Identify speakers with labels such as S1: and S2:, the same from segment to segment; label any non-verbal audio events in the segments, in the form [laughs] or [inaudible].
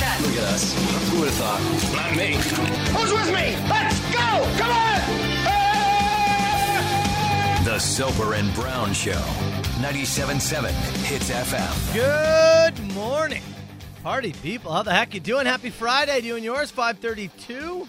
S1: Yes. Who would have thought? Not me.
S2: Who's with me? Let's go! Come on!
S3: The Soper and Brown Show. 97.7 Hits FM.
S4: Good morning, party people. How the heck you doing? Happy Friday to you and yours. Five thirty-two.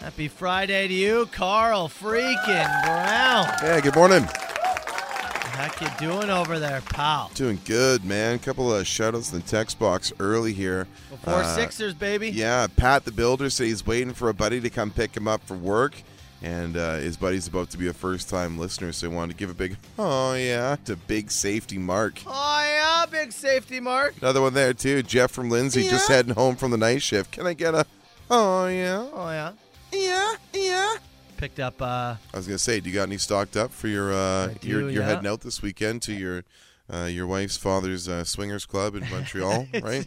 S4: Happy Friday to you, Carl freaking Brown.
S5: Hey, good morning.
S4: How you doing over there, pal?
S5: Doing good, man. Couple of shoutouts in the text box early here.
S4: Before
S5: Uh,
S4: Sixers, baby.
S5: Yeah, Pat the Builder said he's waiting for a buddy to come pick him up for work. And uh, his buddy's about to be a first time listener, so he wanted to give a big, oh yeah, to big safety mark.
S4: Oh yeah, big safety mark.
S5: Another one there, too. Jeff from Lindsay just
S4: Yeah.
S5: heading home from the night shift. Can I get a, oh yeah?
S4: Oh yeah.
S5: Yeah, yeah.
S4: Picked up. uh [laughs]
S5: I was going to say, do you got any stocked up for your, uh,
S4: do,
S5: you're, you're
S4: yeah.
S5: heading out this weekend to your, uh, your wife's father's uh, swingers club in Montreal,
S4: [laughs]
S5: right?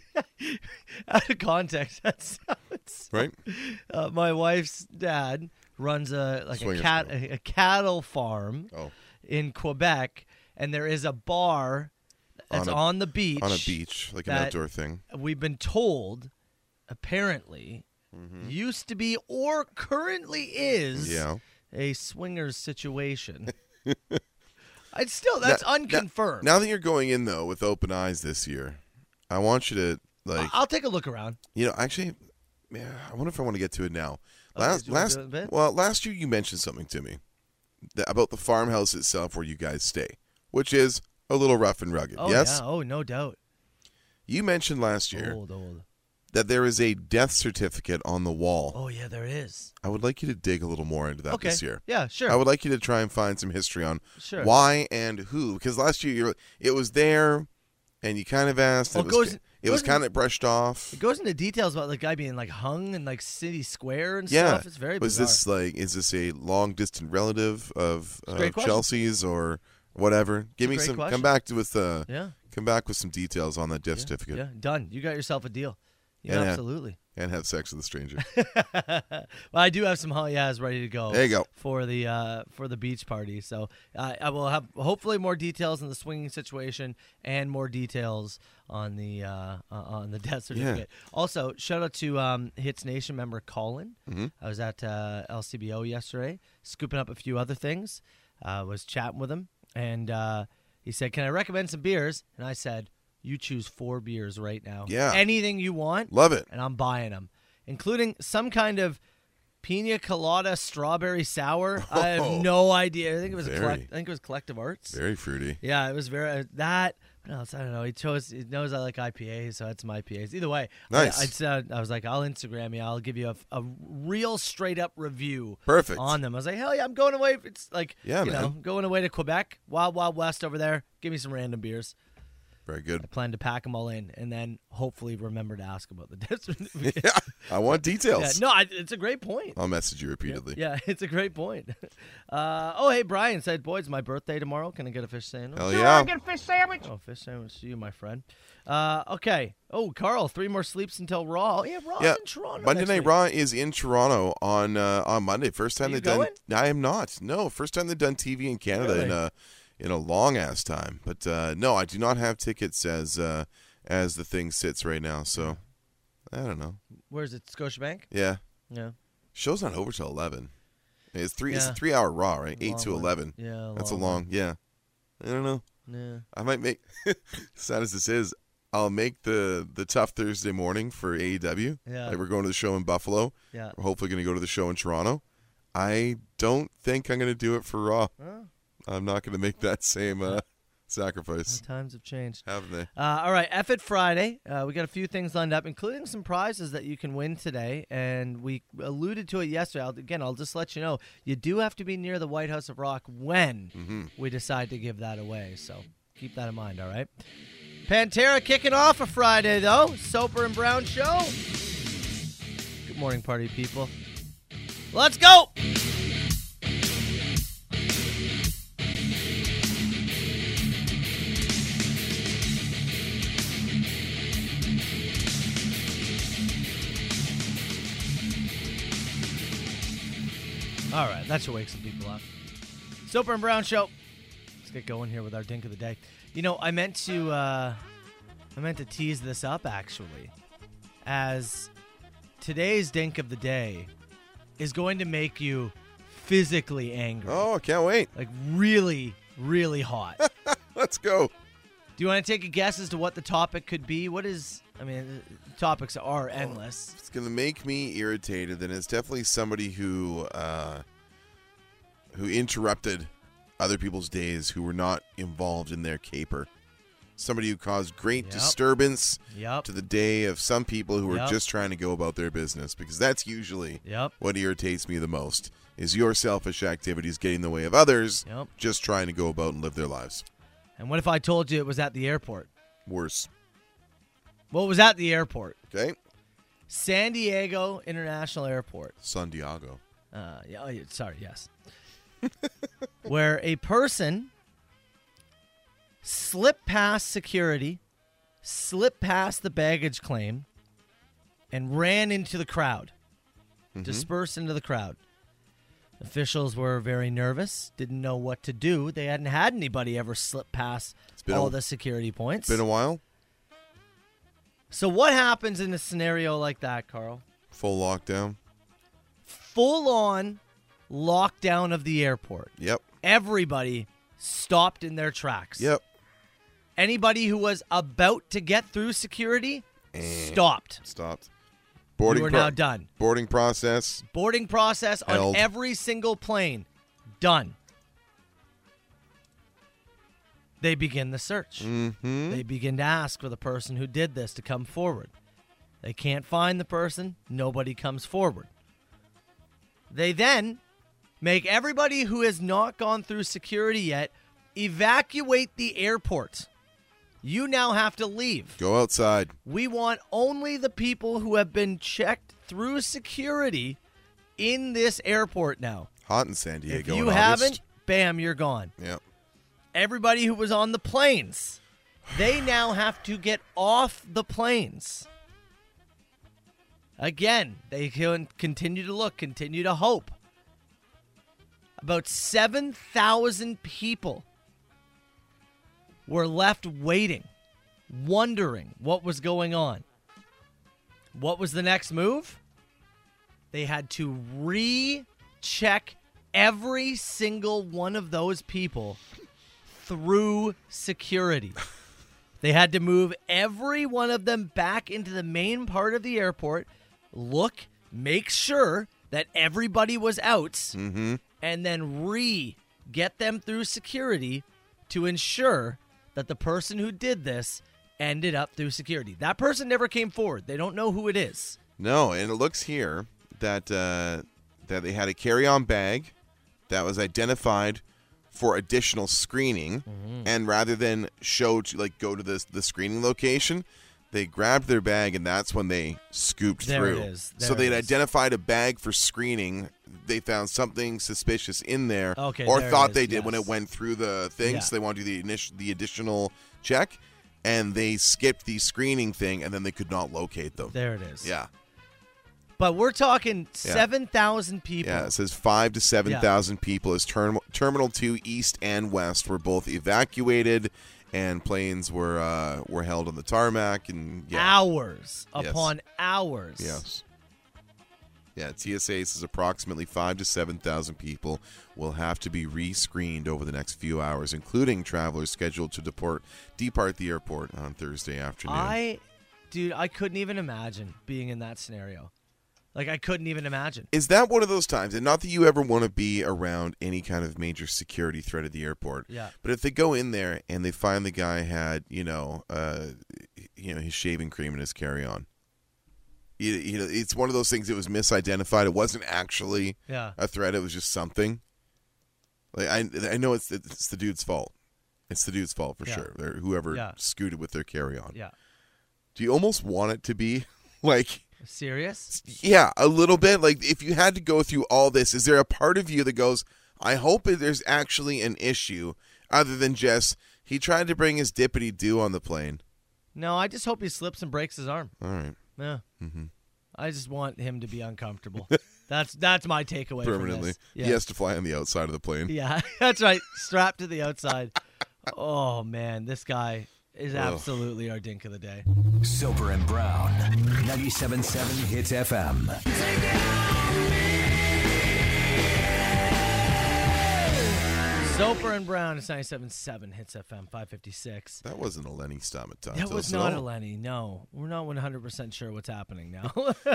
S4: Out of context, [laughs] that sounds.
S5: Right?
S4: Uh, my wife's dad runs a like a
S5: Swingers
S4: cat
S5: Club.
S4: a, a cattle farm.
S5: Oh.
S4: in Quebec, and there is a bar that's
S5: On a-
S4: on the beach.
S5: on a beach, like an
S4: that-
S5: outdoor thing.
S4: We've been told, apparently, used to be or currently is
S5: Mm-hmm. Yeah.
S4: a swingers
S5: [laughs]
S4: situation. I'd still that's unconfirmed.
S5: Now that you're going in though with open eyes this year, I want you to like
S4: I'll take a look around.
S5: you know actually, yeah, I wonder if I want to get to it now.
S4: Okay, Oh,
S5: Last
S4: do you wanna
S5: last
S4: do it in a bit?
S5: well last year you mentioned something to me that, about the farmhouse itself where you guys stay, which is a little rough and rugged.
S4: Oh
S5: yes,
S4: yeah. Oh no doubt.
S5: you mentioned last year
S4: Old old.
S5: that there is a death certificate on the wall.
S4: Oh yeah, there is.
S5: I would like you to dig a little more into that
S4: okay.
S5: this year.
S4: Yeah, sure.
S5: I would like you to try and find some history on
S4: Sure.
S5: why and who, because last year you it was there, and you kind of asked.
S4: Oh,
S5: it was,
S4: goes-
S5: ki- it was
S4: goes-
S5: kind of brushed off.
S4: it goes into details about the guy being like hung in like city square and
S5: yeah,
S4: stuff. It's very
S5: was
S4: bizarre.
S5: this like is this a long distant relative of
S4: a
S5: uh,
S4: great question.
S5: Chelsea's or whatever? Give me
S4: great
S5: some.
S4: question.
S5: Come back to with uh,
S4: Yeah.
S5: Come back with some details on that death certificate
S4: Yeah, done. You got yourself a deal. Yeah,
S5: And, uh,
S4: absolutely.
S5: and have sex with
S4: [laughs]
S5: a stranger.
S4: well, I do have some hot yas ready to go.
S5: There you go.
S4: For the uh, for the beach party, so uh, I will have hopefully more details on the swinging situation and more details on the uh, uh, on the [laughs] death certificate. Also, shout out to um, Hits Nation member Colin.
S5: Mm-hmm.
S4: I was at uh, LCBO yesterday, scooping up a few other things. uh, was chatting with him, and uh, he said, "Can I recommend some beers?" And I said, "You choose four beers right now.
S5: Yeah.
S4: anything you want."
S5: Love it.
S4: and I'm buying them, including some kind of pina colada strawberry sour. I have
S5: Oh.
S4: no idea. I think it was a
S5: Very.
S4: collect- I think it was Collective Arts.
S5: Very fruity.
S4: Yeah, it was very uh, that. What else? I don't know. He chose. He knows I like IPAs, so that's my IPAs. Either way,
S5: Nice.
S4: I, I, said, I was like, I'll Instagram you. I'll give you a, a real straight up review.
S5: Perfect.
S4: On them, I was like, hell yeah, I'm going away. It's like,
S5: Yeah,
S4: you know,
S5: man.
S4: going away to Quebec, Wild Wild West over there. Give me some random beers.
S5: Very good.
S4: Plan to pack them all in, and then hopefully remember to ask about the [laughs]
S5: [laughs]
S4: difference.
S5: Yeah, I
S4: [laughs]
S5: want
S4: Yeah,
S5: details.
S4: no, I, it's a great point.
S5: I'll message you repeatedly.
S4: Yeah, [laughs] it's a great point. Uh, oh, hey, Brian said, boys, my birthday tomorrow. Can I get a fish sandwich?
S5: Hell yeah.
S4: Oh, fish sandwich to you, my friend. Uh, okay. Oh, Carl, three more sleeps until Raw. Oh, yeah, Raw's
S5: Yeah,
S4: in Toronto.
S5: Monday
S4: next
S5: Night
S4: week.
S5: Raw is in Toronto on uh, on Monday. First time
S4: you
S5: they've
S4: going?
S5: done. I am not. No, first time they've done TV in Canada in
S4: Really?
S5: a in a long ass time. But uh, no, I do not have tickets as uh, as the thing sits right now. So I don't know.
S4: Where's it? Scotiabank?
S5: Yeah,
S4: Yeah.
S5: show's not over till eleven. It's three. It's
S4: Yeah.
S5: a three hour Raw, right? Eight
S4: Long
S5: to
S4: one.
S5: eleven.
S4: Yeah,
S5: that's a
S4: long
S5: long. Yeah, I don't know.
S4: Yeah.
S5: I might make. [laughs] sad as this is, I'll make the the tough Thursday morning for AEW.
S4: Yeah.
S5: like we're going to the show in Buffalo.
S4: Yeah.
S5: We're hopefully going to go to the show in Toronto. I don't think I'm going to do it for Raw. I'm not going to make that same uh, [laughs] sacrifice,
S4: Times have changed.
S5: have they?
S4: Uh, all right, F it Friday. Uh, we got a few things lined up, including some prizes that you can win today. And we alluded to it yesterday. I'll, again, I'll just let you know you do have to be near the White House of Rock when we decide to give that away. So keep that in mind, all right? Pantera kicking off a Friday, though. Soper and Brown Show. Good morning, party people. Let's go! All right, that should wake some people up. Soper and Brown Show. Let's get going here with our dink of the day. You know, I meant to, uh, I meant to tease this up actually, as today's dink of the day is going to make you physically angry.
S5: Oh, I can't wait.
S4: Like really, really
S5: [laughs]
S4: hot.
S5: Let's go.
S4: Do you want to take a guess as to what the topic could be? What is, I mean, topics are endless.
S5: It's gonna make me irritated. Then it's definitely somebody who uh, who interrupted other people's days who were not involved in their caper. Somebody who caused great
S4: Yep.
S5: disturbance
S4: Yep.
S5: Oh. to the day of some people who are
S4: Yep.
S5: just trying to go about their business because that's usually
S4: Yep.
S5: what irritates me the most is your selfish activities getting in the way of others
S4: Yep.
S5: just trying to go about and live their lives.
S4: And what if I told you it was at the airport?
S5: Worse.
S4: Well, it was at the airport,
S5: Okay?
S4: San Diego International Airport.
S5: San Diego.
S4: Uh, yeah, oh, yeah, sorry,
S5: [laughs]
S4: yes. Where a person slipped past security, slipped past the baggage claim, and ran into the crowd,
S5: Mm-hmm.
S4: dispersed into the crowd. Officials were very nervous, didn't know what to do. They hadn't had anybody ever slip past
S5: been a-
S4: all the security points.
S5: Been a while.
S4: so, what happens in a scenario like that, Carl?
S5: Full lockdown.
S4: Full on lockdown of the airport.
S5: Yep.
S4: everybody stopped in their tracks.
S5: Yep.
S4: Anybody who was about to get through security stopped.
S5: Stopped. Boarding
S4: You are
S5: pro-
S4: now done.
S5: Boarding process.
S4: Boarding process on
S5: Held.
S4: every single plane done. They begin the search. They begin to ask for the person who did this to come forward. They can't find the person. Nobody comes forward. They then make everybody who has not gone through security yet evacuate the airport. You now have to leave.
S5: Go outside.
S4: We want only the people who have been checked through security in this airport now.
S5: Hot in San Diego.
S4: if you
S5: in August.
S4: haven't, bam, you're gone.
S5: Yep.
S4: Everybody who was on the planes, they now have to get off the planes. Again, they can continue to look, continue to hope. About 7,000 people were left waiting, wondering what was going on. What was the next move? They had to re check every single one of those people through security. they had to move every one of them back into the main part of the airport, look, make sure that everybody was out,
S5: Mm-hmm.
S4: and then re get them through security to ensure that the person who did this ended up through security. That person never came forward. They don't know who it is.
S5: No, and it looks here that uh, that they had a carry-on bag that was identified for additional screening,
S4: Mm-hmm.
S5: and rather than show to, like go to the the screening location, they grabbed their bag and that's when they scooped
S4: There it
S5: through.
S4: is. There
S5: so
S4: it
S5: they'd
S4: is.
S5: identified a bag for screening. They found something suspicious in there,
S4: Okay,
S5: or
S4: there it
S5: thought
S4: is,
S5: they did when
S4: yes.
S5: it went through the thing.
S4: Yeah.
S5: So they want to do the initial the additional check, and they skipped the screening thing, and then they could not locate them.
S4: There it is.
S5: Yeah.
S4: But we're talking 7,000 people.
S5: Yeah, it says five to seven thousand people as term- Terminal Two East and West were both evacuated, and planes were uh, were held on the tarmac. And yeah,
S4: Hours
S5: Yes.
S4: upon hours.
S5: yes, yeah. TSA says approximately five to seven thousand people will have to be re-screened over the next few hours, including travelers scheduled to deport depart the airport on Thursday afternoon.
S4: I, dude, I couldn't even imagine being in that scenario. Like, I couldn't even imagine.
S5: Is that one of those times? And not that you ever want to be around any kind of major security threat at the airport.
S4: Yeah.
S5: But if they go in there and they find the guy had, you know, uh, you know, his shaving cream in his carry-on. You, you know, it's one of those things. It was misidentified. It wasn't actually
S4: Yeah.
S5: a threat. It was just something. Like I, I know it's it's the dude's fault. It's the dude's fault for
S4: Yeah.
S5: sure. Or whoever
S4: Yeah.
S5: scooted with their carry-on.
S4: Yeah.
S5: Do you almost want it to be [laughs] like?
S4: Serious?
S5: Yeah, a little bit. Like if you had to go through all this, is there a part of you that goes, I hope that there's actually an issue other than just he tried to bring his dippity do on the plane.
S4: No, I just hope he slips and breaks his arm.
S5: All right. Mm-hmm.
S4: Yeah. I just want him to be
S5: [laughs]
S4: uncomfortable. that's that's my takeaway. from
S5: Permanently.
S4: this.
S5: He has to fly on
S4: [laughs]
S5: the outside of the plane.
S4: Yeah, that's right. Strapped to the outside. oh man, this guy. is absolutely our dink of the day.
S3: Soper and Brown, 97.7 Hits FM.
S4: Soper and Brown is 97.7 Hits FM 556.
S5: That wasn't a Lenny Stamatata.
S4: That was not a Lenny. No, we're not 100% sure what's happening
S5: [laughs]
S4: now.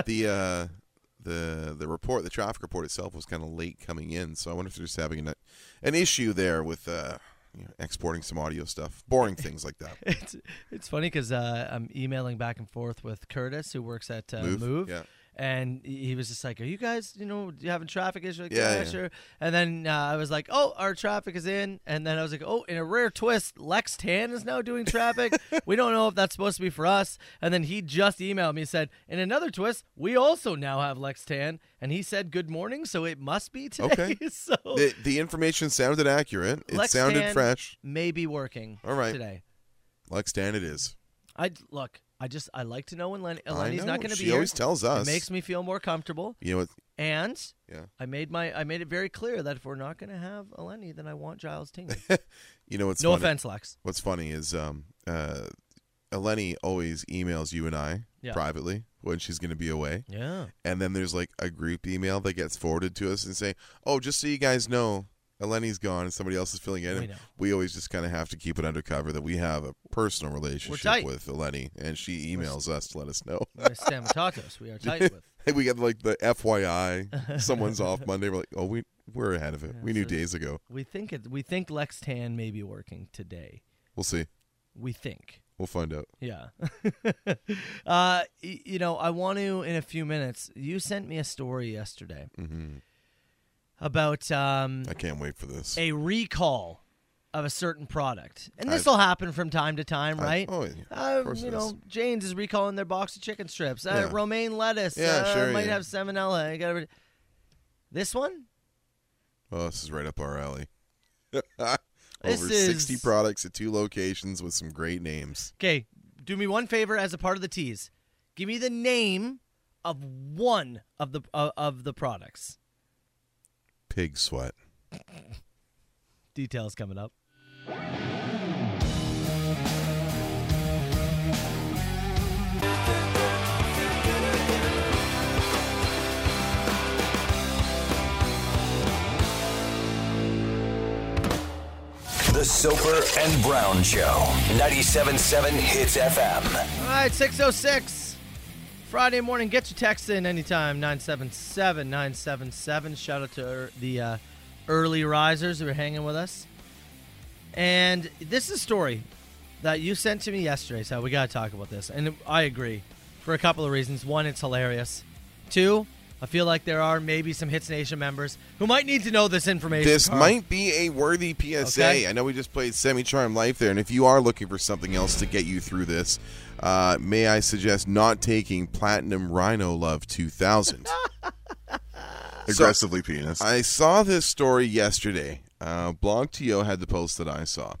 S5: the uh, the the report, the traffic report itself was kind of late coming in, so I wonder if they're just having an, an issue there with uh, you know, exporting some audio stuff, boring things
S4: [laughs]
S5: like that.
S4: it's it's funny because uh, I'm emailing back and forth with Curtis, who works at uh, Move,
S5: Move, yeah.
S4: and he he was just like, "Are you guys, you know, you having traffic issues?" Like,
S5: Yeah,
S4: yeah,
S5: yeah.
S4: sure. And then uh, I was like, "Oh, our traffic is in." And then I was like, "Oh, in a rare twist, Lex Tan is now doing
S5: [laughs]
S4: traffic. we don't know if that's supposed to be for us." And then he just emailed me said, "In another twist, we also now have Lex Tan." And he said, "Good morning," so it must be today.
S5: Okay.
S4: [laughs] so
S5: The, the information sounded accurate. It
S4: Lex
S5: sounded
S4: Tan
S5: fresh.
S4: May be working.
S5: All right.
S4: today.
S5: Lex Dan, it is.
S4: I look. I just I like to know when Lenny,
S5: I
S4: Lenny's
S5: know,
S4: not going to be
S5: she
S4: here.
S5: always tells us.
S4: It makes me feel more comfortable.
S5: You know what?
S4: And
S5: Yeah.
S4: I made my I made it very clear that if we're not going to have a Lenny, then I want Giles Tingley.
S5: [laughs] You know what's
S4: no
S5: funny?
S4: offense, Lex.
S5: What's funny is um uh, Eleni always emails you and I
S4: Yeah.
S5: privately when she's going to be away.
S4: Yeah.
S5: and then there's like a group email that gets forwarded to us and say, "Oh, just so you guys know, Eleni's gone and somebody else is filling in."
S4: We
S5: And
S4: know.
S5: we always just kind of have to keep it undercover that we have a personal
S4: tight.
S5: relationship with Eleni, and she emails us to let us know. [laughs]
S4: Miss Stamatatos, we are tight with.
S5: Hey, we got like the
S4: [laughs]
S5: FYI, someone's off Monday. We're like, "Oh, we we're ahead of it. we knew days ago."
S4: We think it. We think Lex Tan may be working today.
S5: We'll see.
S4: We think.
S5: We'll find out.
S4: Yeah. [laughs] uh, y- you know, I want to, in a few minutes, you sent me a story yesterday
S5: Mm-hmm.
S4: about um,
S5: I can't wait for this.
S4: a recall of a certain product. And this will happen from time to time,
S5: I-
S4: right?
S5: oh, yeah, of
S4: Uh,
S5: course
S4: you
S5: it
S4: know,
S5: is.
S4: Jane's is recalling their box of chicken strips. Uh,
S5: Yeah.
S4: Romaine lettuce
S5: Yeah,
S4: uh,
S5: sure,
S4: might
S5: yeah.
S4: have salmonella. I gotta- This one?
S5: Oh, this is right up our alley.
S4: [laughs] This
S5: Over 60
S4: is-
S5: products at two locations with some great names.
S4: Okay, do me one favor as a part of the tease. Give me the name of one of the uh, of the products.
S5: Pig sweat.
S4: Details coming up.
S3: The Soper and Brown Show, 97.7 Hits FM.
S4: All right, 606. Friday morning, get your text in anytime, 977 977. Shout out to er- the uh, early risers who are hanging with us. And this is a story that you sent to me yesterday, so we got to talk about this. And I agree for a couple of reasons. One, it's hilarious. Two, I feel like there are maybe some Hits Nation members who might need to know this information.
S5: This
S4: Carl.
S5: might be a worthy PSA.
S4: Okay.
S5: I know we just played Semi Charm Life there, and if you are looking for something else to get you through this, uh, may I suggest not taking Platinum Rhino Love 2000?
S4: [laughs]
S6: Aggressively penis.
S5: I saw this story yesterday. Uh, BlogTO had the post that I saw,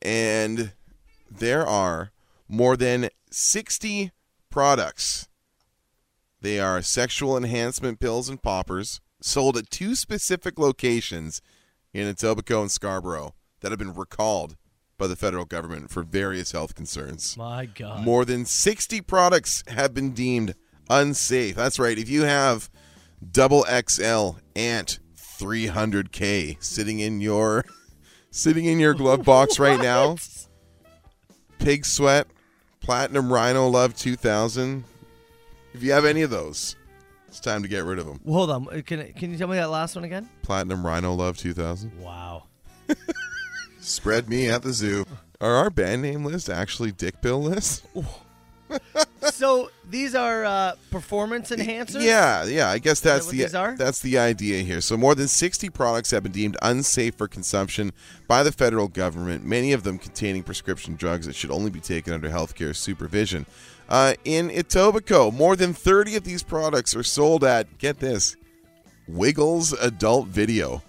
S5: and there are more than 60 products. They are sexual enhancement pills and poppers sold at two specific locations in Etobicoke and Scarborough that have been recalled by the federal government for various health concerns.
S4: My God.
S5: More than 60 products have been deemed unsafe. That's right. If you have double XL Ant 300K sitting in your [laughs] sitting in your glove box right now, Pig Sweat, Platinum Rhino Love 2000. If you have any of those, it's time to get rid of them.
S4: Well, Hold on. Can, can you tell me that last one again?
S5: Platinum Rhino Love 2000.
S4: Wow.
S6: Spread me at the zoo.
S5: Are our band name list actually Dick Bill list?
S4: So these are uh, performance enhancers.
S5: Yeah, yeah. I guess that's
S4: what
S5: the
S4: these are?
S5: that's the idea here. So more than 60 products have been deemed unsafe for consumption by the federal government. Many of them containing prescription drugs that should only be taken under healthcare supervision. Uh, in Etobicoke, more than 30 of these products are sold at get this, Wiggles Adult Video.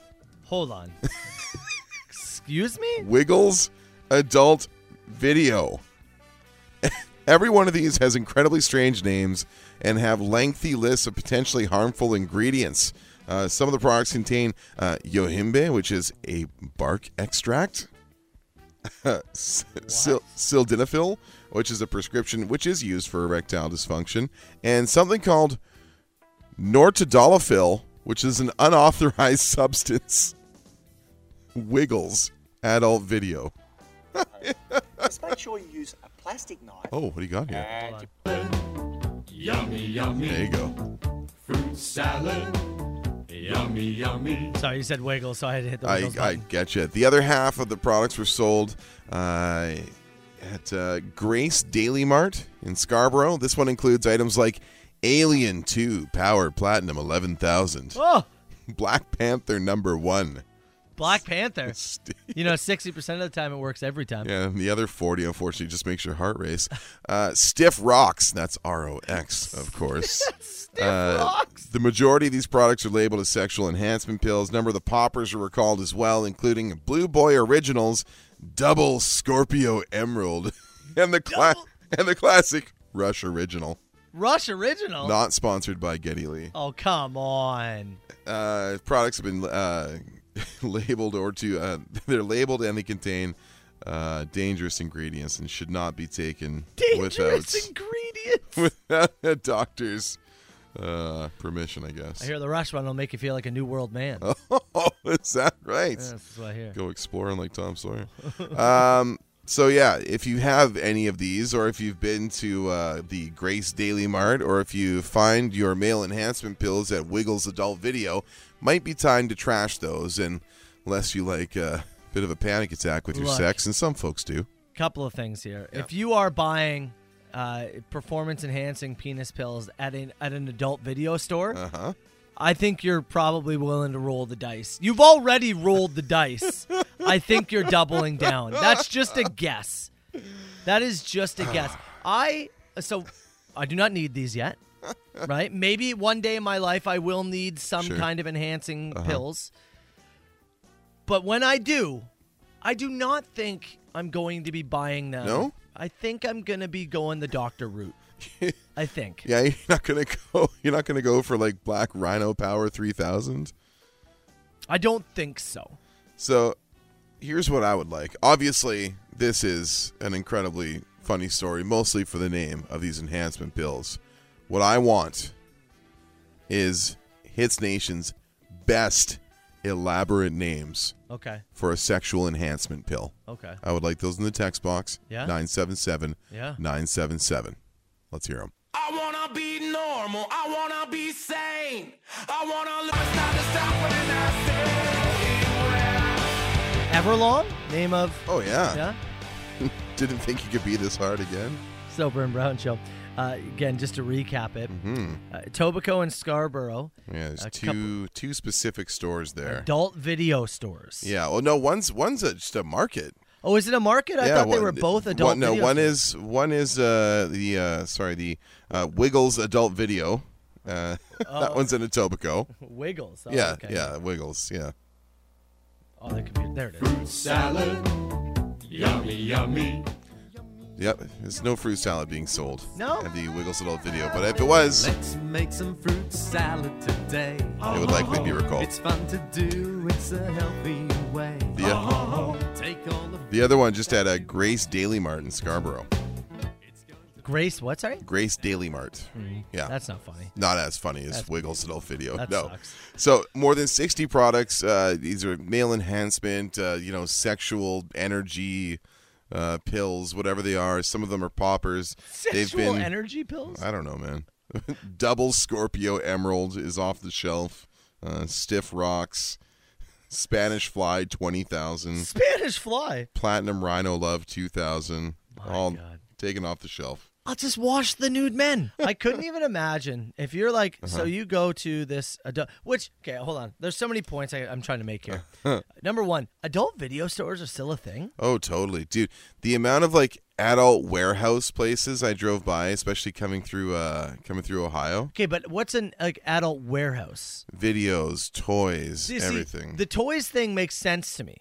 S4: Hold on. Excuse me.
S5: Wiggles Adult Video. [laughs] Every one of these has incredibly strange names and have lengthy lists of potentially harmful ingredients. Uh, some of the products contain uh, yohimbe, which is a bark extract, [laughs] Sil- sildenafil, which is a prescription which is used for erectile dysfunction, and something called nortadolafil, which is an unauthorized [laughs] substance. Wiggles adult video.
S7: Just make sure you use a plastic knife.
S5: Oh, what do you got here?
S7: And you
S8: Yummy, yummy
S5: There you go.
S8: fruit salad. Yummy, yummy.
S4: Sorry, you said wiggle, so I had to hit the
S5: I,
S4: wiggles
S5: I
S4: button.
S5: get you. The other half of the products were sold uh, at uh, Grace Daily Mart in Scarborough. This one includes items like Alien 2 Power Platinum 11,000,
S4: Oh,
S5: [laughs] Black Panther number 1.
S4: Black Panther.
S5: [laughs] Steve.
S4: You know, sixty percent of the time it works every time.
S5: Yeah, and the other 40, unfortunately, just makes your heart race. Uh, Stiff Rocks, that's R O X,
S8: [laughs]
S5: of course. Stiff Rocks. The majority of these products are labeled as sexual enhancement pills. A number of the poppers are recalled as well, including Blue Boy Originals, Double Scorpio Emerald, [laughs] and the, cla- and the classic Rush Original.
S4: Rush original.
S5: Not sponsored by Getty Lee.
S4: oh come on.
S5: uh, products have been uh, [laughs] labeled or to uh, [laughs] they're labeled and they contain uh, dangerous ingredients and should not be taken
S4: Dangerous ingredients.
S5: without, without [laughs] a doctor's uh, permission, I guess.
S4: I hear the Rush one will make you feel like a new world man.
S5: [laughs] oh, is that right?
S4: That's what I hear.
S5: Go exploring like Tom Sawyer. um, so yeah, if you have any of these, or if you've been to uh, the Grace Daily Mart, or if you find your male enhancement pills at Wiggles Adult Video, might be time to trash those, and unless you like a bit of a panic attack with your
S4: Look.
S5: sex, and some folks do.
S4: Couple of things here. If you are buying uh, performance enhancing penis pills at an at an adult video store,
S5: Uh-huh.
S4: I think you're probably willing to roll the dice. You've already rolled the dice. I think you're doubling down. That's just a guess. That is just a guess. I so I do not need these yet. Right? Maybe one day in my life I will need some
S5: Sure. Uh-huh.
S4: kind of enhancing pills. But when I do, I do not think I'm going to be buying them.
S5: No?
S4: I think I'm going to be going the doctor
S5: [laughs]
S4: route. I think.
S5: Yeah, [laughs] you're not gonna go. You're not gonna go for like Black Rhino Power three thousand.
S4: I don't think so.
S5: So here's what I would like. Obviously, this is an incredibly funny story, mostly for the name of these enhancement pills. What I want is Hits Nation's best elaborate names
S4: Okay.
S5: for a sexual enhancement pill.
S4: Okay.
S5: I would like those in the text box.
S4: Yeah.
S5: 977
S4: Yeah.
S5: 977. Let's hear them.
S1: I wanna be normal. I wanna be sane. I wanna live. It's not to stop when I say.
S4: Everlong, name of
S5: Oh, yeah.
S4: yeah,
S5: Didn't think you could be this hard again.
S4: Sober and Brown show. Uh, again, just to recap it, uh, Tobaco and Scarborough
S5: Mm-hmm. Yeah, there's
S4: A
S5: two two specific stores there.
S4: adult video stores.
S5: Yeah. Well, no, one's one's a, just a market.
S4: Oh, is it a market? I
S5: yeah,
S4: thought they
S5: one-
S4: were both adult.
S5: One, no,
S4: video
S5: one
S4: stores.
S5: is one is uh, the uh, sorry the uh, Wiggles adult video. Uh, [laughs] that one's in Etobicoke.
S4: Wiggles. Oh,
S5: yeah,
S4: okay.
S5: yeah, Wiggles. Yeah,
S4: Oh, the computer. There it is.
S8: Salad. Yummy, yummy.
S5: yep. There's no fruit salad being sold.
S4: No?
S5: at the Wiggles adult video. But if it was,
S9: Let's make some fruit salad today.
S5: it would likely be recalled.
S9: It's fun to do, it's a healthy way.
S5: The, uh,
S9: Take all the
S5: the other one just at a Grace Daily Mart in Scarborough.
S4: Grace, what? Sorry.
S5: Grace Daily Mart. Yeah,
S4: That's not funny.
S5: not as funny as
S4: That's-
S5: Wiggles adult video.
S4: that
S5: no.
S4: sucks.
S5: So more than sixty products. Uh, these are male enhancement, uh, you know, sexual energy uh, pills, whatever they are. Some of them are poppers.
S4: Sexual energy pills.
S5: I don't know, man. [laughs] Double Scorpio Emerald is off the shelf. Uh, Stiff Rocks, Spanish Fly twenty thousand,
S4: Spanish fly.
S5: Platinum Rhino Love two thousand. All
S4: God.
S5: taken off the shelf.
S4: I'll just wash the nude
S5: [laughs]
S4: men. I couldn't even imagine if you're like, so
S5: Uh-huh.
S4: you go to this adult, which, okay, hold on. There's so many points I, I'm trying to make
S5: [laughs]
S4: here. Number one, adult video stores are still a thing.
S5: Oh, totally, dude. The amount of like adult warehouse places I drove by, especially coming through uh coming through Ohio.
S4: Okay, but what's an like adult warehouse?
S5: Videos, toys,
S4: See, see,
S5: everything. Mm-hmm.
S4: the toys thing makes sense to me.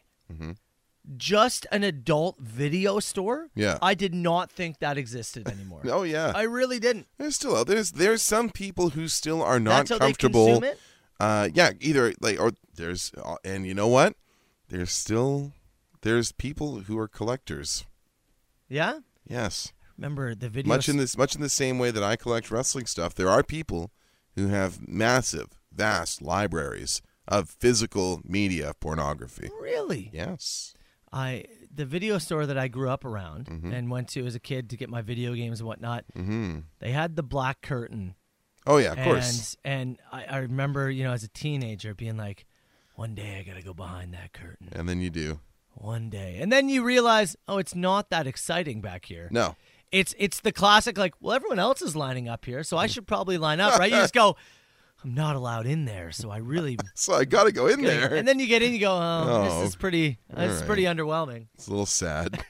S4: Just an adult video store?
S5: Yeah.
S4: I did not think that existed
S5: [laughs]
S4: anymore.
S5: oh yeah.
S4: I really didn't.
S5: They're still out. There's there's some people who still are not
S4: That's how
S5: comfortable.
S4: they consume it?
S5: Uh yeah, either like or there's and you know what? There's still There's people who are collectors.
S4: Yeah.
S5: Yes.
S4: Remember the video.
S5: Much in this much in the same way that I collect wrestling stuff, there are people who have massive, vast libraries of physical media of pornography.
S4: Really.
S5: Yes.
S4: I the video store that I grew up around
S5: Mm-hmm.
S4: and went to as a kid to get my video games and whatnot. They had the black curtain,
S5: Oh yeah, Mm-hmm. of
S4: and
S5: course.
S4: and I, I remember you know as a teenager being like, one day I gotta go behind that curtain,
S5: And then you do.
S4: one day, and then you realize, oh, it's not that exciting back here.
S5: No.
S4: It's it's the classic like, well, everyone else is lining up here,
S5: Mm-hmm.
S4: so I should probably line up, right? You just go, I'm not allowed in there, so I really.
S5: So I gotta go in [laughs] there.
S4: And then you get in, you go, oh,
S5: Oh,
S4: this is pretty, this is
S5: right.
S4: pretty underwhelming.
S5: It's a little
S4: [laughs]
S5: sad.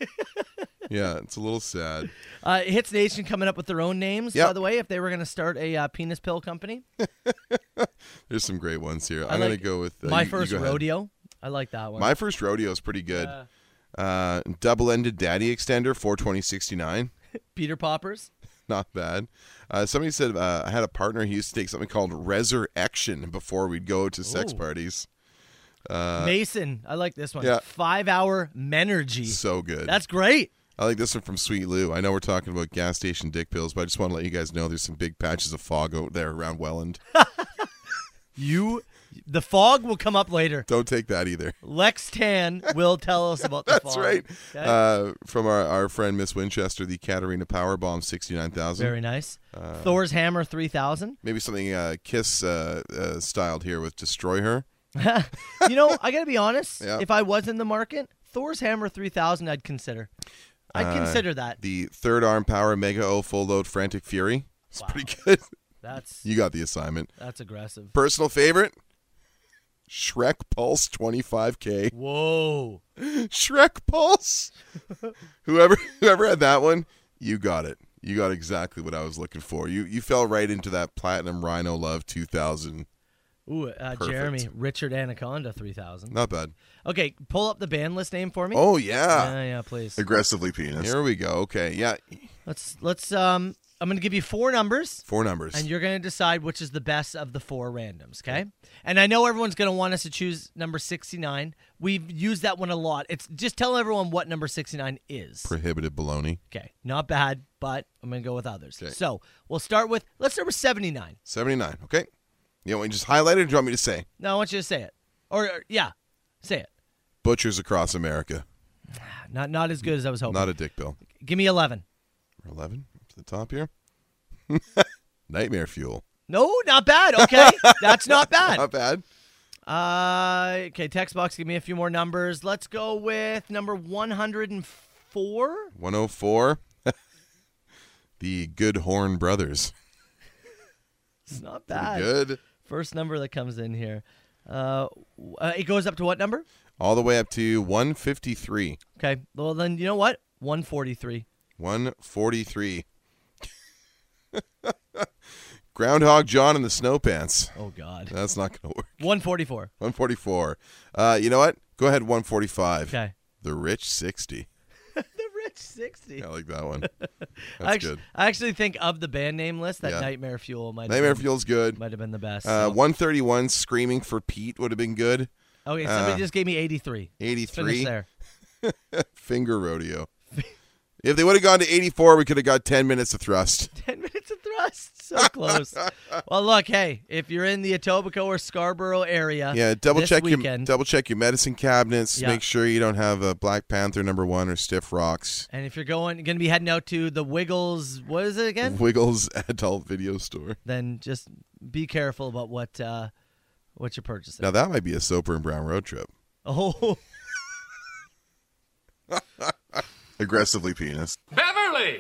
S5: yeah, it's a little sad.
S4: Uh, Hits Nation coming up with their own names, by
S5: Yep.
S4: the way, if they were going to start a uh, penis pill company.
S5: There's some great ones here.
S4: I
S5: I'm gonna
S4: like
S5: go with uh,
S4: My
S5: you- you
S4: First
S5: go ahead.
S4: Rodeo. I like that one.
S5: My first rodeo is pretty good. Uh, double-ended daddy extender, four twenty sixty-nine.
S4: Peter Poppers.
S5: Not bad. Uh, somebody said uh, I had a partner. He used to take something called resurrection before we'd go to sex
S4: Ooh.
S5: parties.
S4: Mason. I like this one.
S5: Uh, yeah.
S4: Five Hour Menergy.
S5: So good.
S4: That's great.
S5: I like this one from Sweet Lou. I know we're talking about gas station dick pills, but I just want to let you guys know there's some big patches of fog out there
S4: [laughs]
S5: around Welland.
S4: You, the fog will come up later.
S5: Don't take that either.
S4: Lex Tan will tell us about the
S5: [laughs] That's
S4: fog.
S5: right.
S4: Okay.
S5: Uh, from our, our friend Miss Winchester, the Katarina Powerbomb 69,000.
S4: Very nice.
S5: uh,
S4: Thor's Hammer
S5: [laughs]
S4: 3000.
S5: Maybe something uh, Kiss uh, uh, styled here with Destroy Her.
S4: You know, I got to be honest.
S5: Yeah.
S4: If I was in the market, Thor's Hammer 3000, I'd consider. I'd consider that.
S5: Uh, The third arm power Mega O full load Frantic Fury. It's pretty [laughs] good.
S4: That's
S5: You got the assignment.
S4: that's aggressive.
S5: Personal favorite Shrek Pulse 25K.
S4: Whoa.
S5: [laughs] Shrek Pulse. [laughs] whoever whoever had that one, you got it. You got exactly what I was looking for. You you fell right into that platinum Rhino Love 2000.
S4: Ooh, uh,
S5: Perfect.
S4: Jeremy, Richard Anaconda 3000.
S5: Not bad.
S4: Okay, pull up the band list name for me.
S5: Oh yeah.
S4: yeah, yeah, please.
S6: Aggressively penis.
S5: Here we go. Okay. Yeah.
S4: Let's let's um I'm going to give you four numbers
S5: Four numbers.
S4: and you're going to decide which is the best of the four randoms, okay? And I know everyone's going to want us to choose number 69. We've used that one a lot. It's just tell everyone what number 69 is.
S5: Prohibited baloney.
S4: okay. Not bad, but I'm going to go with others.
S5: Okay.
S4: So, we'll start with let's start with 79.
S5: 79. Okay. You want me to just highlight it or do you want me to say?
S4: Now I want you to say it. Or, or yeah, say it.
S5: Butchers across America.
S4: Not not as good as I was hoping.
S5: Not a dick bill.
S4: Give me 11.
S5: 11 up to the top here. [laughs] Nightmare fuel.
S4: No, not bad.
S5: [laughs]
S4: Okay, that's not bad.
S5: Not bad.
S4: Uh, okay, text box. Give me a few more numbers. Let's go with number one hundred and four.
S5: 104. [laughs] the Good Horn Brothers.
S4: It's not bad.
S5: Good.
S4: First number that comes in here. Uh, w- uh, it goes up to what number?
S5: all the way up to 153.
S4: Okay. Well, then you know what? One forty-three.
S5: 143. [laughs] Groundhog John in the snow pants.
S4: Oh
S5: [laughs]
S4: God.
S5: That's not going to work.
S4: One forty-four.
S5: 144. Uh, you know what? Go ahead, 145.
S4: Okay.
S5: The Rich 60.
S4: The rich sixty.
S5: I
S4: [laughs]
S5: like that one. That's
S4: I, actually,
S5: good.
S4: I actually think of the band name list that
S5: Yeah.
S4: Nightmare Fuel might
S5: Nightmare
S4: have been,
S5: Fuel's good.
S4: might have been the best.
S5: Uh,
S4: so-
S5: 131, Screaming for Pete would have been good.
S4: okay, somebody
S5: uh,
S4: just gave me eighty-three. Let's finish
S5: 83,
S4: there.
S5: Finger Rodeo. if they would have gone to 84, we could have got 10 minutes
S4: [laughs]
S5: of thrust.
S4: 10 minutes of thrust. So close. well, look, hey, if you're in the Etobicoke or Scarborough area,
S5: Yeah, double
S4: this
S5: check your
S4: weekend,
S5: double check your medicine cabinets.
S4: Yeah.
S5: Make sure you don't have a Black Panther number one or Stiff Rocks.
S4: And if you're going, going to be heading out to the Wiggles, what is it again?
S5: Wiggles [laughs] Adult Video Store.
S4: then just be careful about what uh, what you're purchasing.
S5: Now that might be a Soper and Brown road trip.
S4: [laughs] Oh,
S6: Aggressively penis.
S8: Beverly!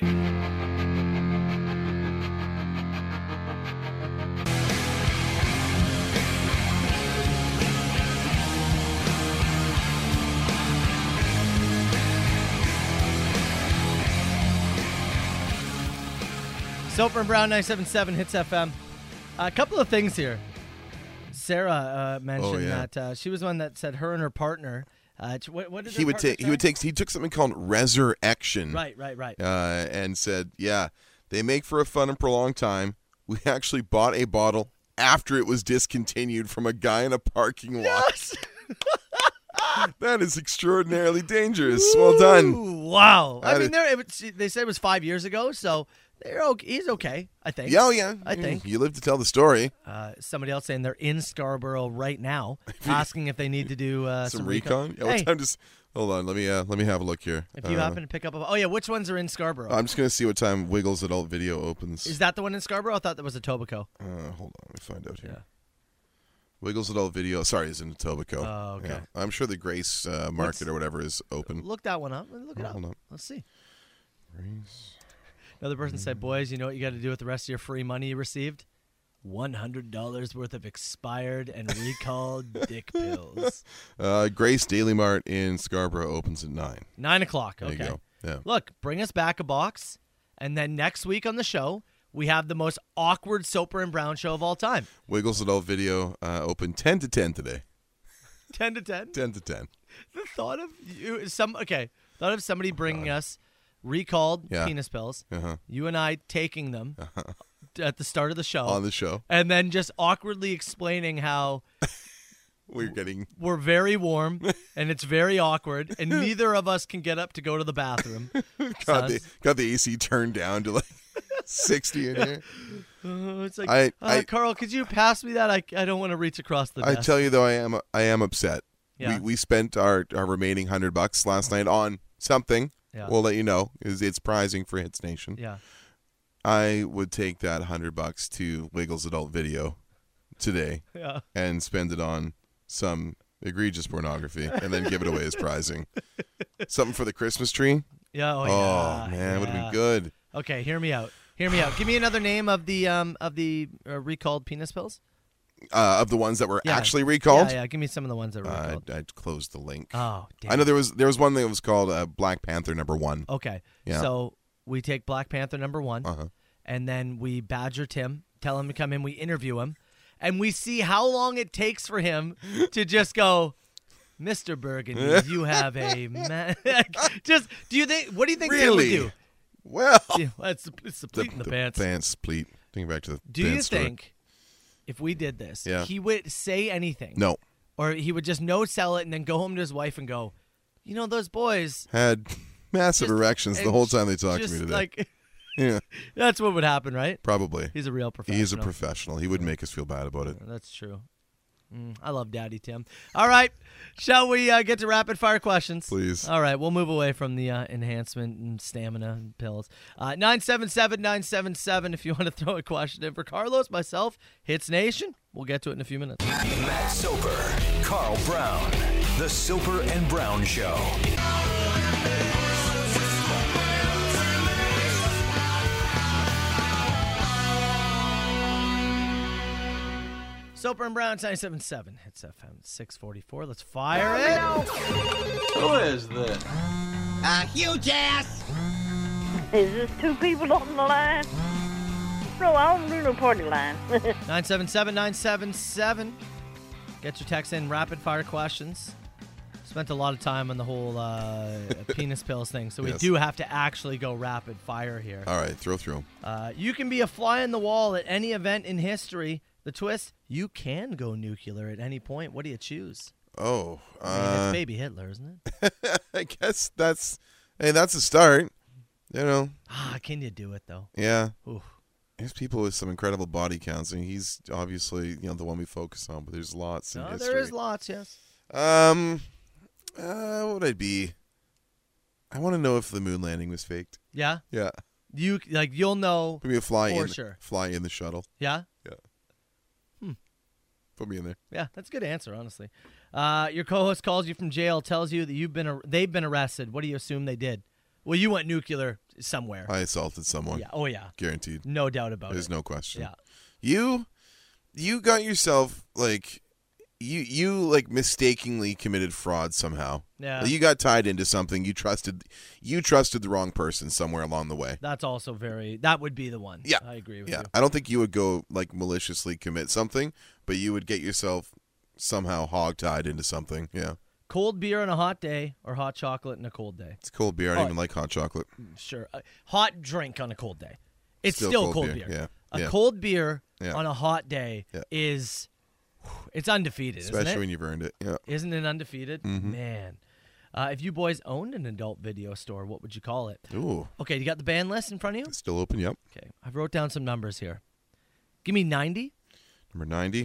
S4: Soper and Brown 977 hits FM. A couple of things here. Sarah uh, mentioned
S5: Oh, yeah.
S4: that uh, she was one that said her and her partner. Uh, ch- what, what did
S5: He
S4: her
S5: would
S4: partner
S5: take he would
S4: say?
S5: take he took something called resurrection.
S4: Right, right, right.
S5: Uh, and said, Yeah, they make for a fun and prolonged time. We [laughs] actually bought a bottle after it was discontinued from a guy in a parking lot. [laughs] That is extraordinarily dangerous. Well done.
S4: Ooh, wow. I,
S5: That
S4: mean,
S5: is-
S4: they're, it was- they said it was five years ago, so they're okay. he's okay, I think.
S5: Yeah, oh, yeah.
S4: I think.
S5: You live to tell the story.
S4: Uh, somebody else saying they're in Scarborough right
S5: [laughs]
S4: now, asking if they need to do uh,
S5: Some, recon. Yeah,
S4: Hey,
S5: what time does hold on, let me uh, let me have a look here.
S4: if you
S5: Uh,
S4: happen to pick up a. Oh, yeah, which ones are in Scarborough?
S5: I'm just gonna see what time Wiggles Adult Video opens.
S4: Is that the one in Scarborough? I thought that was a Tobico.
S5: uh, hold on, let me find out here. Wiggles Adult Video sorry, is in Etobicoke.
S4: Oh, okay.
S5: Yeah. I'm sure the Grace uh, Market or whatever is open.
S4: Look that one up. Look it up.
S5: Hold on.
S4: Let's see. Another person
S5: Mm.
S4: said, "Boys, you know what you got to do with the rest of your free money you received? One hundred dollars worth of expired and recalled
S5: [laughs]
S4: dick pills.
S5: Uh, Grace Daily Mart in Scarborough opens at nine.
S4: Nine o'clock.
S5: There
S4: Okay.
S5: you go. Yeah.
S4: Look, bring us back a box, and then next week on the show we have the most awkward Soper and Brown show of all time. [laughs]
S5: Wiggles Adult Video uh, open ten to ten today.
S4: Ten to ten.
S5: Ten to ten.
S4: The thought of you, some okay, thought of somebody bringing us recalled
S5: Yeah.
S4: penis pills.
S5: Uh-huh.
S4: You and I taking them at the start of the show.
S5: On the show.
S4: and then just awkwardly explaining how
S5: We're getting
S4: we're very
S5: [laughs]
S4: warm and it's very awkward and neither of us can get up to go to the
S5: [laughs]
S4: bathroom.
S5: got the,
S4: Sounds-
S5: got the AC turned down to like [laughs] sixty in here.
S4: Oh, it's like,
S5: I-
S4: uh,
S5: I-
S4: Carl, could you pass me that? I, I don't want to reach across [laughs] the
S5: I
S4: desk.
S5: tell you though, I am I am upset.
S4: Yeah.
S5: We we spent our, our remaining hundred bucks last night on something.
S4: Yeah.
S5: We'll let you know. Is it's prizing for Hits Nation.
S4: yeah.
S5: I would take that hundred bucks to Wiggles Adult Video today
S4: [laughs] Yeah.
S5: and spend it on some egregious pornography and then give it away
S4: [laughs]
S5: as prizing. Something for the Christmas tree.
S4: Yeah. Oh,
S5: Oh
S4: yeah,
S5: man, would have
S4: yeah.
S5: been good.
S4: Okay, hear me out. Hear me out. Give me another name of the um of the uh, recalled penis pills.
S5: Uh, of the ones that were
S4: Yeah.
S5: actually recalled.
S4: Yeah, yeah. Give me some of the ones that were
S5: Uh,
S4: recalled.
S5: I, I closed the link.
S4: oh, damn. Oh,
S5: I know there was there was one that was called uh, Black Panther number one.
S4: Okay.
S5: Yeah.
S4: So we take Black Panther number one,
S5: Uh-huh.
S4: and then we badger Tim, tell him to come in, we interview him, and we see how long it takes for
S5: [laughs]
S4: him to just go, Mr. Burgundy, you have
S5: [laughs]
S4: a. Ma-. [laughs] just, do you think, what do you think Tim would
S5: Really? Well, [laughs]
S4: do? Yeah, well, it's, it's the pleat in the, pants.
S5: pleat. Think back to the
S4: Do you
S5: pants story.
S4: think if we did this,
S5: Yeah.
S4: he would say anything?
S5: No.
S4: Or he would just no sell it and then go home to his wife and go, you know, those boys.
S5: Had [laughs] massive
S4: Just-
S5: erections the
S4: and
S5: whole time they talked to
S4: just
S5: me today.
S4: like,
S5: [laughs] yeah,
S4: [laughs] that's what would happen, right?
S5: probably.
S4: He's a real professional.
S5: He's a professional. He wouldn't make us feel bad about it.
S4: That's true. Mm, I love Daddy Tim. All right, shall we uh, get to rapid fire questions?
S5: Please.
S4: All right, we'll move away from the uh, enhancement and stamina and pills. Uh, 977 977 if you want to throw a question in for Carlos, myself, Hits Nation. We'll get to it in a few minutes.
S3: Matt Soper, Carl Brown, The Soper and Brown Show.
S4: Soper and Brown, 977 Hits FM 644. Let's fire it.
S10: Is this two people on the line? No, I don't do no party line. [laughs]
S4: 977 977. Get your text in, rapid fire questions. Spent a lot of time on the whole
S5: [laughs]
S4: uh, penis pills thing, so we
S5: Yes.
S4: do have to actually go rapid fire here.
S5: All right, throw through. 'em.
S4: Uh, you can be a fly in the wall at any event in history. The twist, you can go nuclear at any point. What do you choose?
S5: Oh,
S4: I mean, it's
S5: uh, [laughs]
S4: baby Hitler, isn't it?
S5: I guess that's hey, that's a start. You know,
S4: ah, can you do it, though?
S5: yeah.
S4: Oof.
S5: There's people with some incredible body counts, and he's obviously you know the one we focus on. But there's lots in
S4: No,
S5: history.
S4: Oh, there is lots, yes.
S5: Um, uh, what would I be? I want to know if the moon landing was faked.
S4: Yeah?
S5: Yeah,
S4: You like you'll know.
S5: put me a fly
S4: For
S5: in,
S4: sure.
S5: fly in the shuttle.
S4: Yeah?
S5: Put me in there.
S4: Yeah, that's a good answer, honestly. Uh, your co-host calls you from jail, tells you that you've been ar- they've been arrested. What do you assume they did? Well, you went nuclear somewhere.
S5: I assaulted someone.
S4: yeah. Oh yeah.
S5: guaranteed.
S4: No doubt about
S5: There's
S4: it.
S5: no question.
S4: Yeah.
S5: You, you got yourself like, you you like mistakenly committed fraud somehow.
S4: Yeah.
S5: Like, you got tied into something. You trusted, you trusted the wrong person somewhere along the way.
S4: That's also very. That would be the one.
S5: Yeah.
S4: I agree with
S5: Yeah.
S4: you.
S5: I don't think you would go like maliciously commit something, but you would get yourself somehow hog-tied into something. Yeah.
S4: Cold beer on a hot day, or hot chocolate on a cold day.
S5: It's cold beer. I don't
S4: Oh.
S5: even like hot chocolate.
S4: Sure. Uh, hot drink on a cold day. It's still, cold, beer.
S5: Yeah.
S4: A
S5: Yeah.
S4: cold beer
S5: Yeah.
S4: on a hot day
S5: Yeah.
S4: is. It's undefeated,
S5: especially
S4: isn't it?
S5: when you've earned it. Yeah.
S4: Isn't it undefeated?
S5: Mm-hmm.
S4: Man. Uh, if you boys owned an adult video store, what would you call it?
S5: Ooh,
S4: Okay, you got the ban list in front of you?
S5: it's still open. Yep.
S4: Okay, I wrote down some numbers here. Give me 90.
S5: Number ninety.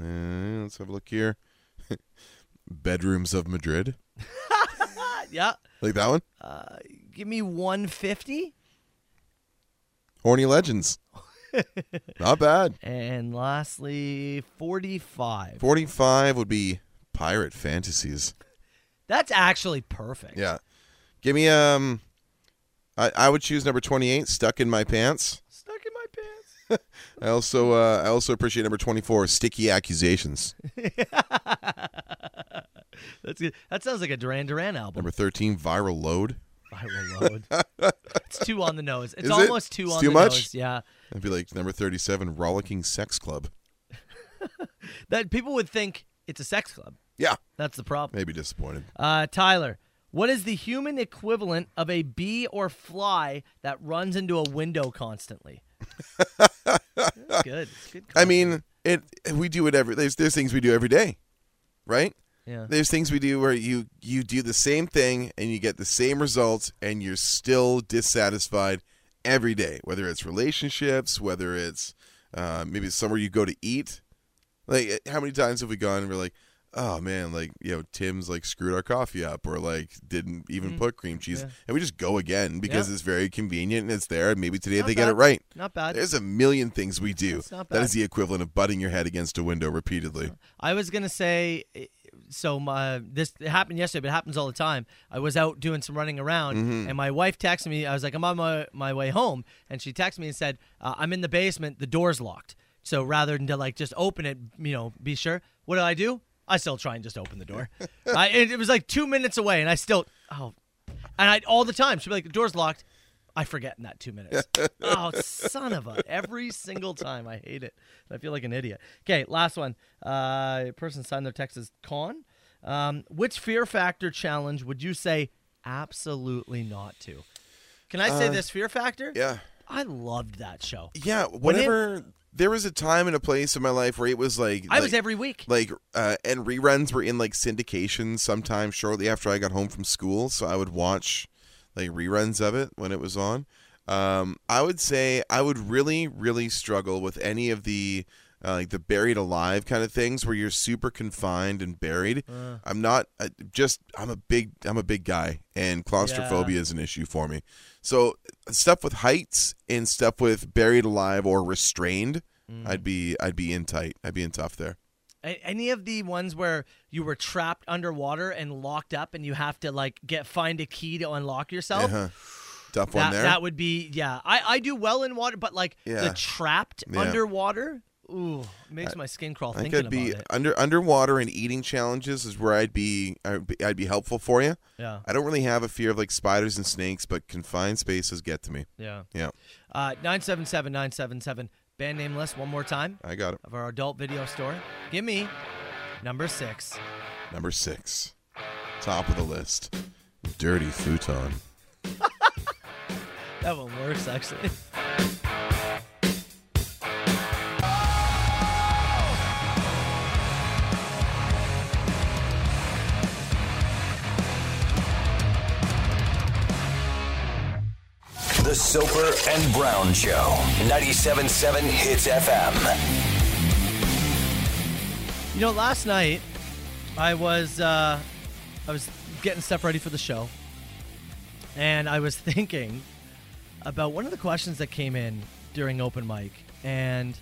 S5: Uh, let's have a look here. [laughs] Bedrooms of Madrid.
S4: Uh, yeah.
S5: Like that one.
S4: Give me 150.
S5: Horny Legends. Not bad.
S4: And lastly, 45.
S5: Forty-five would be Pirate Fantasies.
S4: That's actually perfect.
S5: Yeah. Give me um. I, I would choose number twenty-eight. Stuck in my pants.
S4: Stuck in my pants.
S5: I also uh, I also appreciate number twenty-four. Sticky accusations.
S4: That's good. That sounds like a Duran Duran album.
S5: Number thirteen. Viral load.
S4: Viral
S5: [laughs]
S4: load. it's too on the nose. It's
S5: Is it?
S4: almost too
S5: It's
S4: on
S5: too
S4: the
S5: much?
S4: nose. Yeah.
S5: That'd be like number thirty-seven. Rollicking sex club.
S4: That people would think it's a sex club.
S5: Yeah.
S4: That's the problem.
S5: Maybe disappointed.
S4: Uh, Tyler, what is the human equivalent of a bee or fly that runs into a window
S5: [laughs]
S4: constantly? That's good. It's good.
S5: I mean, it. We do it every. There's there's things we do every day, right?
S4: Yeah.
S5: There's things we do where you you do the same thing and you get the same results and you're still dissatisfied every day. Whether it's relationships, whether it's uh, maybe it's somewhere you go to eat. Like eh, how many times have we gone and we're like, oh man, like you know Tim's like screwed our coffee up or like didn't even put cream cheese and we just go again because
S4: Mm. Yeah.
S5: it's very convenient and it's there and maybe today
S4: Not
S5: they
S4: bad.
S5: get it right.
S4: Not bad.
S5: There's a million things we do.
S4: That's not
S5: That is
S4: bad.
S5: the equivalent of butting your head against a window repeatedly.
S4: I was gonna say, eh, so my this it happened yesterday, but it happens all the time. I was out doing some running around, and my wife texted me. I was like, I'm on my my way home, and she texted me and said, uh, I'm in the basement. The door's locked. So rather than to like just open it, you know, be sure. What do I do? I still try and just open the door. I, it, it was like two minutes away, and I still oh, and I all the time she'd be like, the door's locked. I forget in that two
S5: [laughs]
S4: minutes. oh, son of a! Every single time, I hate it. I feel like an idiot. Okay, last one. Uh, person signed their text as con. Um, which fear factor challenge would you say absolutely not to? Can I say this fear factor?
S5: Uh, Yeah.
S4: I loved that show.
S5: Yeah. Whatever. there was a time and a place in my life where it was like
S4: I was
S5: like-
S4: every week.
S5: Like uh, and reruns were in like syndication sometime shortly after I got home from school, so I would watch like reruns of it when it was on. Um, I would say I would really, really struggle with any of the uh, like the buried alive kind of things where you're super confined and buried. I'm not uh, just I'm a big I'm a big guy and claustrophobia is an issue for me. So stuff with heights and stuff with buried alive or restrained, I'd be I'd be in tight. I'd be in tough there.
S4: A- Any of the ones where you were trapped underwater and locked up, and you have to like get find a key to unlock yourself.
S5: Uh-huh. Tough one
S4: That,
S5: there.
S4: that would be yeah. I, I do well in water, but like the
S5: Yeah.
S4: trapped
S5: Yeah.
S4: underwater, ooh, makes my skin crawl
S5: I
S4: thinking
S5: could be
S4: about it.
S5: under underwater and eating challenges is where I'd be I'd be, I'd be helpful for you.
S4: Yeah,
S5: I don't really have a fear of like spiders and snakes, but confined spaces get to me.
S4: yeah.
S5: Yeah,
S4: Uh, nine seven seven nine seven seven. Band name list one more time
S5: I got it.
S4: of our adult video store. Give me number six.
S5: Number six, top of the list, dirty futon.
S4: That one works actually. [laughs]
S3: The Soper and Brown Show. 97.7 Hits FM.
S4: You know, last night I was uh, I was getting stuff ready for the show, and I was [laughs] thinking about one of the questions that came in during open mic, and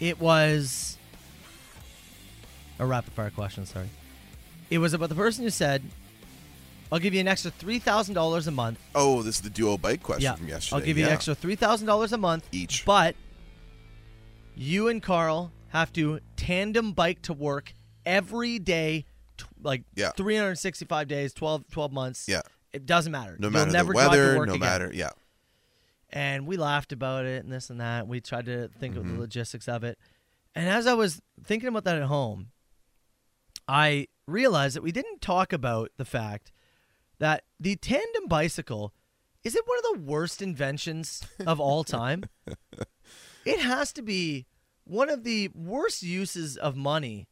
S4: it was a rapid fire question. Sorry, it was about the person who said, "I'll give you an extra three thousand dollars a month."
S5: Oh, this is the duo bike question from yesterday.
S4: I'll give you
S5: yeah.
S4: an extra three thousand dollars a month
S5: Each.
S4: But you and Carl have to tandem bike to work every day, t- like
S5: Yeah.
S4: 365 days, 12, 12 months.
S5: Yeah.
S4: It doesn't matter.
S5: No
S4: You'll
S5: matter
S4: never
S5: the
S4: drive to
S5: weather, no
S4: work again.
S5: matter yeah.
S4: And we laughed about it and this and that. We tried to think of the logistics of it. And as I was thinking about that at home, I realized that we didn't talk about the fact that the tandem bicycle is it one of the worst inventions of all time? it has to be one of the worst uses of money,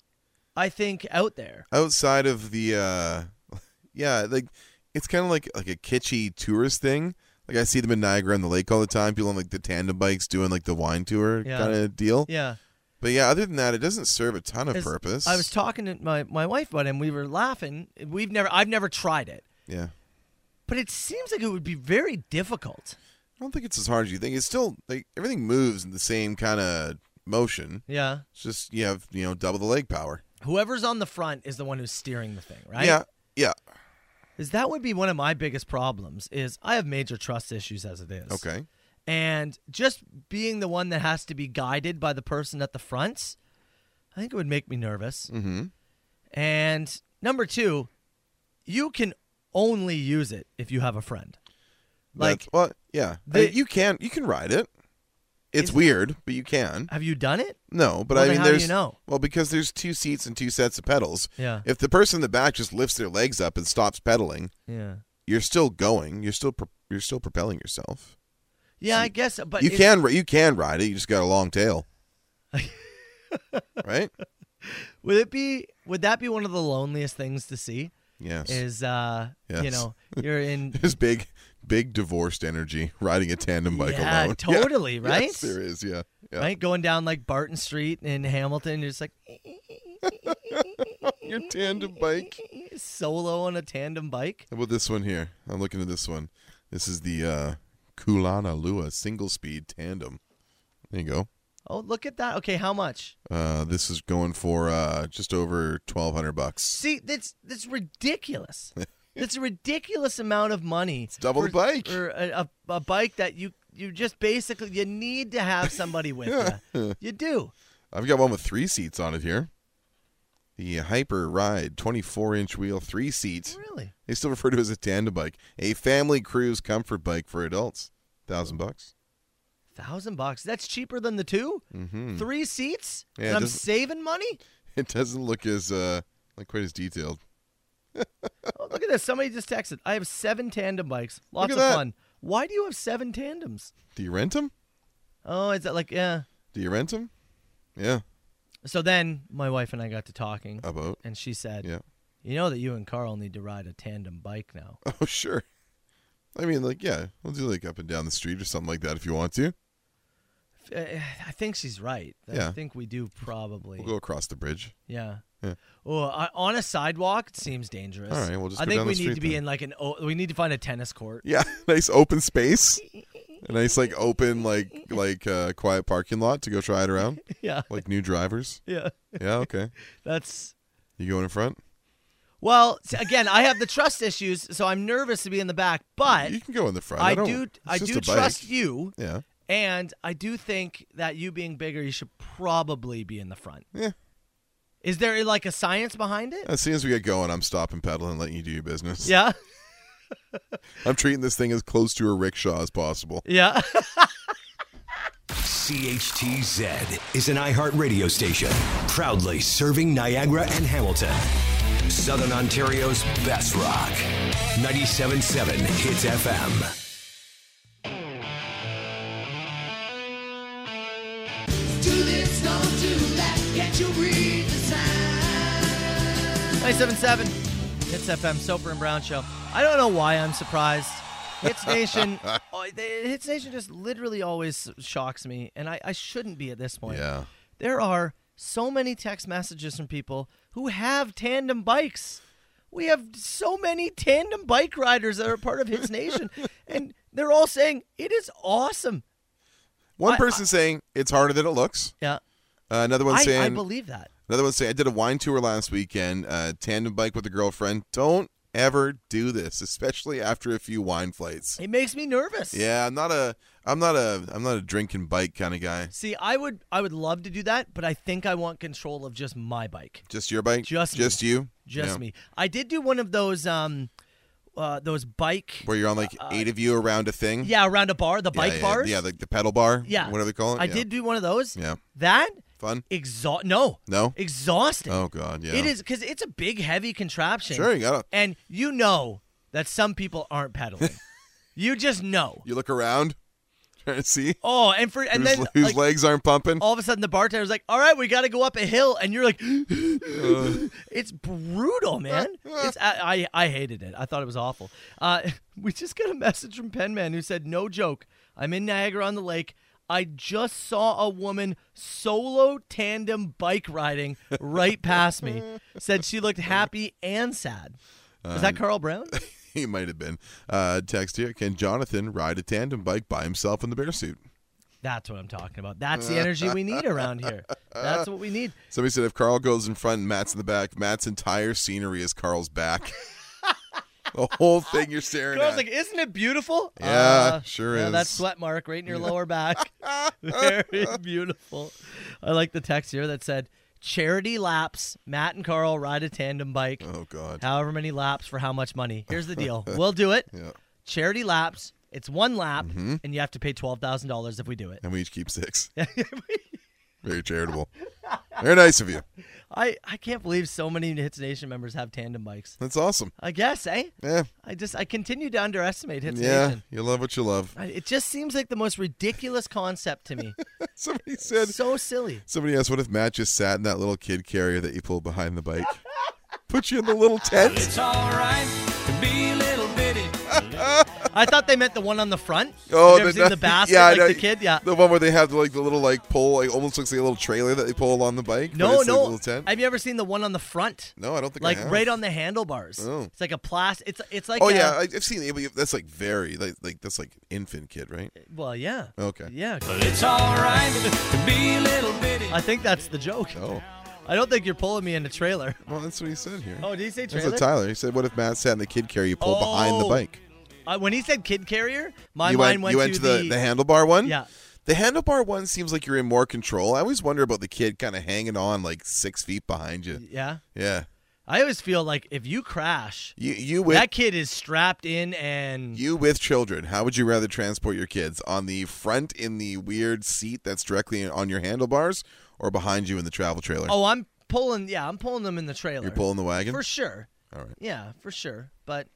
S4: I think, out there.
S5: outside of the uh [laughs] yeah like it's kind of like like a kitschy tourist thing like i see them in niagara on the lake all the time people on like the tandem bikes doing like the wine tour
S4: Yeah.
S5: kind of deal
S4: Yeah.
S5: but yeah other than that it doesn't serve a ton of
S4: As
S5: purpose
S4: I was talking to my, my wife about it, and we were laughing. We've never, I've never tried it,
S5: yeah
S4: but it seems like it would be very difficult.
S5: i don't think it's as hard as you think it's still like everything moves in the same kind of motion
S4: Yeah.
S5: it's just you have you know double the leg power
S4: Whoever's on the front is the one who's steering the thing, right?
S5: yeah yeah
S4: Because that would be one of my biggest problems. Is I have major trust issues as it is.
S5: okay
S4: And just being the one that has to be guided by the person at the front, I think it would make me nervous. Mm-hmm. And number two, you can only use it if you have a friend. Like,
S5: That's- well yeah
S4: the-
S5: I mean, you can you can ride it
S4: Is
S5: it's
S4: it-
S5: weird but you can
S4: have you done it?
S5: No, but
S4: Well,
S5: I
S4: then
S5: mean,
S4: how do you
S5: there's
S4: know?
S5: well because there's two seats and two sets of pedals.
S4: Yeah.
S5: If the person in the back just lifts their legs up and stops pedaling,
S4: Yeah.
S5: you're still going. You're still pro- you're still propelling yourself.
S4: Yeah, I guess. But
S5: you
S4: it-
S5: can ri- you can ride it. You just got a
S4: [laughs]
S5: long tail, right?
S4: Would it be? Would that be one of the loneliest things to see?
S5: Yes. [laughs]
S4: Is uh, you
S5: Yes.
S4: know, you're
S5: [laughs]
S4: in.
S5: There's big big divorced energy riding a tandem bike
S4: yeah,
S5: alone. [laughs] Yeah.
S4: totally. Right.
S5: Yes, there is. Yeah. Yeah.
S4: Right, going down like Barton Street in Hamilton, you're just like
S5: Your tandem bike.
S4: "Eh, solo on a tandem bike.
S5: How about this one here? I'm looking at this one. This is the uh, Kulana Lua single speed tandem. There you go.
S4: Oh, look at that. Okay, how much?
S5: Uh, this is going for uh, just over twelve hundred bucks.
S4: See, that's that's
S5: [laughs]
S4: ridiculous. That's a ridiculous amount of money. It's
S5: double
S4: for,
S5: the bike.
S4: Or a, a, a bike that you you just basically you need to have somebody with
S5: [laughs]
S4: you. You do.
S5: I've got one with three seats on it here. The Hyper Ride, twenty-four inch wheel, three seat.
S4: Really?
S5: They still refer to it as a tandem bike, a family cruise comfort bike for adults. Thousand bucks. [laughs]
S4: Thousand bucks. That's cheaper than the 2 Three seats?
S5: Mm-hmm. Yeah,
S4: and
S5: it
S4: I'm
S5: doesn't-
S4: saving money?
S5: It doesn't look as uh, like quite as detailed.
S4: Oh, look at this. Somebody just texted. I have seven tandem bikes. Lots of
S5: at that.
S4: fun. Why do you have seven tandems?
S5: Do you rent them?
S4: Oh, is that like yeah.
S5: Do you rent them? Yeah,
S4: So then my wife and I got to talking
S5: about
S4: and she said,
S5: Oh. yeah.
S4: You know that you and Carl need to ride a tandem bike now.
S5: [laughs] Oh sure. I mean, like yeah, we'll do like up and down the street or something like that if you want to.
S4: Uh, I think she's right. I
S5: Yeah.
S4: think we do probably.
S5: We'll go across the bridge. [laughs]
S4: Yeah.
S5: Yeah.
S4: Oh, I, on a sidewalk it seems dangerous.
S5: All right, we'll just
S4: I
S5: go
S4: think
S5: down
S4: we
S5: the
S4: need
S5: street
S4: to be
S5: then.
S4: in like an. Oh, we need to find a tennis
S5: [laughs]
S4: court.
S5: Yeah, nice open space. A nice like open like like uh, quiet parking lot to go try
S4: [laughs]
S5: it around.
S4: yeah.
S5: Like new drivers.
S4: Yeah. [laughs]
S5: Yeah, okay.
S4: That's
S5: You going in front?
S4: well. s- Again, I have the trust issues, so I'm nervous to be in the back. But
S5: You can go in the front.
S4: I,
S5: don't-
S4: do.
S5: it's
S4: I
S5: just
S4: do
S5: a bike.
S4: trust you,
S5: Yeah.
S4: and I do think that you being bigger, you should probably be in the front.
S5: Yeah.
S4: Is there like a science behind it?
S5: As soon as we get going, I'm stopping pedaling, letting you do your business.
S4: Yeah.
S5: I'm treating this thing as close to a rickshaw as possible.
S4: Yeah. [laughs]
S3: CHTZ is an iHeartRadio station, proudly serving Niagara and Hamilton. Southern Ontario's best rock. 97.7 Hits FM.
S11: Do this, don't do that. Can't you read the sign?
S4: 977 Hits FM, Soper and Brown Show. I don't know why I'm surprised. Hits
S5: [laughs]
S4: Nation, oh, they- Hits Nation just literally always shocks me, and I, I shouldn't be at this point.
S5: Yeah.
S4: There are so many text messages from people who have tandem bikes. We have so many tandem bike riders that are part of Hits Nation, and they're all saying it is awesome.
S5: One
S4: I-
S5: person saying it's harder than it looks.
S4: Yeah,
S5: Uh, another one
S4: I,
S5: saying
S4: I believe that.
S5: another one saying I did a wine tour last weekend, uh, tandem bike with a girlfriend. Don't ever do this, especially after a few wine flights.
S4: It makes me nervous.
S5: Yeah, I'm not a I'm not a I'm not a drinking bike kind of guy.
S4: See, I would I would love to do that, but I think I want control of just my bike.
S5: Just your bike?
S4: Just me.
S5: just you?
S4: Just
S5: Yeah.
S4: me. I did do one of those um uh those bike
S5: Where you're on like eight of you around a thing?
S4: Uh, yeah, around a bar, the
S5: Yeah,
S4: bike
S5: yeah,
S4: bars.
S5: Yeah, like the pedal bar.
S4: yeah.
S5: Whatever they call it.
S4: I
S5: yeah.
S4: did do one of those.
S5: Yeah.
S4: That
S5: Fun?
S4: exhaust no.
S5: No?
S4: Exhausting.
S5: Oh god, yeah.
S4: It is cuz it's a big heavy contraption.
S5: Sure, you gotta
S4: And
S5: [laughs]
S4: you know that some people aren't pedaling. you just know.
S5: you look around. [laughs] Trying to see.
S4: Oh, and for and
S5: whose,
S4: then
S5: whose
S4: like,
S5: legs aren't pumping.
S4: all of a sudden the bartender's like, "All right, we got to go up a hill," and you're like, [gasps] "It's brutal, man." It's I, I I hated it. I thought it was awful. Uh, [laughs] we just got a message from Penman who said, "No joke, I'm in Niagara on the Lake." I just saw a woman solo tandem bike riding right past me. Said she looked happy and sad. Is that
S5: Uh,
S4: Carl Brown?
S5: [laughs] he might have been. Uh, text here. Can Jonathan ride a tandem bike by himself in the bear suit?
S4: That's what I'm talking about. That's the energy we need around here. That's what we need.
S5: Somebody said if Carl goes in front, Matt's in the back. Matt's entire scenery is
S4: [laughs]
S5: Carl's back. the whole thing you're staring
S4: Girl's
S5: at.
S4: like, isn't it beautiful? Uh,
S5: Yeah, sure
S4: yeah, That
S5: is.
S4: sweat mark right in your lower
S5: [laughs]
S4: back. [laughs] Very beautiful. I like the text here that said, charity laps. Matt and Carl ride a tandem bike.
S5: Oh, God.
S4: However many laps for how much money. Here's the
S5: [laughs]
S4: deal. we'll do it.
S5: Yeah. Mm-hmm.
S4: Charity laps. It's one lap, and you have to pay $12,000 if we do it.
S5: and we each keep
S4: [laughs]
S5: six. Very charitable. Very nice of you.
S4: I, I can't believe so many Hits Nation members have tandem bikes.
S5: That's awesome.
S4: I guess, eh?
S5: Yeah.
S4: I just I continue to underestimate Hits
S5: Yeah.
S4: Nation.
S5: You love what you love.
S4: I- It just seems like the most ridiculous concept to
S5: [laughs]
S4: me.
S5: Somebody said.
S4: so silly.
S5: Somebody asked, "What if Matt just sat in that little kid carrier that you pull behind
S4: [laughs]
S5: the bike? Put you in the little tent?
S11: It's alright to be a little bitty.
S4: I thought they meant the one on the front.
S5: Oh,
S4: Have you ever seen the
S5: [laughs]
S4: basket,
S5: I
S4: like
S5: know.
S4: the kid, yeah.
S5: the one where they have like the little like pull, like almost looks like a little trailer that they pull along the bike. but
S4: No,
S5: it's, like, a
S4: no.
S5: little tent.
S4: Have you ever seen the one on the front?
S5: no, I don't think I
S4: Like
S5: have.
S4: right on the handlebars.
S5: Oh.
S4: It's like a plastic. It's it's like.
S5: oh
S4: a-
S5: yeah, I, I've seen it. but That's like very like like that's like infant kid, right?
S4: well, yeah.
S5: Okay.
S4: Yeah.
S11: It's alright to be a little bitty.
S4: I think that's the joke.
S5: Oh,
S4: I don't think you're pulling me in the
S5: [laughs]
S4: trailer.
S5: well, that's what he said here.
S4: Oh, did he say
S5: that's
S4: trailer?
S5: what Tyler. He said, "What if Matt sat in the kid carrier you pull behind the
S4: Oh.
S5: bike?
S4: Uh, when he said kid carrier, my
S5: you
S4: mind went,
S5: went, you went to the, the handlebar one.
S4: Yeah.
S5: The handlebar one seems like you're in more control. I always wonder about the kid kind of hanging on like six feet behind you.
S4: Yeah.
S5: Yeah.
S4: I always feel like if you crash,
S5: You you with
S4: that kid is strapped in and.
S5: you with children. How would you rather transport your kids on the front in the weird seat that's directly on your handlebars, or behind you in the travel trailer?
S4: oh, I'm pulling. Yeah, I'm pulling them in the trailer.
S5: you're pulling the wagon.
S4: For sure.
S5: All right.
S4: Yeah, for sure. But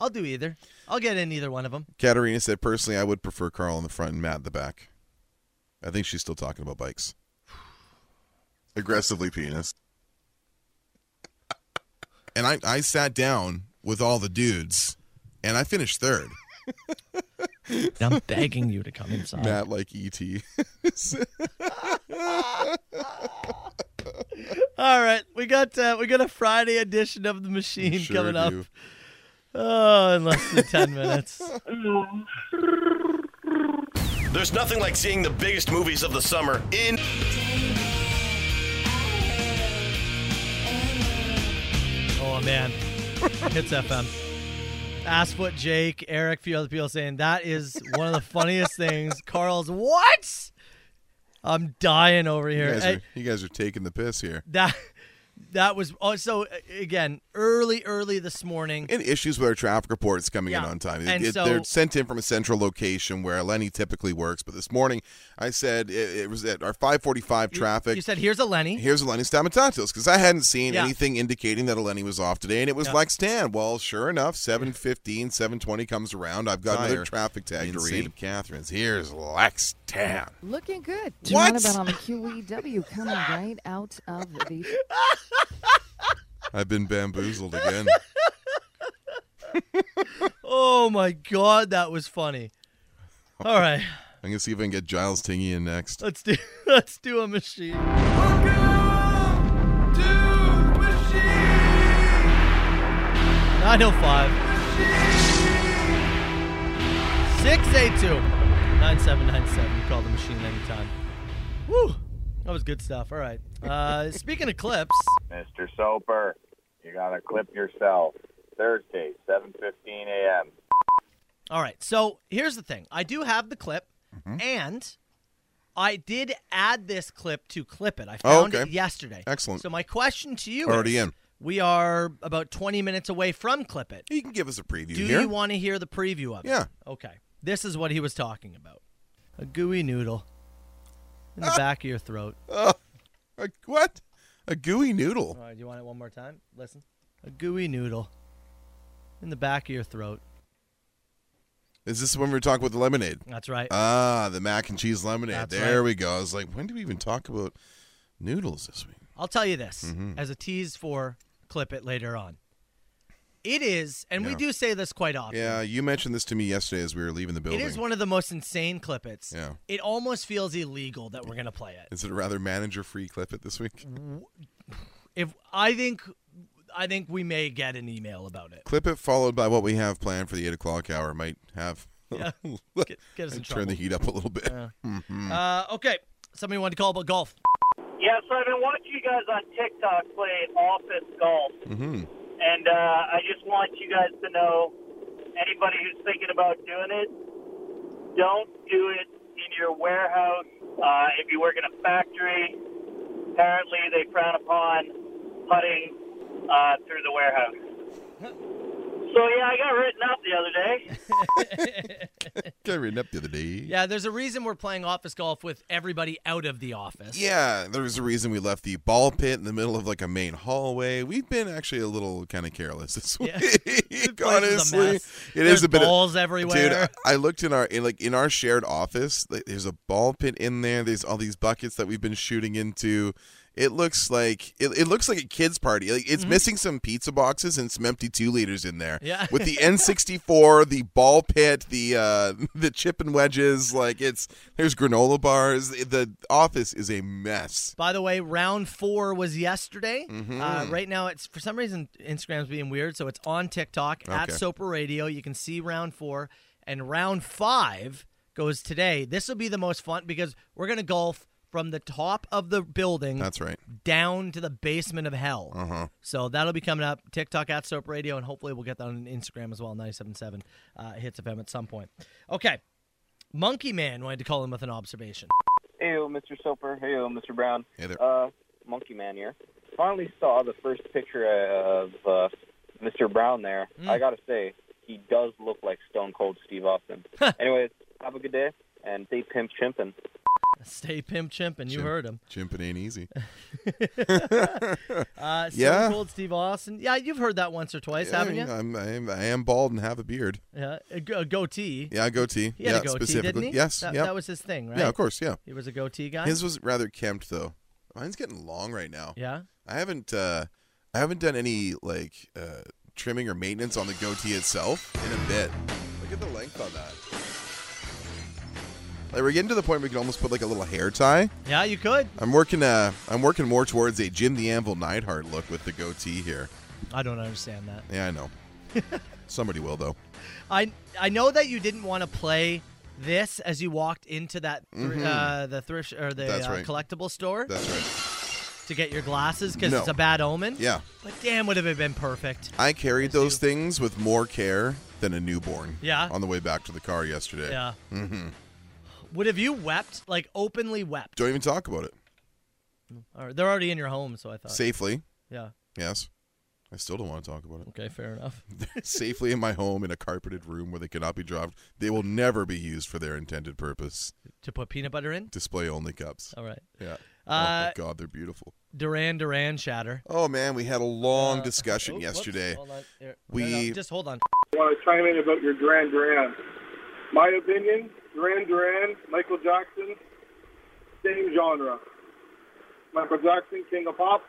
S4: I'll do either. I'll get in either one of them.
S5: Katerina said, personally, I would prefer Carl in the front and Matt in the back. I think she's still talking about bikes.
S6: [sighs] Aggressively penis.
S5: And I, I sat down with all the dudes, and I
S4: [laughs]
S5: finished third.
S4: [laughs] I'm begging you to come inside.
S5: Matt like E ET. [laughs]
S4: All right, we got uh, we got a Friday edition of the machine
S5: Sure
S4: coming up.
S5: do.
S4: Oh, in less than ten minutes.
S12: There's nothing like seeing the biggest movies of the summer in
S4: Oh man, hits FM. Ask what Jake, Eric, a few other people saying that is one of the funniest things. Carl's what? I'm dying over
S5: You
S4: here.
S5: guys,
S4: Hey,
S5: are, you guys are taking the piss here.
S4: that that was also again early, early this morning.
S5: And issues with our traffic reports coming in
S4: Yeah.
S5: on time.
S4: And
S5: It- it-
S4: so-
S5: they're sent in from a central location where Lenny typically works. But this morning, I said it, it was at our 545 traffic.
S4: You said here's a Lenny.
S5: Here's Lenny Stamatatos because I hadn't seen
S4: Yeah.
S5: anything indicating that Lenny was off today, and it was
S4: Yeah.
S5: like Stan. Well, sure enough, 715, 720 comes around. I've got another traffic tag to read. St. Catherine's. Here's Lex Tan.
S13: Looking good.
S5: What?
S13: Roundabout on the QEW coming right out of the.
S5: I've been [laughs] bamboozled again.
S4: Oh my god, that was funny. All right,
S5: I'm gonna see if I can get Giles Tingy in next.
S4: let's do [laughs] let's do a machine. Nine oh five. Six eight two. Nine seven nine seven. You call the machine anytime. Woo! That was good stuff. All right.
S14: [laughs]
S4: Uh, speaking of clips,
S14: Mr. Soper, you gotta clip yourself. Thursday, 7:15 a.m.
S4: All right. So here's the thing. I do have the clip,
S5: Mm-hmm.
S4: and I did add this clip to clip it. I
S5: Oh,
S4: found it
S5: okay.
S4: yesterday.
S5: Excellent.
S4: So my question to you
S5: Already
S4: is,
S5: in.
S4: We are about 20 minutes away from clip it.
S5: You can give us a preview
S4: Do
S5: here.
S4: you want to hear the preview of it?
S5: Yeah.
S4: Okay. This is what he was talking about. A gooey noodle in
S5: Ah!
S4: the back of your throat.
S5: a, what? A gooey noodle.
S4: All right. Do you want it one more time? Listen. A gooey noodle in the back of your throat.
S5: Is this when we were talking about the lemonade?
S4: That's right.
S5: Ah, the mac and cheese lemonade.
S4: That's
S5: there
S4: right.
S5: we go. I was like, when do we even talk about noodles this week?
S4: I'll tell you this
S5: Mhm.
S4: as a tease for clip it later on. It is, and we
S5: Yeah.
S4: do say this quite often.
S5: Yeah, you mentioned this to me yesterday as we were leaving the
S4: It
S5: building.
S4: is one of the most insane clippets.
S5: Yeah.
S4: It almost feels illegal that we're going to play it.
S5: Is it a rather manager-free clip it this week?
S4: Mm-hmm. If I think I think we may get an email about it.
S5: Clip it followed by what we have planned for the eight o'clock hour. Might have [laughs]
S4: Yeah. Get- get us in
S5: turn
S4: trouble.
S5: the heat up a little bit.
S4: Yeah.
S5: Mhm.
S4: Uh, okay. Somebody wanted to call about golf.
S15: Yeah, so I've been watching you guys on TikTok play office golf,
S5: Mhm.
S15: and uh, I just want you guys to know anybody who's thinking about doing it, don't do it in your warehouse. Uh, if you work in a factory, apparently they frown upon putting uh, through the warehouse. So, yeah, I got written up the other day.
S5: [laughs] Got written up the other day.
S4: Yeah, there's a reason we're playing office golf with everybody out of the office.
S5: Yeah, there was a reason we left the ball pit in the middle of like a main hallway. We've been actually a little kind of careless this
S4: [laughs]
S5: week.
S4: place is a
S5: Honestly,
S4: mess.
S5: it is
S4: There's
S5: a bit
S4: balls
S5: of,
S4: everywhere.
S5: Dude, I looked in our in like in our shared office. Like, there's a ball pit in there. There's all these buckets that we've been shooting into. It looks like it, it looks like a kids party. Like it's missing some pizza boxes and some empty two liters in there.
S4: Mm-hmm. Yeah. [laughs]
S5: with the N64, the ball pit, the uh, [laughs] the chip and wedges. Like it's there's granola bars. The office is a mess.
S4: By the way, round four was yesterday. Uh,
S5: Mhm.
S4: right now, it's for some reason Instagram's being weird, so it's on TikTok at
S5: Okay.
S4: Soper Radio. You can see round four, and round five goes today. This will be the most fun because we're gonna golf from the top of the building.
S5: That's right.
S4: Down to the basement of hell.
S5: Uh-huh.
S4: So that'll be coming up. TikTok at Soap Radio, and hopefully we'll get that on Instagram as well, 97.7 uh, Hits FM at some point. Okay. Monkey Man wanted to call in with an observation. [laughs]
S16: Hey, Mr. Soper. Hey, Mr. Brown.
S5: Hey there.
S16: Uh, Monkey Man here. Finally saw the first picture of uh, Mr. Brown there.
S17: Mm.
S16: I gotta say, he does look like Stone Cold Steve Austin. Anyways, have a good day and stay pimp chimpin'.
S4: Stay pimp chimping. You
S5: Chimp-
S4: heard him.
S5: Chimping
S4: [laughs]
S5: ain't easy.
S4: Uh, Stone
S5: Yeah.
S4: Cold Steve Austin. Yeah, you've heard that once or twice, haven't you?
S5: Yeah, I'm, I'm, I am bald and have a beard.
S4: Yeah, a, go- a goatee.
S5: Yeah, a goatee.
S4: He had
S5: yeah,
S4: a goatee,
S5: specifically.
S4: didn't he?
S5: Yes.
S4: That-
S5: yep.
S4: that was his thing, right?
S5: Yeah, of course. Yeah.
S4: He was a goatee guy?
S5: His was rather kempt though. Mine's getting long right now.
S4: Yeah?
S5: I haven't, uh, I haven't done any like uh, trimming or maintenance on the goatee itself in a bit. Look at the length on that. Like we're getting to the point where we can almost put like a little hair tie.
S4: Yeah, you could.
S5: I'm working. Uh, I'm working more towards a Jim the Anvil Neidhart look with the goatee here.
S4: I don't understand that.
S5: Yeah,
S4: [laughs]
S5: I know. Somebody will though.
S4: I I know that you didn't want to play this as you walked into that thr-
S5: Mhm.
S4: uh, the thrift or the
S5: That's
S4: uh,
S5: right.
S4: collectible store
S5: That's right.
S4: to get your glasses because
S5: No.
S4: it's a bad omen.
S5: Yeah.
S4: But damn, would have it been perfect.
S5: I carried those things with more care than a newborn.
S4: Yeah.
S5: On the way back to the car yesterday.
S4: Yeah.
S5: hmm
S4: Would have you wept like openly wept?
S5: Don't even talk about it.
S4: Or they're already in your home, so I thought
S5: Safely.
S4: Yeah.
S5: Yes. I still don't want to talk about it.
S4: Okay, fair enough.
S5: [laughs] Safely in my home in a carpeted room where they cannot be dropped. They will never be used for their intended purpose.
S4: to put peanut butter in.
S5: Display only cups.
S4: All right.
S5: Yeah. oh
S4: Uh,
S5: my God, they're beautiful.
S4: Duran Duran shatter.
S5: Oh man, we had a long
S4: Uh,
S5: discussion
S4: oh, whoops,
S5: yesterday.
S4: hold on, here. No, no,
S5: We
S4: just hold on.
S18: I want to chime in about your Duran Duran. My opinion, Duran Duran, Michael Jackson, same genre. Michael Jackson, King of Pop,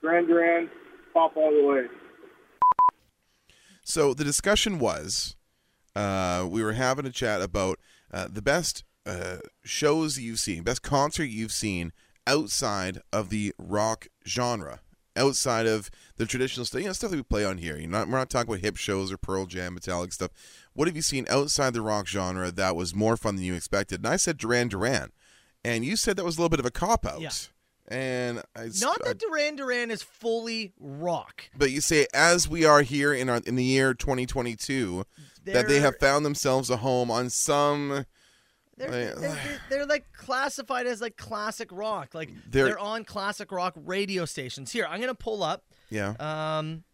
S18: Duran Duran, Pop all the way.
S5: So the discussion was, uh, we were having a chat about uh, the best uh, shows you've seen, best concert you've seen outside of the rock genre, outside of the traditional stuff, you know, stuff that we play on here. You know, we're not talking about hip shows or Pearl Jam, Metallic stuff. What have you seen outside the rock genre that was more fun than you expected? And I said Duran Duran, and you said that was a little bit of a cop out.
S4: Yeah.
S5: And I
S4: Not that Duran Duran is fully rock.
S5: but you say as we are here in our in the year 2022 that they
S4: They're-
S5: have found themselves a home on some
S4: They're, they're, they're like classified as like classic rock. Like they're,
S5: They're-
S4: on classic rock radio stations. Here, I'm gonna pull up
S5: yeah.
S4: um,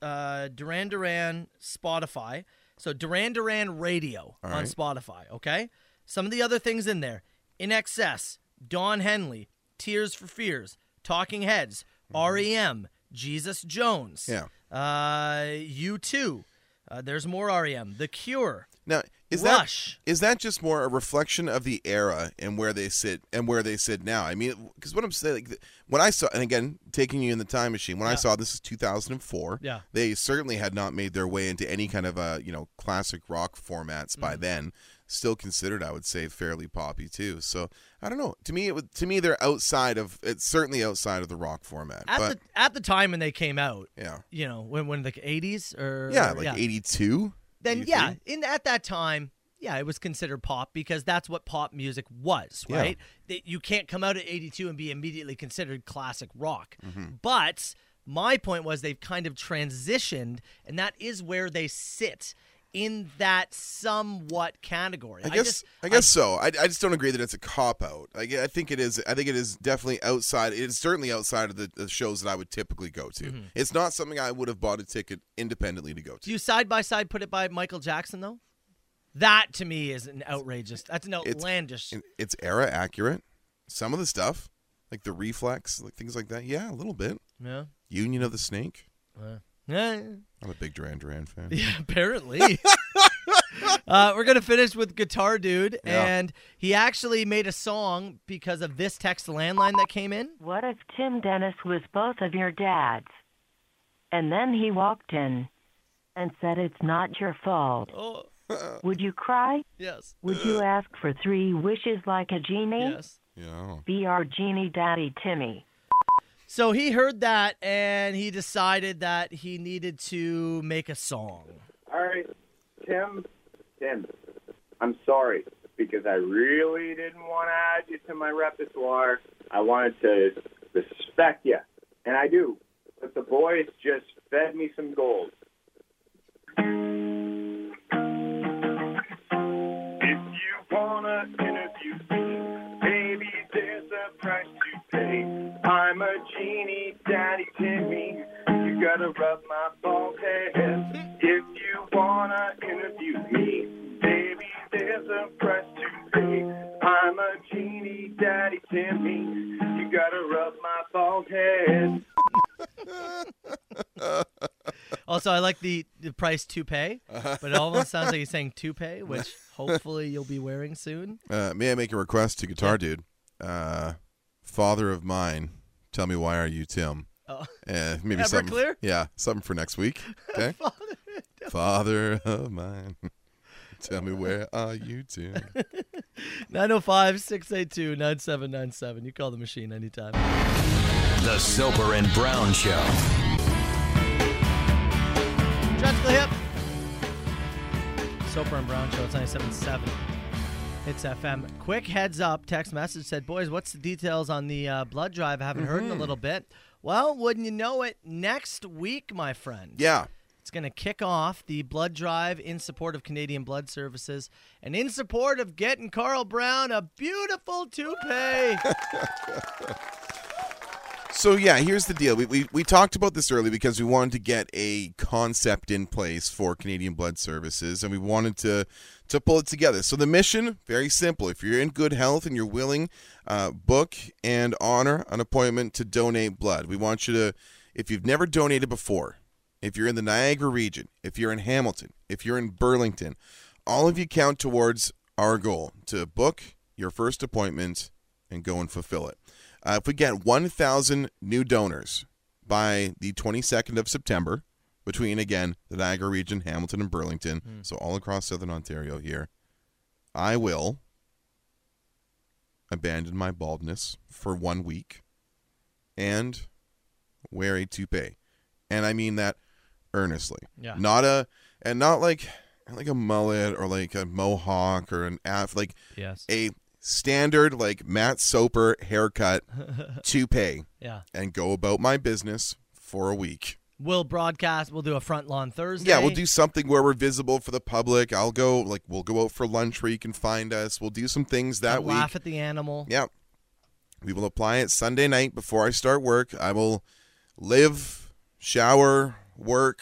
S4: uh, Duran Duran Spotify. So Duran Duran Radio on
S5: All right.
S4: Spotify. Okay, some of the other things in there: In Excess, Don Henley, Tears for Fears, Talking Heads, REM, Jesus Jones.
S5: Mm-hmm. Yeah.
S4: Uh, U2. Uh, there's more REM. E The Cure.
S5: Now, is
S4: Rush.
S5: that is that just more a reflection of the era and where they sit and where they sit now? I mean, because what I'm saying, like, th- when I saw, and again, taking you in the time machine, when I
S4: Yeah.
S5: saw this is 2004.
S4: Yeah.
S5: they certainly had not made their way into any kind of uh, you know classic rock formats
S4: Mm.
S5: by then. Still considered, I would say, fairly poppy too. So I don't know. To me, it would, to me, they're outside of it's certainly outside of the rock format.
S4: at
S5: but
S4: the at the time when they came out.
S5: Yeah.
S4: You know, when when like eighties or
S5: yeah,
S4: or-
S5: like 82.
S4: Then yeah, in at that time, yeah, it was considered pop because that's what pop music was,
S5: Yeah.
S4: right? That you can't come out at eighty two and be immediately considered classic rock.
S5: Mm-hmm.
S11: Mhm.
S4: But my point was they've kind of transitioned, and that is where they sit in that somewhat category.
S5: I guess I,
S4: just-
S5: guess so. I, I just don't agree that it's a cop out. I, I think it is. I think it is definitely outside. It's certainly outside of the, the shows that I would typically go to.
S4: Mhm.
S5: It's not something I would have bought a ticket independently to go to.
S4: do you side by side put it by Michael Jackson though? That to me is an outrageous. That's an
S5: It's-
S4: outlandish.
S5: And It's era accurate. Some of the stuff, like the reflex, like things like that. Yeah, a little bit.
S4: Yeah.
S5: Union of the Snake.
S4: Uh, yeah.
S5: I'm a big Duran Duran fan.
S4: [laughs] Yeah, apparently. uh, we're going to finish with Guitar Dude.
S5: Yeah.
S4: And he actually made a song because of this text landline that came in.
S17: What if Tim Dennis was both of your dads? And then he walked in and said, It's not your fault.
S4: Oh.
S17: Would you cry?
S4: Yes.
S17: Would you ask for three wishes like a genie?
S4: Yes.
S5: Yeah.
S17: Be our genie daddy, Timmy.
S4: So he heard that and he decided that he needed to make a song.
S7: All right, Tim.
S14: Tim, I'm sorry because I really didn't want to add you to my repertoire. I wanted to respect you, and I do. But the boys just fed me some gold.
S19: wanna interview me. Baby, there's a price to pay. I'm a genie, daddy Timmy. You gotta rub my bald head. If you wanna interview me, baby, there's a price to pay. I'm a genie, daddy Timmy. You gotta rub my bald head.
S4: Also, I like the, the price to pay, but it almost sounds like he's saying toupee, [laughs] which hopefully you'll be wearing soon.
S5: Uh, may I make a request to Guitar Dude? Uh, Father of mine, tell me why are you Tim?
S4: Oh.
S5: Uh, maybe something.
S4: Everclear?
S5: Yeah, something for next [laughs] week. Okay. Father, of mine, [laughs] tell me where are you [laughs] Tim?
S4: 905 682 9797. You call the machine anytime.
S3: The Soper and Brown Show.
S4: Drastically Hip. Soper and Brown Show, it's 977. It's FM. Quick heads up text message said, Boys, what's the details on the uh, blood drive? I haven't heard in a
S5: Mhm.
S4: little bit. Well, wouldn't you know it, next week, my friend.
S5: Yeah.
S4: It's going to kick off the blood drive in support of Canadian Blood Services and in support of getting Carl Brown a beautiful
S5: [laughs]
S4: toupee.
S5: So yeah, here's the deal. We, we we talked about this early because we wanted to get a concept in place for Canadian Blood Services, and we wanted to to pull it together. So the mission, very simple. If you're in good health and you're willing, uh, book and honor an appointment to donate blood. We want you to, if you've never donated before, if you're in the Niagara region, if you're in Hamilton, if you're in Burlington, all of you count towards our goal to book your first appointment and go and fulfill it. Uh, if we get 1,000 new donors by the 22nd of September, between again the Niagara region, Hamilton, and Burlington, so all across southern Ontario here, I will abandon my baldness for one week and wear a toupee. And I mean that earnestly.
S20: Yeah.
S5: Not a and not like like a mullet or like a mohawk or an af like
S4: Yes.
S5: a standard like Matt Soper
S4: [laughs]
S5: haircut toupee.
S4: Yeah.
S5: And go about my business for a week.
S4: we'll broadcast, we'll do a front lawn Thursday.
S5: Yeah, we'll do something where we're visible for the public. I'll go like we'll go out for lunch where you can find us. We'll do some things that week.
S4: laugh at the animal.
S5: Yep. We will apply it Sunday night before I start work. I will live, [laughs] shower, work,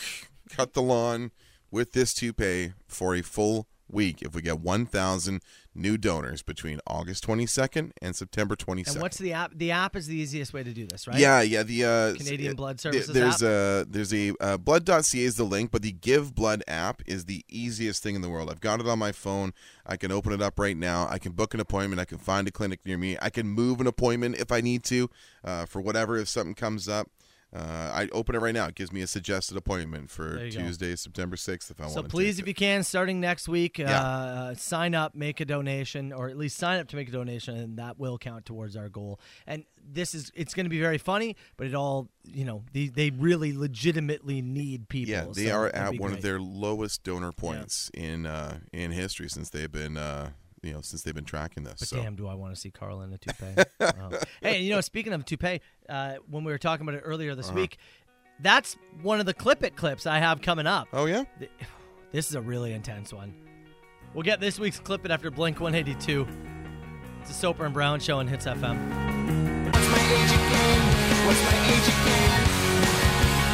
S5: cut the lawn with this toupee for a full week if we get 1,000 new donors between August 22nd and September 22nd.
S4: And what's the app? The app is the easiest way to do this, right?
S5: Yeah, yeah. The uh,
S4: Canadian
S5: it-
S4: Blood
S5: th-
S4: Services
S5: There's
S4: app.
S5: a there's a uh, blood.ca is the link, but the Give Blood app is the easiest thing in the world. I've got it on my phone. I can open it up right now. I can book an appointment. I can find a clinic near me. I can move an appointment if I need to, uh, for whatever if something comes up. Uh, I open it right now. It gives me a suggested appointment
S4: There
S5: for
S4: you go.
S5: Tuesday, September 6th, if I
S4: so
S5: want to.
S4: please, if you can, starting next week,
S5: Yeah.
S4: uh, sign up, make a donation, or at least sign up to make a donation, and that will count towards our goal. And this is it's going to be very funny, but it all you know they, they really legitimately need people.
S5: Yeah, they
S4: so
S5: are
S4: it'd
S5: at
S4: be
S5: one
S4: great.
S5: of their lowest donor points in uh, in history since they've been uh, you know since they've been tracking this.
S4: But
S5: so.
S4: damn, do I want to see Carl in a
S5: [laughs]
S4: toupee? Wow. Hey, you know, speaking of toupee, uh, when we were talking about it earlier this
S5: Uh-huh.
S4: week, that's one of the clip it clips I have coming up.
S5: Oh yeah,
S4: this is a really intense one. We'll get this week's clip it after Blink 182. It's a Soper and Brown show on Hits FM.
S11: What's my age again?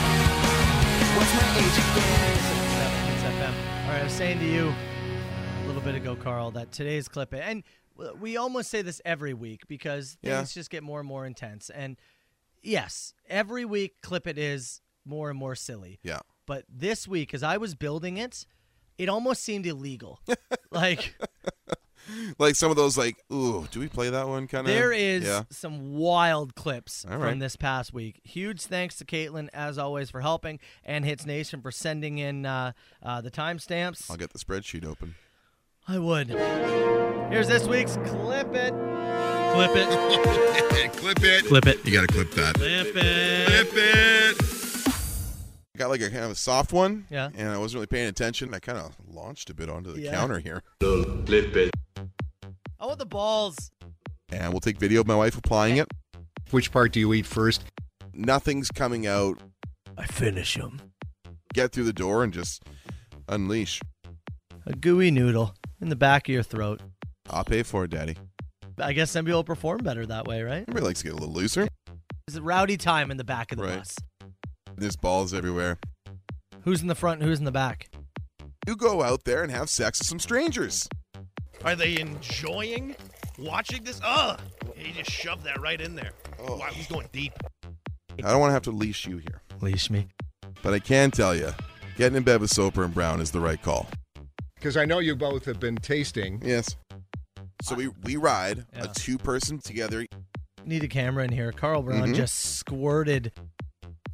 S11: What's my age again?
S4: Hits FM. All right, I was saying to you a little bit ago, Carl, that today's clip it, and we almost say this every week because things
S5: Yeah.
S4: just get more and more intense. And yes, every week clip it is more and more silly.
S5: Yeah.
S4: But this week, as I was building it, it almost seemed
S5: [laughs]
S4: illegal. like
S5: like some of those like ooh do we play that one kind of
S4: there is
S5: yeah
S4: some wild clips
S5: All
S4: from
S5: right.
S4: this past week. Huge thanks to Caitlin, as always, for helping, and Hits Nation for sending in uh, uh, the timestamps.
S5: i'll get the spreadsheet open
S4: I would. Here's this week's clip it. Clip it.
S5: clip it
S4: clip it
S5: you gotta clip that
S4: clip it.
S5: Clip it got like a kind of a soft one
S4: Yeah.
S5: and i wasn't really paying attention i kind of launched a bit onto the
S4: Yeah.
S5: counter here
S12: Clip it.
S4: I want the balls.
S5: and we'll take video of my wife applying it
S20: Which part do you eat first?
S5: nothing's coming out
S4: i finish him
S5: get through the door and just unleash
S4: A gooey noodle in the back of your throat.
S5: i'll pay for it daddy
S4: I guess some people perform better that way, right?
S5: everybody likes to get a little looser
S4: It's a rowdy time in the back of the
S5: Right.
S4: bus.
S5: there's balls everywhere
S4: Who's in the front and who's in the back?
S5: you go out there and have sex with some strangers
S21: Are they enjoying watching this? Ugh! He just shoved that right in there. Wow, he's going deep.
S5: Oh. i don't want to have to leash you here
S4: leash me
S5: but i can tell you getting in bed with soper and brown is the right call
S20: Because I know you both have been tasting.
S5: Yes. So we we ride
S4: Yeah.
S5: a two person together,
S4: Need a camera in here. Carl Brown
S5: Mhm.
S4: just squirted.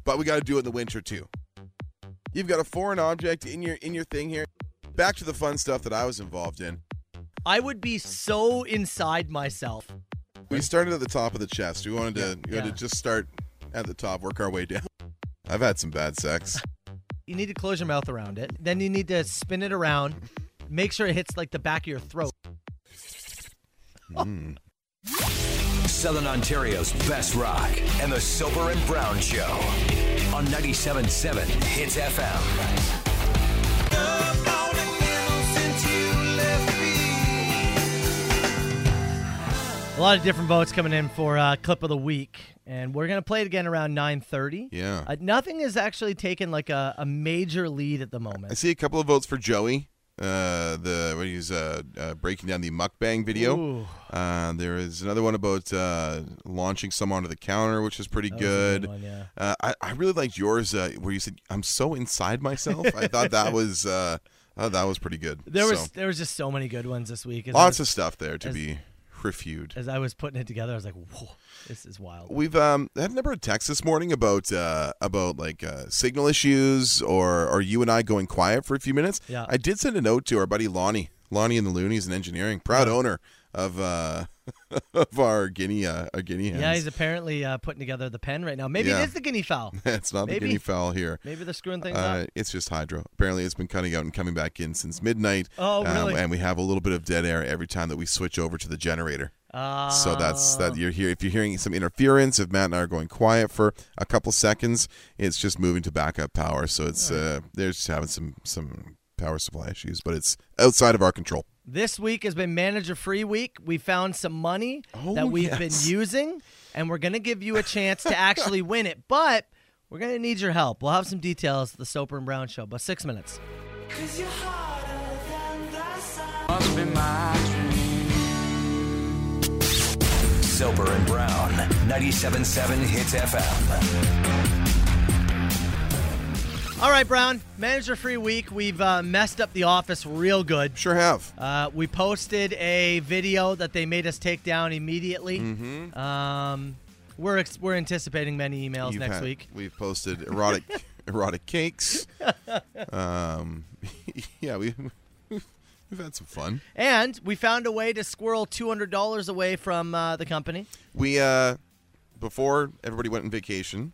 S5: but we got to do it in the winter too. You've got a foreign object in your in your thing here. Back to the fun stuff that I was involved in.
S4: I would be so inside myself.
S5: We started at the top of the chest. We wanted to we wanted
S4: Yeah.
S5: to just start at the top, work our way down. [laughs] I've had some bad sex.
S4: You need to close your mouth around it. Then you need to spin it around. Make sure it hits like the back of your throat.
S3: Southern Ontario's best rock and the Sober and Brown Show on 97.7 Hits FM.
S4: A lot of different votes coming in for uh, clip of the week, and we're gonna play it again around 9:30.
S5: Yeah.
S4: Uh, nothing has actually taken like a, a major lead at the moment.
S5: I see a couple of votes for Joey. Uh, the when he's uh, uh, breaking down the mukbang video.
S4: Ooh.
S5: Uh, there is another one about uh, launching some onto the counter, which is pretty
S4: That was a
S5: good.
S4: good one, yeah.
S5: uh, I, I really liked yours, uh, where you said, "I'm so inside myself." I
S4: [laughs]
S5: thought that was uh, oh, that was pretty good.
S4: There was
S5: So,
S4: there was just so many good ones this week. As I
S5: lots
S4: was-
S5: of stuff there to
S4: as-
S5: be reviewed.
S4: As I was putting it together, I was like, "Whoa, this is wild."
S5: We've um, had a number of texts this morning about uh, about like uh, signal issues or or you and I going quiet for a few minutes.
S4: Yeah.
S5: I did send a note to our buddy Lonnie, Lonnie and the Loonies in engineering, proud owner of uh, [laughs] of our guinea uh, our guinea hens.
S4: Yeah, he's apparently uh, putting together the pen right now. Maybe
S5: Yeah.
S4: it is the guinea fowl.
S5: [laughs] It's not the
S4: Maybe.
S5: guinea fowl here.
S4: Maybe they're screwing things
S5: uh,
S4: up.
S5: It's just hydro. Apparently, it's been cutting out and coming back in since midnight.
S4: Oh,
S5: Um,
S4: really?
S5: and we have a little bit of dead air every time that we switch over to the generator. so
S4: Ah.
S5: that's that. You're here. If you're hearing some interference, if Matt and I are going quiet for a couple seconds, it's just moving to backup power. So it's uh, they're just having some some power supply issues, but it's outside of our control.
S4: This week has been manager free week. We found some money that we've
S5: Oh, yes.
S4: been using, and we're going to give you a chance to actually win it. But we're going to need your help. We'll have some details at the Soper and Brown show, but six minutes.
S11: Must be my
S3: Sober and Brown, 97.7 Hits FM.
S4: All right, Brown. Manager free week. We've uh, messed up the office real good.
S5: Sure have.
S4: Uh, we posted a video that they made us take down immediately.
S5: Mhm.
S4: Um, we're ex- we're anticipating many emails
S5: You've
S4: next
S5: had-
S4: week.
S5: We've posted erotic
S4: [laughs]
S5: erotic cakes. Um, [laughs] yeah, we [laughs] we've had some fun.
S4: And we found a way to squirrel two hundred dollars away from uh, the company.
S5: We uh before everybody went on vacation,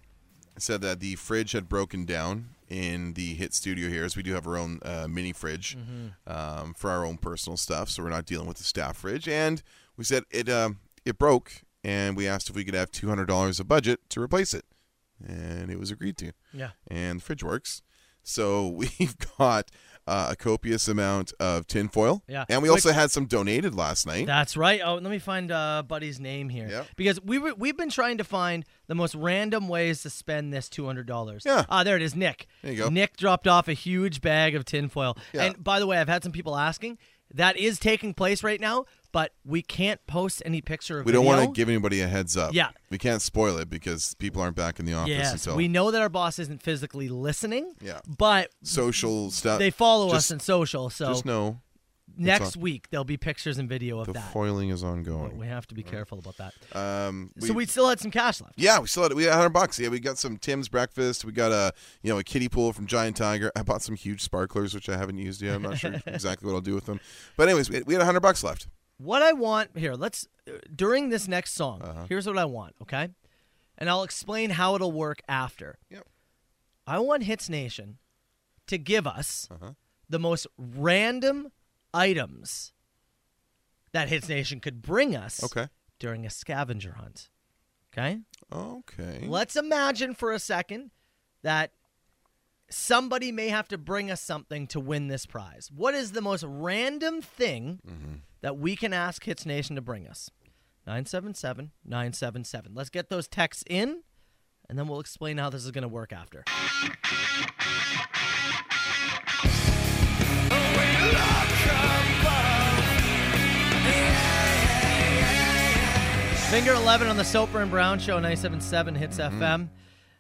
S5: said that the fridge had broken down in the hit studio here, as we do have our own uh, mini fridge
S11: Mhm.
S4: Mm-hmm.
S5: um, for our own personal stuff, so we're not dealing with the staff fridge. And we said it um, it broke, and we asked if we could have two hundred dollars a budget to replace it, and it was agreed to.
S4: Yeah.
S5: and the fridge works, so [laughs] we've got. Uh, a copious amount of tin foil,
S4: Yeah.
S5: and we
S4: Which-
S5: also had some donated last night.
S4: That's right. Oh, let me find uh, Buddy's name here. Because we were, we've been trying to find the most random ways to spend this two hundred dollars. Yeah. Ah, there it is, Nick. There
S5: you go.
S4: Nick dropped off a huge bag of tinfoil.
S5: Yeah.
S4: And by the way, I've had some people asking. That is taking place right now, but we can't post any picture of
S5: We don't want to
S4: video.
S5: give anybody a heads up.
S4: Yeah.
S5: We can't spoil it because people aren't back in the office
S4: Yes,
S5: until
S4: we know that our boss isn't physically listening.
S5: Yeah.
S4: But
S5: social stuff.
S4: they follow us
S5: Just-
S4: on social, so
S5: just know it's
S4: next
S5: on-
S4: week there'll be pictures and video of
S5: the
S4: that.
S5: foiling is ongoing.
S4: We have to be careful about that.
S5: Um,
S4: so we still had some cash left.
S5: Mm-hmm. yeah, we still had we had hundred bucks. Yeah, we got some Tim's breakfast. We got a you know a kiddie pool from Giant Tiger. I bought some huge sparklers which I haven't used yet. I'm
S4: [laughs]
S5: not sure exactly what I'll do with them. But anyways, we, we had hundred bucks left.
S4: What I want here, let's uh, during this next song.
S5: Uh-huh.
S4: Here's what I want, okay? And I'll explain how it'll work after.
S5: Yep.
S4: I want Hits Nation to give us
S5: Uh-huh.
S4: the most random items that Hits Nation could bring us
S5: Okay.
S4: during a scavenger hunt. Okay?
S5: Okay.
S4: Let's imagine for a second that somebody may have to bring us something to win this prize. What is the most random thing that we can ask Hits Nation to bring us? 977 977. Let's get those texts in, and then we'll explain how this is going to work after. Finger 11 on the Soper and Brown Show, 977 Hits FM.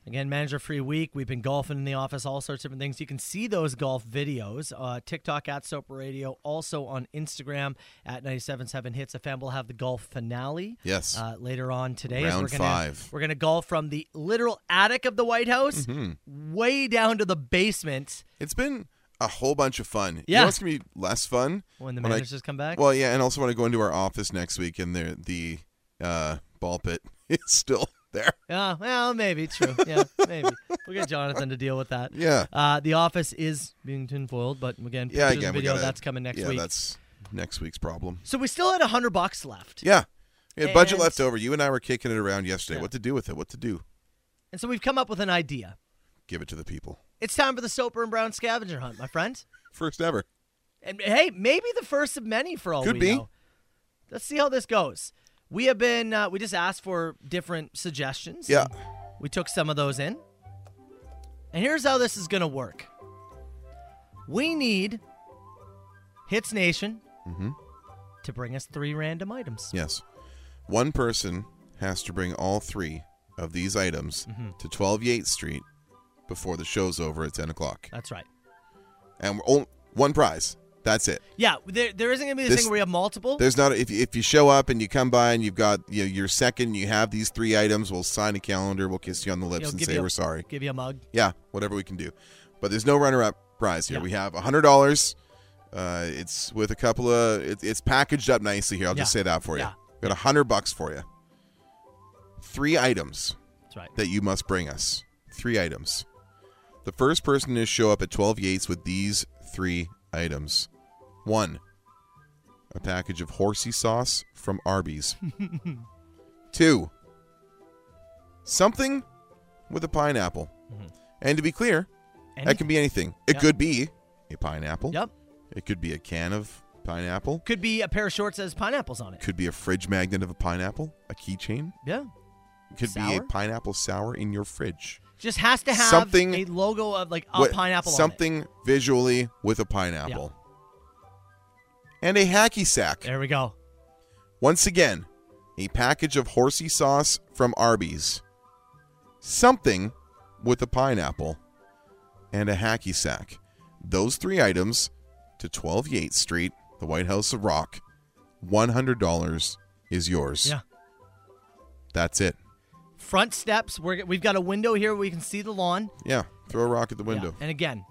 S4: Again, manager free week. We've been golfing in the office, all sorts of different things. You can see those golf videos. Uh, TikTok at Soper Radio, also on Instagram at 977 Hits FM. We'll have the golf finale
S5: Yes.
S4: uh, later on today. as
S5: Round
S4: we're gonna,
S5: five.
S4: We're going to golf from the literal attic of the White House
S5: Mhm.
S4: way down to the basement.
S5: It's been a whole bunch of fun. You
S4: Yeah.
S5: know what's gonna be less fun
S4: When the
S5: I-
S4: managers come back?
S5: Well, yeah, and also when I go into our office next week and the the uh, ball pit [laughs] is still there.
S4: Yeah, well, maybe
S5: [laughs]
S4: true. Yeah, maybe we'll get Jonathan to deal with that.
S5: Yeah.
S4: Uh, the office is being tinfoiled, but again, pictures
S5: Yeah,
S4: and
S5: again, we
S4: video
S5: gotta-
S4: that's coming next
S5: yeah,
S4: week.
S5: that's next week's problem.
S4: So we still had a hundred bucks left,
S5: Yeah. We had budget
S4: And-
S5: left over. You and I were kicking it around yesterday. What to do with it? What to do?
S4: and so we've come up with an idea.
S5: Give it to the people.
S4: It's time for the Soper and Brown scavenger hunt, my friend.
S5: First ever.
S4: And hey, maybe the first of many for all
S5: Could
S4: we
S5: be.
S4: know. Let's see how this goes. We have been uh, we just asked for different suggestions.
S5: Yeah.
S4: We took some of those in. And here's how this is going to work. We need Hits Nation
S5: Mm-hmm.
S4: to bring us three random items.
S5: Yes. One person has to bring all three of these items
S4: Mm-hmm.
S5: to 12 Yates Street before the show's over at 10 o'clock.
S4: That's right.
S5: And we're on- one prize. That's it.
S4: Yeah, there, there isn't going to be the
S5: This-
S4: thing where we have multiple.
S5: There's not if if you show up and you come by and you've got you know, your second, you have these three items. We'll sign a calendar. We'll kiss you on the
S4: You
S5: lips
S4: know,
S5: and
S4: give
S5: say
S4: you a-
S5: we're sorry.
S4: Give you a mug.
S5: Yeah, whatever we can do. But there's no runner-up prize here.
S4: Yeah.
S5: We have hundred dollars. Uh, it's with a couple of it, it's packaged up nicely here. I'll just
S4: Yeah.
S5: say that for you.
S4: Yeah.
S5: We Got hundred bucks for you. Three items.
S4: That's right.
S5: That you must bring us. Three items. The first person to show up at 12 Yates with these three items. One, a package of horsey sauce from
S4: [laughs]
S5: Arby's. Two, something with a pineapple. And to be clear, that
S4: Mm-hmm. Anything.
S5: can be anything. It
S4: Yeah.
S5: could be a pineapple.
S4: Yep.
S5: It could be a can of pineapple.
S4: Could be a pair of shorts that has pineapples on it.
S5: Could be a fridge magnet of a pineapple. A keychain.
S4: Yeah.
S5: Could be a
S4: Sour?
S5: pineapple sour in your fridge.
S4: Just has to have
S5: Something-
S4: a logo of like a
S5: What-
S4: pineapple on
S5: Something visually with a pineapple. And a hacky sack.
S4: There we go.
S5: Once again, a package of horsey sauce from Arby's. Something with a pineapple. And a hacky sack. Those three items to 12 Yates Street, the White House of Rock. $100 is yours.
S4: Yeah.
S5: That's it.
S4: it. Front steps. We're, g- we've got a window here where we can see the lawn.
S5: Yeah. Throw a rock at the window.
S4: And again,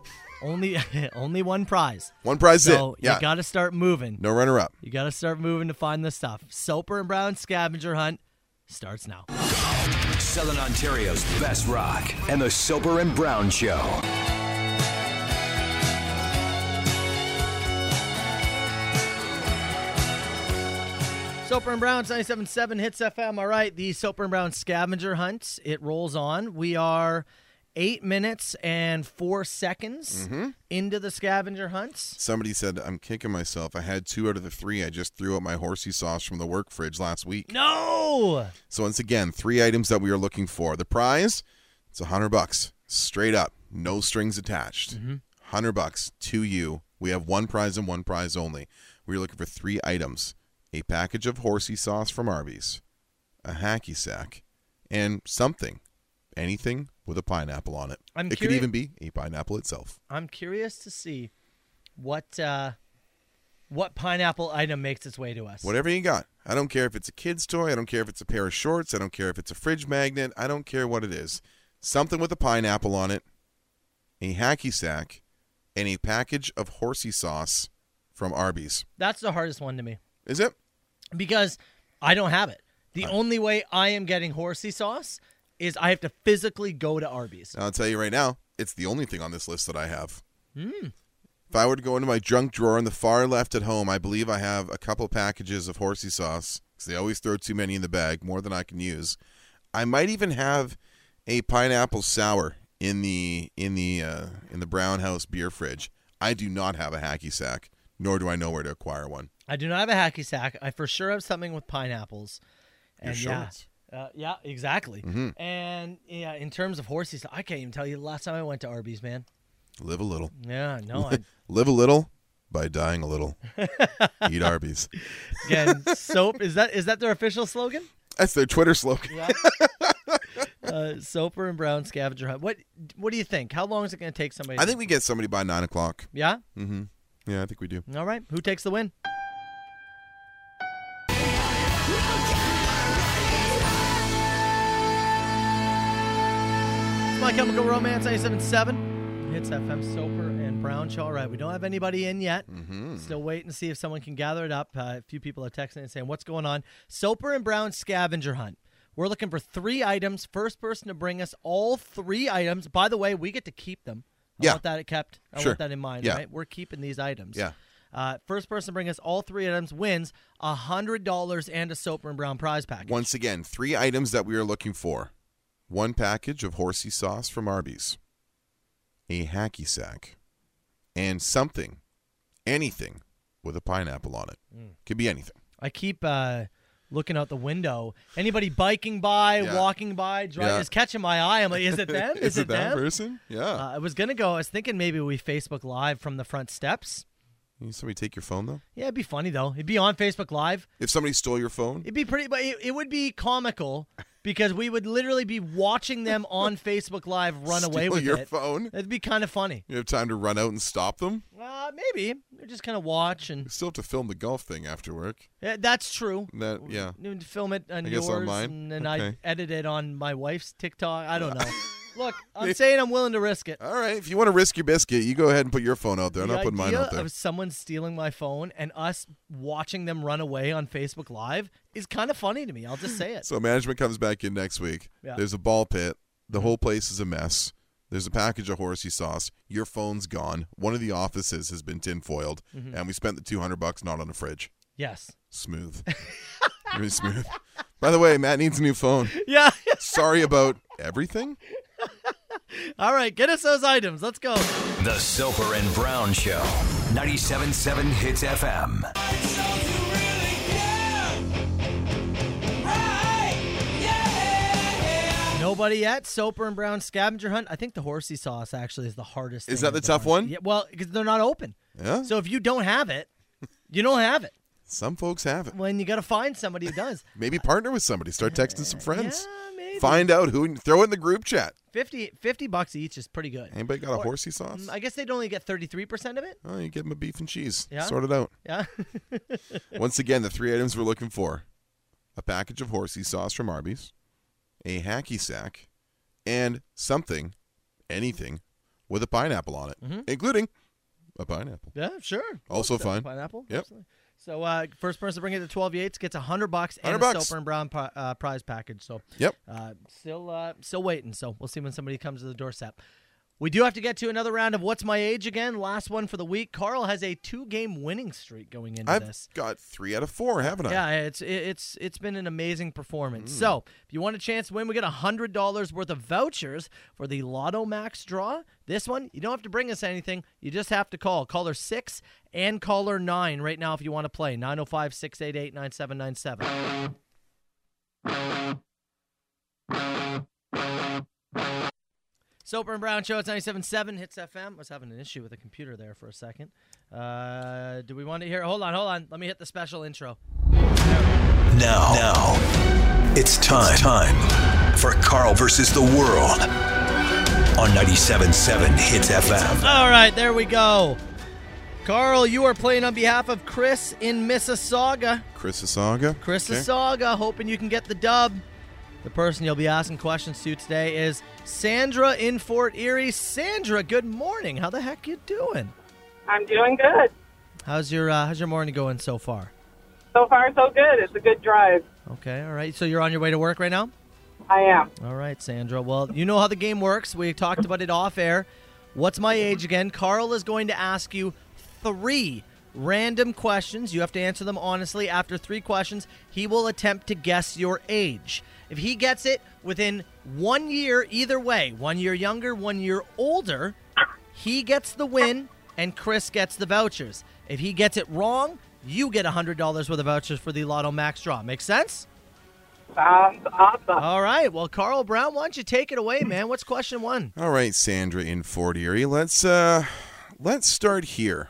S4: only [laughs] only one prize.
S5: One prize is
S4: so
S5: it. Yeah.
S4: you got to start moving.
S5: no runner up.
S4: You got to start moving to find this stuff. Soper and Brown scavenger hunt starts now.
S3: Southern Ontario's best rock and the Soper and Brown Show.
S4: Soper and Brown's 97.7 Hits FM. All right, the Soper and Brown scavenger hunt. It rolls on. We are eight minutes and four seconds
S5: Mhm.
S4: into the scavenger hunt.
S5: Somebody said, I'm kicking myself. I had two out of the three. I just threw out my horsey sauce from the work fridge last week.
S4: No!
S5: So once again, three items that we are looking for. The prize, it's a hundred bucks. Straight up. No strings attached.
S4: Mhm.
S5: Hundred bucks to you. We have one prize and one prize only. We're looking for three items. A package of horsey sauce from Arby's, a hacky sack, and something. Anything with a pineapple on it.
S4: I'm
S5: it could
S4: curi-
S5: even be a pineapple itself.
S4: I'm curious to see what uh, what pineapple item makes its way to us.
S5: Whatever you got. I don't care if it's a kid's toy. I don't care if it's a pair of shorts. I don't care if it's a fridge magnet. I don't care what it is. Something with a pineapple on it, a hacky sack, and a package of horsey sauce from Arby's.
S4: That's the hardest one to me.
S5: Is it?
S4: Because I don't have it. The only way I am getting horsey sauce is I have to physically go to Arby's.
S5: I'll tell you right now, it's the only thing on this list that I have.
S4: Mm.
S5: If I were to go into my junk drawer in the far left at home, I believe I have a couple packages of horsey sauce because they always throw too many in the bag, more than I can use. I might even have a pineapple sour in the in the uh, in the Brown House beer fridge. I do not have a hacky sack, nor do I know where to acquire one.
S4: I do not have a hacky sack. I for sure have something with pineapples.
S5: Your
S4: And yeah,
S5: shorts.
S4: uh, yeah, exactly.
S5: Mhm.
S4: And yeah, in terms of horsey sauce, I can't even tell you the last time I went to Arby's, man.
S5: Live a little.
S4: Yeah,
S5: [laughs]
S4: no, I-
S5: live a little by dying a little. Eat Arby's.
S4: Again, soap is that is that their official slogan?
S5: That's their Twitter slogan.
S4: Yeah. [laughs] uh, Soper and Brown scavenger hunt. What what do you think? How long is it going to take somebody?
S5: I think we get somebody by nine o'clock.
S4: Yeah.
S5: Mm-hmm. Yeah, I think we do.
S4: All right. Who takes the win? It's My Chemical Romance 977. Hits FM Soper and Brown Show. All right, we don't have anybody in yet.
S5: Mm-hmm.
S4: Still waiting to see if someone can gather it up. Uh, a few people are texting and saying, What's going on? Soper and Brown scavenger hunt. We're looking for three items. First person to bring us all three items. By the way, we get to keep them. I
S5: Yeah.
S4: want that kept. I
S5: Sure.
S4: want that in mind,
S5: Yeah.
S4: right? We're keeping these items.
S5: Yeah.
S4: Uh, first person to bring us all three items wins a hundred dollars and a Soper and Brown prize pack.
S5: Once again, three items that we are looking for one package of horsey sauce from Arby's, a hacky sack, and something, anything with a pineapple on it.
S4: Mm.
S5: Could be anything.
S4: I keep uh, looking out the window. Anybody biking by,
S5: Yeah.
S4: walking by, driving
S5: Yeah.
S4: is catching my eye. I'm like,
S5: [laughs]
S4: is it them?
S5: Is it that
S4: them?
S5: person? Yeah.
S4: Uh, I was gonna go. I was thinking maybe we Facebook Live from the front steps.
S5: You somebody take your phone, though?
S4: Yeah, it'd be funny though. It'd be on Facebook Live.
S5: If somebody stole your phone,
S4: It'd be pretty, but it, it would be
S5: [laughs]
S4: comical because we would literally be watching them on Facebook Live run away
S5: Steal
S4: with
S5: your
S4: it.
S5: phone?
S4: It'd be kind of funny.
S5: you have time to run out and stop them.
S4: Uh, maybe Or just kind of watch and
S5: You still have to film the golf thing after work.
S4: Yeah, that's true.
S5: That yeah.
S4: You would film it on
S5: I
S4: yours,
S5: guess online?
S4: and then
S5: Okay.
S4: I edit it on my wife's TikTok. I don't
S5: [laughs]
S4: know. Look, I'm saying I'm willing to risk it.
S5: All right, if you want to risk your biscuit, you go ahead and put your phone out there. I'm
S4: the
S5: not putting mine
S4: idea
S5: out there.
S4: of someone stealing my phone and us watching them run away on Facebook Live is kind of funny to me. I'll just say it.
S5: [laughs] So management comes back in next week.
S4: Yeah. Mm-hmm.
S5: There's a ball pit. The whole place is a mess. There's a package of horsey sauce. Your phone's gone. One of the offices has been tinfoiled,
S4: Mhm.
S5: and we spent the two hundred bucks not on a fridge.
S4: yes.
S5: Smooth, [laughs] really smooth. By the way, Matt needs a new phone.
S4: Yeah. [laughs]
S5: Sorry about everything.
S4: All right, get us those items. Let's go.
S3: The Soper and Brown Show, 97.7 Hits FM.
S4: Nobody yet. Soper and Brown scavenger hunt. I think the horsey sauce actually is the hardest.
S5: Is
S4: thing
S5: that the
S4: I've
S5: tough
S4: done.
S5: one?
S4: Yeah, well, because they're not open.
S5: Yeah.
S4: So if you don't have it, you don't have it.
S5: Some folks have it.
S4: When you got to find somebody who
S5: [laughs]
S4: does.
S5: Maybe partner with somebody. Start texting some friends. Find out who. Throw it in the group chat.
S4: 50, 50 bucks each is pretty good.
S5: Anybody got a
S4: Or-
S5: horsey sauce?
S4: Mm, I guess they'd only get 33% of it. [laughs]
S5: Oh, you give them a beef and cheese.
S4: Yeah.
S5: Sort it out.
S4: Yeah.
S5: Once again, the three items we're looking for a package of horsey sauce from Arby's, a hacky sack, and something, anything, with a pineapple on it,
S4: Mm-hmm.
S5: including a pineapple.
S4: Yeah, sure.
S5: Also
S4: Cool.
S5: fine.
S4: [laughs] Oh, Pineapple.
S5: Yep.
S4: absolutely. So uh, first person to bring it to 12 Yates gets 100 bucks and
S5: 100
S4: a
S5: bucks.
S4: Soper and Brown pri- uh, prize package. So
S5: Yep.
S4: uh, still uh, still waiting. So we'll see when somebody comes to the doorstep. We do have to get to another round of What's My Age again. Last one for the week. Carl has a two-game winning streak going into
S5: I've
S4: this.
S5: got three out of four, haven't I?
S4: Yeah, it's it- it's it's been an amazing performance. So, if you want a chance to win, we get hundred dollars worth of vouchers for the Lotto Max draw. This one, you don't have to bring us anything. You just have to call caller six and caller nine right now if you want to play 905-688-9797. Soper and Brown Show, it's 97.7 Hits FM. I was having an issue with the computer there for a second. Uh, do we want to hear? Hold on, hold on. Let me hit the special intro.
S3: Now, now, it's time, time for Carl versus the world on 97.7 Hits FM.
S4: All right, there we go. Carl, you are playing on behalf of Chris in Mississauga.
S5: Chris Asaga.
S4: Chris Mississauga, hoping you can get the dub. The person you'll be asking questions to today is Sandra in Fort Erie. Sandra, good morning. How the heck you doing?
S2: I'm doing good.
S4: How's your uh, How's your morning going so far?
S2: So far, so good. It's a good drive.
S4: Okay, all right. So you're on your way to work right now.
S2: I am.
S4: All right, Sandra. Well, you know how the game works. We talked about it off air. What's my age again? Carl is going to ask you three random questions. You have to answer them honestly. After three questions, he will attempt to guess your age. If he gets it within one year, either way, one year younger, one year older, he gets the win and Chris gets the vouchers. If he gets it wrong, you get $100 worth of vouchers for the Lotto Max draw. Make sense?
S2: Sounds awesome.
S4: All right. Well, Carl Brown, why don't you take it away, man? What's question one?
S5: All right, Sandra in Fort Erie. Let's uh let's start here.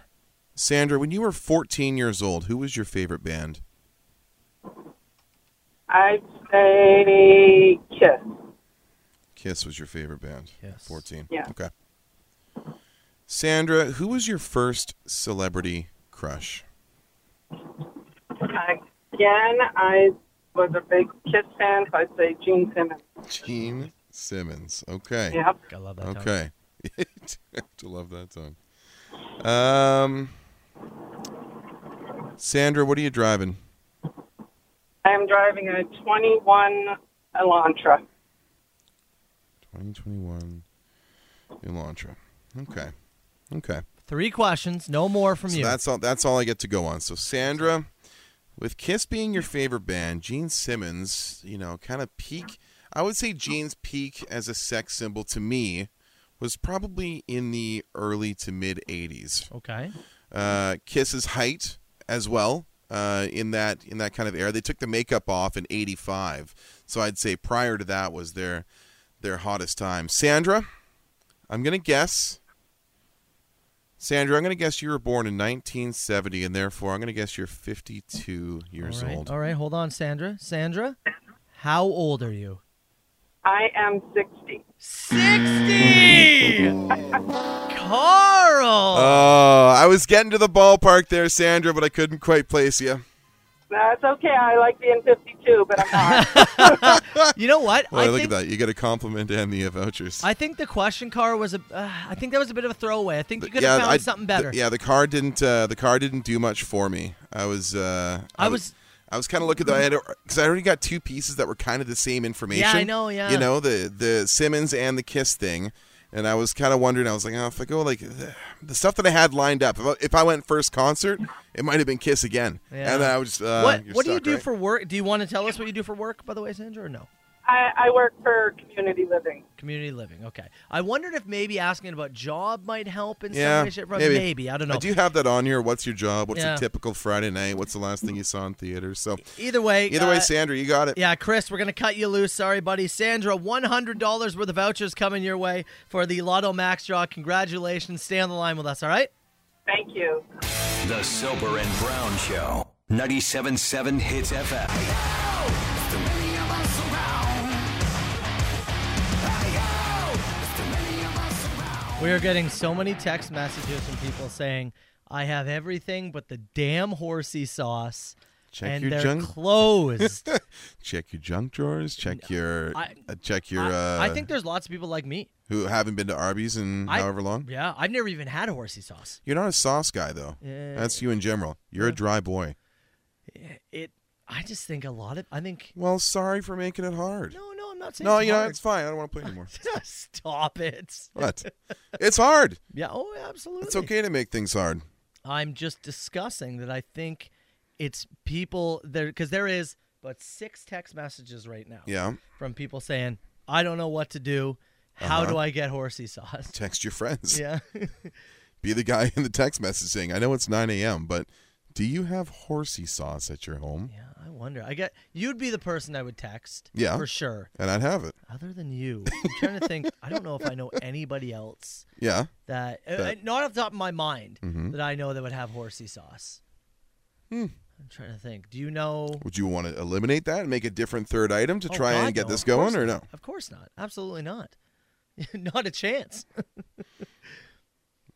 S5: Sandra, when you were 14 years old, who was your favorite band?
S2: I'd say Kiss.
S5: Kiss was your favorite band.
S4: Yes.
S5: 14.
S2: Yeah.
S5: Okay. Sandra, who was your first celebrity crush?
S2: Again, I was a big Kiss fan, so I'd say Gene Simmons.
S5: Gene Simmons. Okay.
S2: Yep.
S4: Gotta love that tongue.
S5: Okay. [laughs] to love that song. Um Sandra, what are you driving?
S2: I am driving a 21 Elantra.
S5: 2021 Elantra. Okay. Okay.
S4: Three questions, no more from
S5: So
S4: you.
S5: that's all that's all I get to go on. So Sandra, with Kiss being your favorite band, Gene Simmons, you know, kind of peak I would say Gene's peak as a sex symbol to me was probably in the early to mid 80s.
S4: Okay.
S5: Uh, Kiss's height as well. Uh, in that in that kind of era, they took the makeup off in '85, so I'd say prior to that was their their hottest time. Sandra, I'm gonna guess. Sandra, I'm gonna guess you were born in 1970, and therefore I'm gonna guess you're 52 years
S4: all right. Oh.
S5: old.
S4: All right, hold on, Sandra. Sandra, how old are you?
S2: I am 60.
S4: 60! Carl!
S5: Oh, I was getting to the ballpark there, Sandra, but I couldn't quite place you.
S2: That's okay. I like being 52, but I'm not.
S4: you know what?
S5: Well,
S4: I
S5: look
S4: think-
S5: at that. You get a compliment and the uh, vouchers.
S4: I think the question, Carl, was a. Uh, I think that was a bit of a throwaway. I think you could
S5: yeah,
S4: have found
S5: I-
S4: something
S5: the-
S4: better.
S5: yeah, the car didn't. Uh, the car didn't do much for me. I was. Uh,
S4: I was-
S5: was. I was kind of looking though. I had because I already got two pieces that were kind of the same information.
S4: know, yeah.
S5: You know the the Simmons and the Kiss thing, and I was kind of wondering. I was like, oh, if I go like the, the stuff that I had lined up, if I, if I went first concert, it might have been Kiss again.
S4: Yeah.
S5: And then I was. Uh,
S4: what
S5: you're
S4: What do you
S5: stuck,
S4: do
S5: right?
S4: for work? Do you want to tell us what you do for work, by the way, Sandra, or no?
S2: I, I work for community living.
S4: Community living. Okay. I wondered if maybe asking about job might help in
S5: Yeah,
S4: some way. shape, or form. Maybe. I don't know.
S5: Do you have that on here? What's your job? What's
S4: Yeah.
S5: a typical Friday night? What's the last thing you saw in theaters? So
S4: Either way.
S5: either way,
S4: uh,
S5: Sandra, you got it.
S4: Yeah, Chris, we're going to cut you loose. Sorry, buddy. Sandra, $100 worth of vouchers coming your way for the Lotto Max draw. Congratulations. Stay on the line with us, all right?
S2: Thank you.
S3: The Soper and Brown Show. 97.7 Hits FM.
S4: We are getting so many text messages from people saying, I have everything but the damn horsey sauce.
S5: Check
S4: and
S5: your
S4: they're
S5: junk. [laughs]
S4: closed.
S5: check your junk drawers. Check your.
S4: I-
S5: uh, check your. uh,
S4: I think there's lots of people like me.
S5: who haven't been to Arby's in
S4: I-
S5: however long.
S4: Yeah, I've never even had a horsey sauce.
S5: You're not a sauce guy though.
S4: Yeah.
S5: That's you in general. You're a dry boy.
S4: It. I just think a lot of. I think.
S5: Well, sorry for making it hard.
S4: No, no, I'm not saying.
S5: No,
S4: it's
S5: you know
S4: hard.
S5: it's fine. I don't want to
S4: [laughs]
S5: play anymore.
S4: Stop it.
S5: What? It's hard.
S4: Yeah. Oh, absolutely.
S5: It's okay to make things hard.
S4: I'm just discussing that I think it's people there because there is but six text messages right now.
S5: Yeah.
S4: From people saying, "I don't know what to do. How
S5: Uh-huh.
S4: do I get horsey sauce?" [laughs]
S5: Text your friends.
S4: Yeah. [laughs]
S5: Be the guy in the text message saying, "I know it's 9 a.m., but do you have horsey sauce at your home?" Yeah.
S4: I wonder. I get you'd be the person I would text. For sure.
S5: And I'd have it.
S4: Other than you, I'm trying to think. I don't know if I know anybody else.
S5: Yeah.
S4: That, uh,
S5: That-
S4: not off the top of my mind
S5: Mhm.
S4: that I know that would have horsey sauce.
S5: Hmm.
S4: I'm trying to think. Do you know?
S5: Would you want to eliminate that and make a different third item to
S4: Oh,
S5: try
S4: God,
S5: and get
S4: no,
S5: this
S4: of course
S5: going, or no?
S4: not. Of course not. Absolutely not. [laughs] not a chance.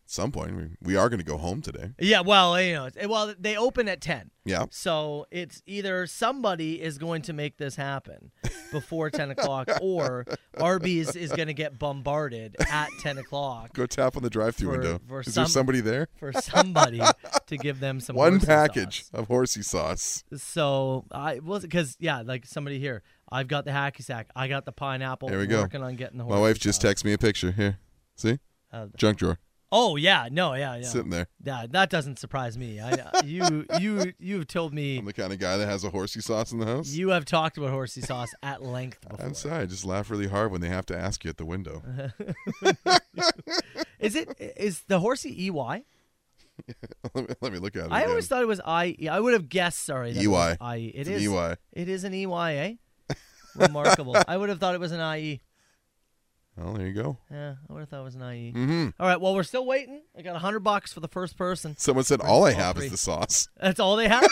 S5: At some point, we- we are going to go home today.
S4: yeah, well, you know, it's- well, they open at 10.
S5: Yeah.
S4: So it's either somebody is going to make this happen before 10
S5: [laughs]
S4: o'clock or Arby's is going to get bombarded at 10 o'clock.
S5: Go tap on the drive-through
S4: for-
S5: window.
S4: for
S5: Is
S4: some-
S5: there somebody there?
S4: For somebody to give them some
S5: [laughs] One
S4: horsey
S5: package of horsey sauce.
S4: sauce. So I was because yeah, like somebody here, I've got the hacky sack, I got the pineapple.
S5: There we
S4: We're
S5: go.
S4: Working on getting the
S5: My
S4: horsey
S5: wife just texted me a picture. Here, see,
S4: Uh,
S5: junk drawer.
S4: Oh yeah, no, yeah, yeah.
S5: Sitting there.
S4: Yeah, that doesn't surprise me. I, you, you, you've told me. I'm
S5: the kind of guy that has a horsey sauce in the house.
S4: You have talked about horsey sauce at length before.
S5: I'm sorry, I just laugh really hard when they have to ask you at the window.
S4: [laughs] is it is the horsey ey?
S5: let, me, [laughs] let me look at it.
S4: I always thought it was i. I would have guessed. Sorry, that it was
S5: EY.
S4: I. It
S5: E It's an
S4: is-
S5: EY.
S4: It is an ey. Eh?
S5: [laughs]
S4: Remarkable. I E. would have thought it was an ie.
S5: Well, there you go.
S4: Yeah, I would have thought it was an ie.
S5: Mhm.
S4: All right. Well, we're still waiting. I got hundred bucks for the first person.
S5: Someone said
S4: Brings
S5: all I have
S4: three.
S5: is
S4: [laughs]
S5: the sauce.
S4: That's all they
S5: [laughs]
S4: have.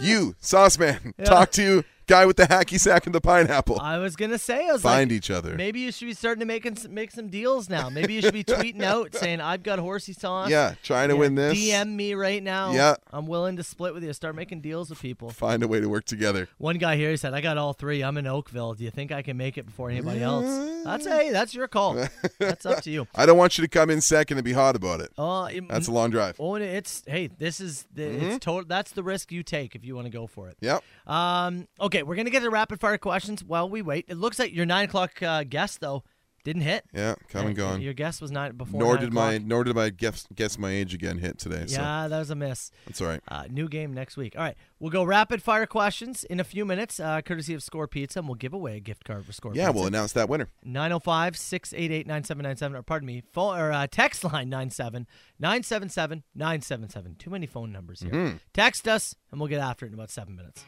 S5: You, sauce man,
S4: Yeah.
S5: talk to you, guy with the hacky sack and the pineapple.
S4: I was gonna say, I was
S5: Find
S4: like,
S5: each other.
S4: Maybe you should be starting to make some, make some deals now. Maybe you should be tweeting
S5: [laughs]
S4: out saying, "I've got horsey sauce."
S5: Yeah, trying to win this.
S4: DM me right now.
S5: Yeah.
S4: I'm willing to split with you. Start making deals with people.
S5: Find a way to work together.
S4: One guy here he said, "I got all three. I'm in Oakville. Do you think I can make it before anybody else?" That's hey, that's your call.
S5: [laughs]
S4: That's up to you.
S5: I don't want you to come in second and be hot about it.
S4: Uh, it-
S5: That's a long drive.
S4: Oh, and it's hey, this is the, it's
S5: Mhm.
S4: total. That's the risk you take if you want to go for it.
S5: Yep.
S4: Um. Okay, we're gonna get to rapid fire questions while we wait. It looks like your nine o'clock uh, guess though didn't hit.
S5: Yeah, come and
S4: Uh,
S5: gone.
S4: Your guess was not before.
S5: nor
S4: nine
S5: did my nor did my guess guess my age again hit today.
S4: o'clock. Yeah, that was a miss.
S5: so that's all right.
S4: Uh, new game next week. All right, we'll go rapid fire questions in a few minutes, uh, courtesy of Score Pizza, and we'll give away a gift card for Score
S5: Yeah,
S4: Pizza.
S5: we'll announce that winner.
S4: 905 688 9797, or pardon me, phone, or uh, text line 97 977 977. Too many phone numbers here.
S5: Mhm.
S4: Text us, and we'll get after it in about seven minutes.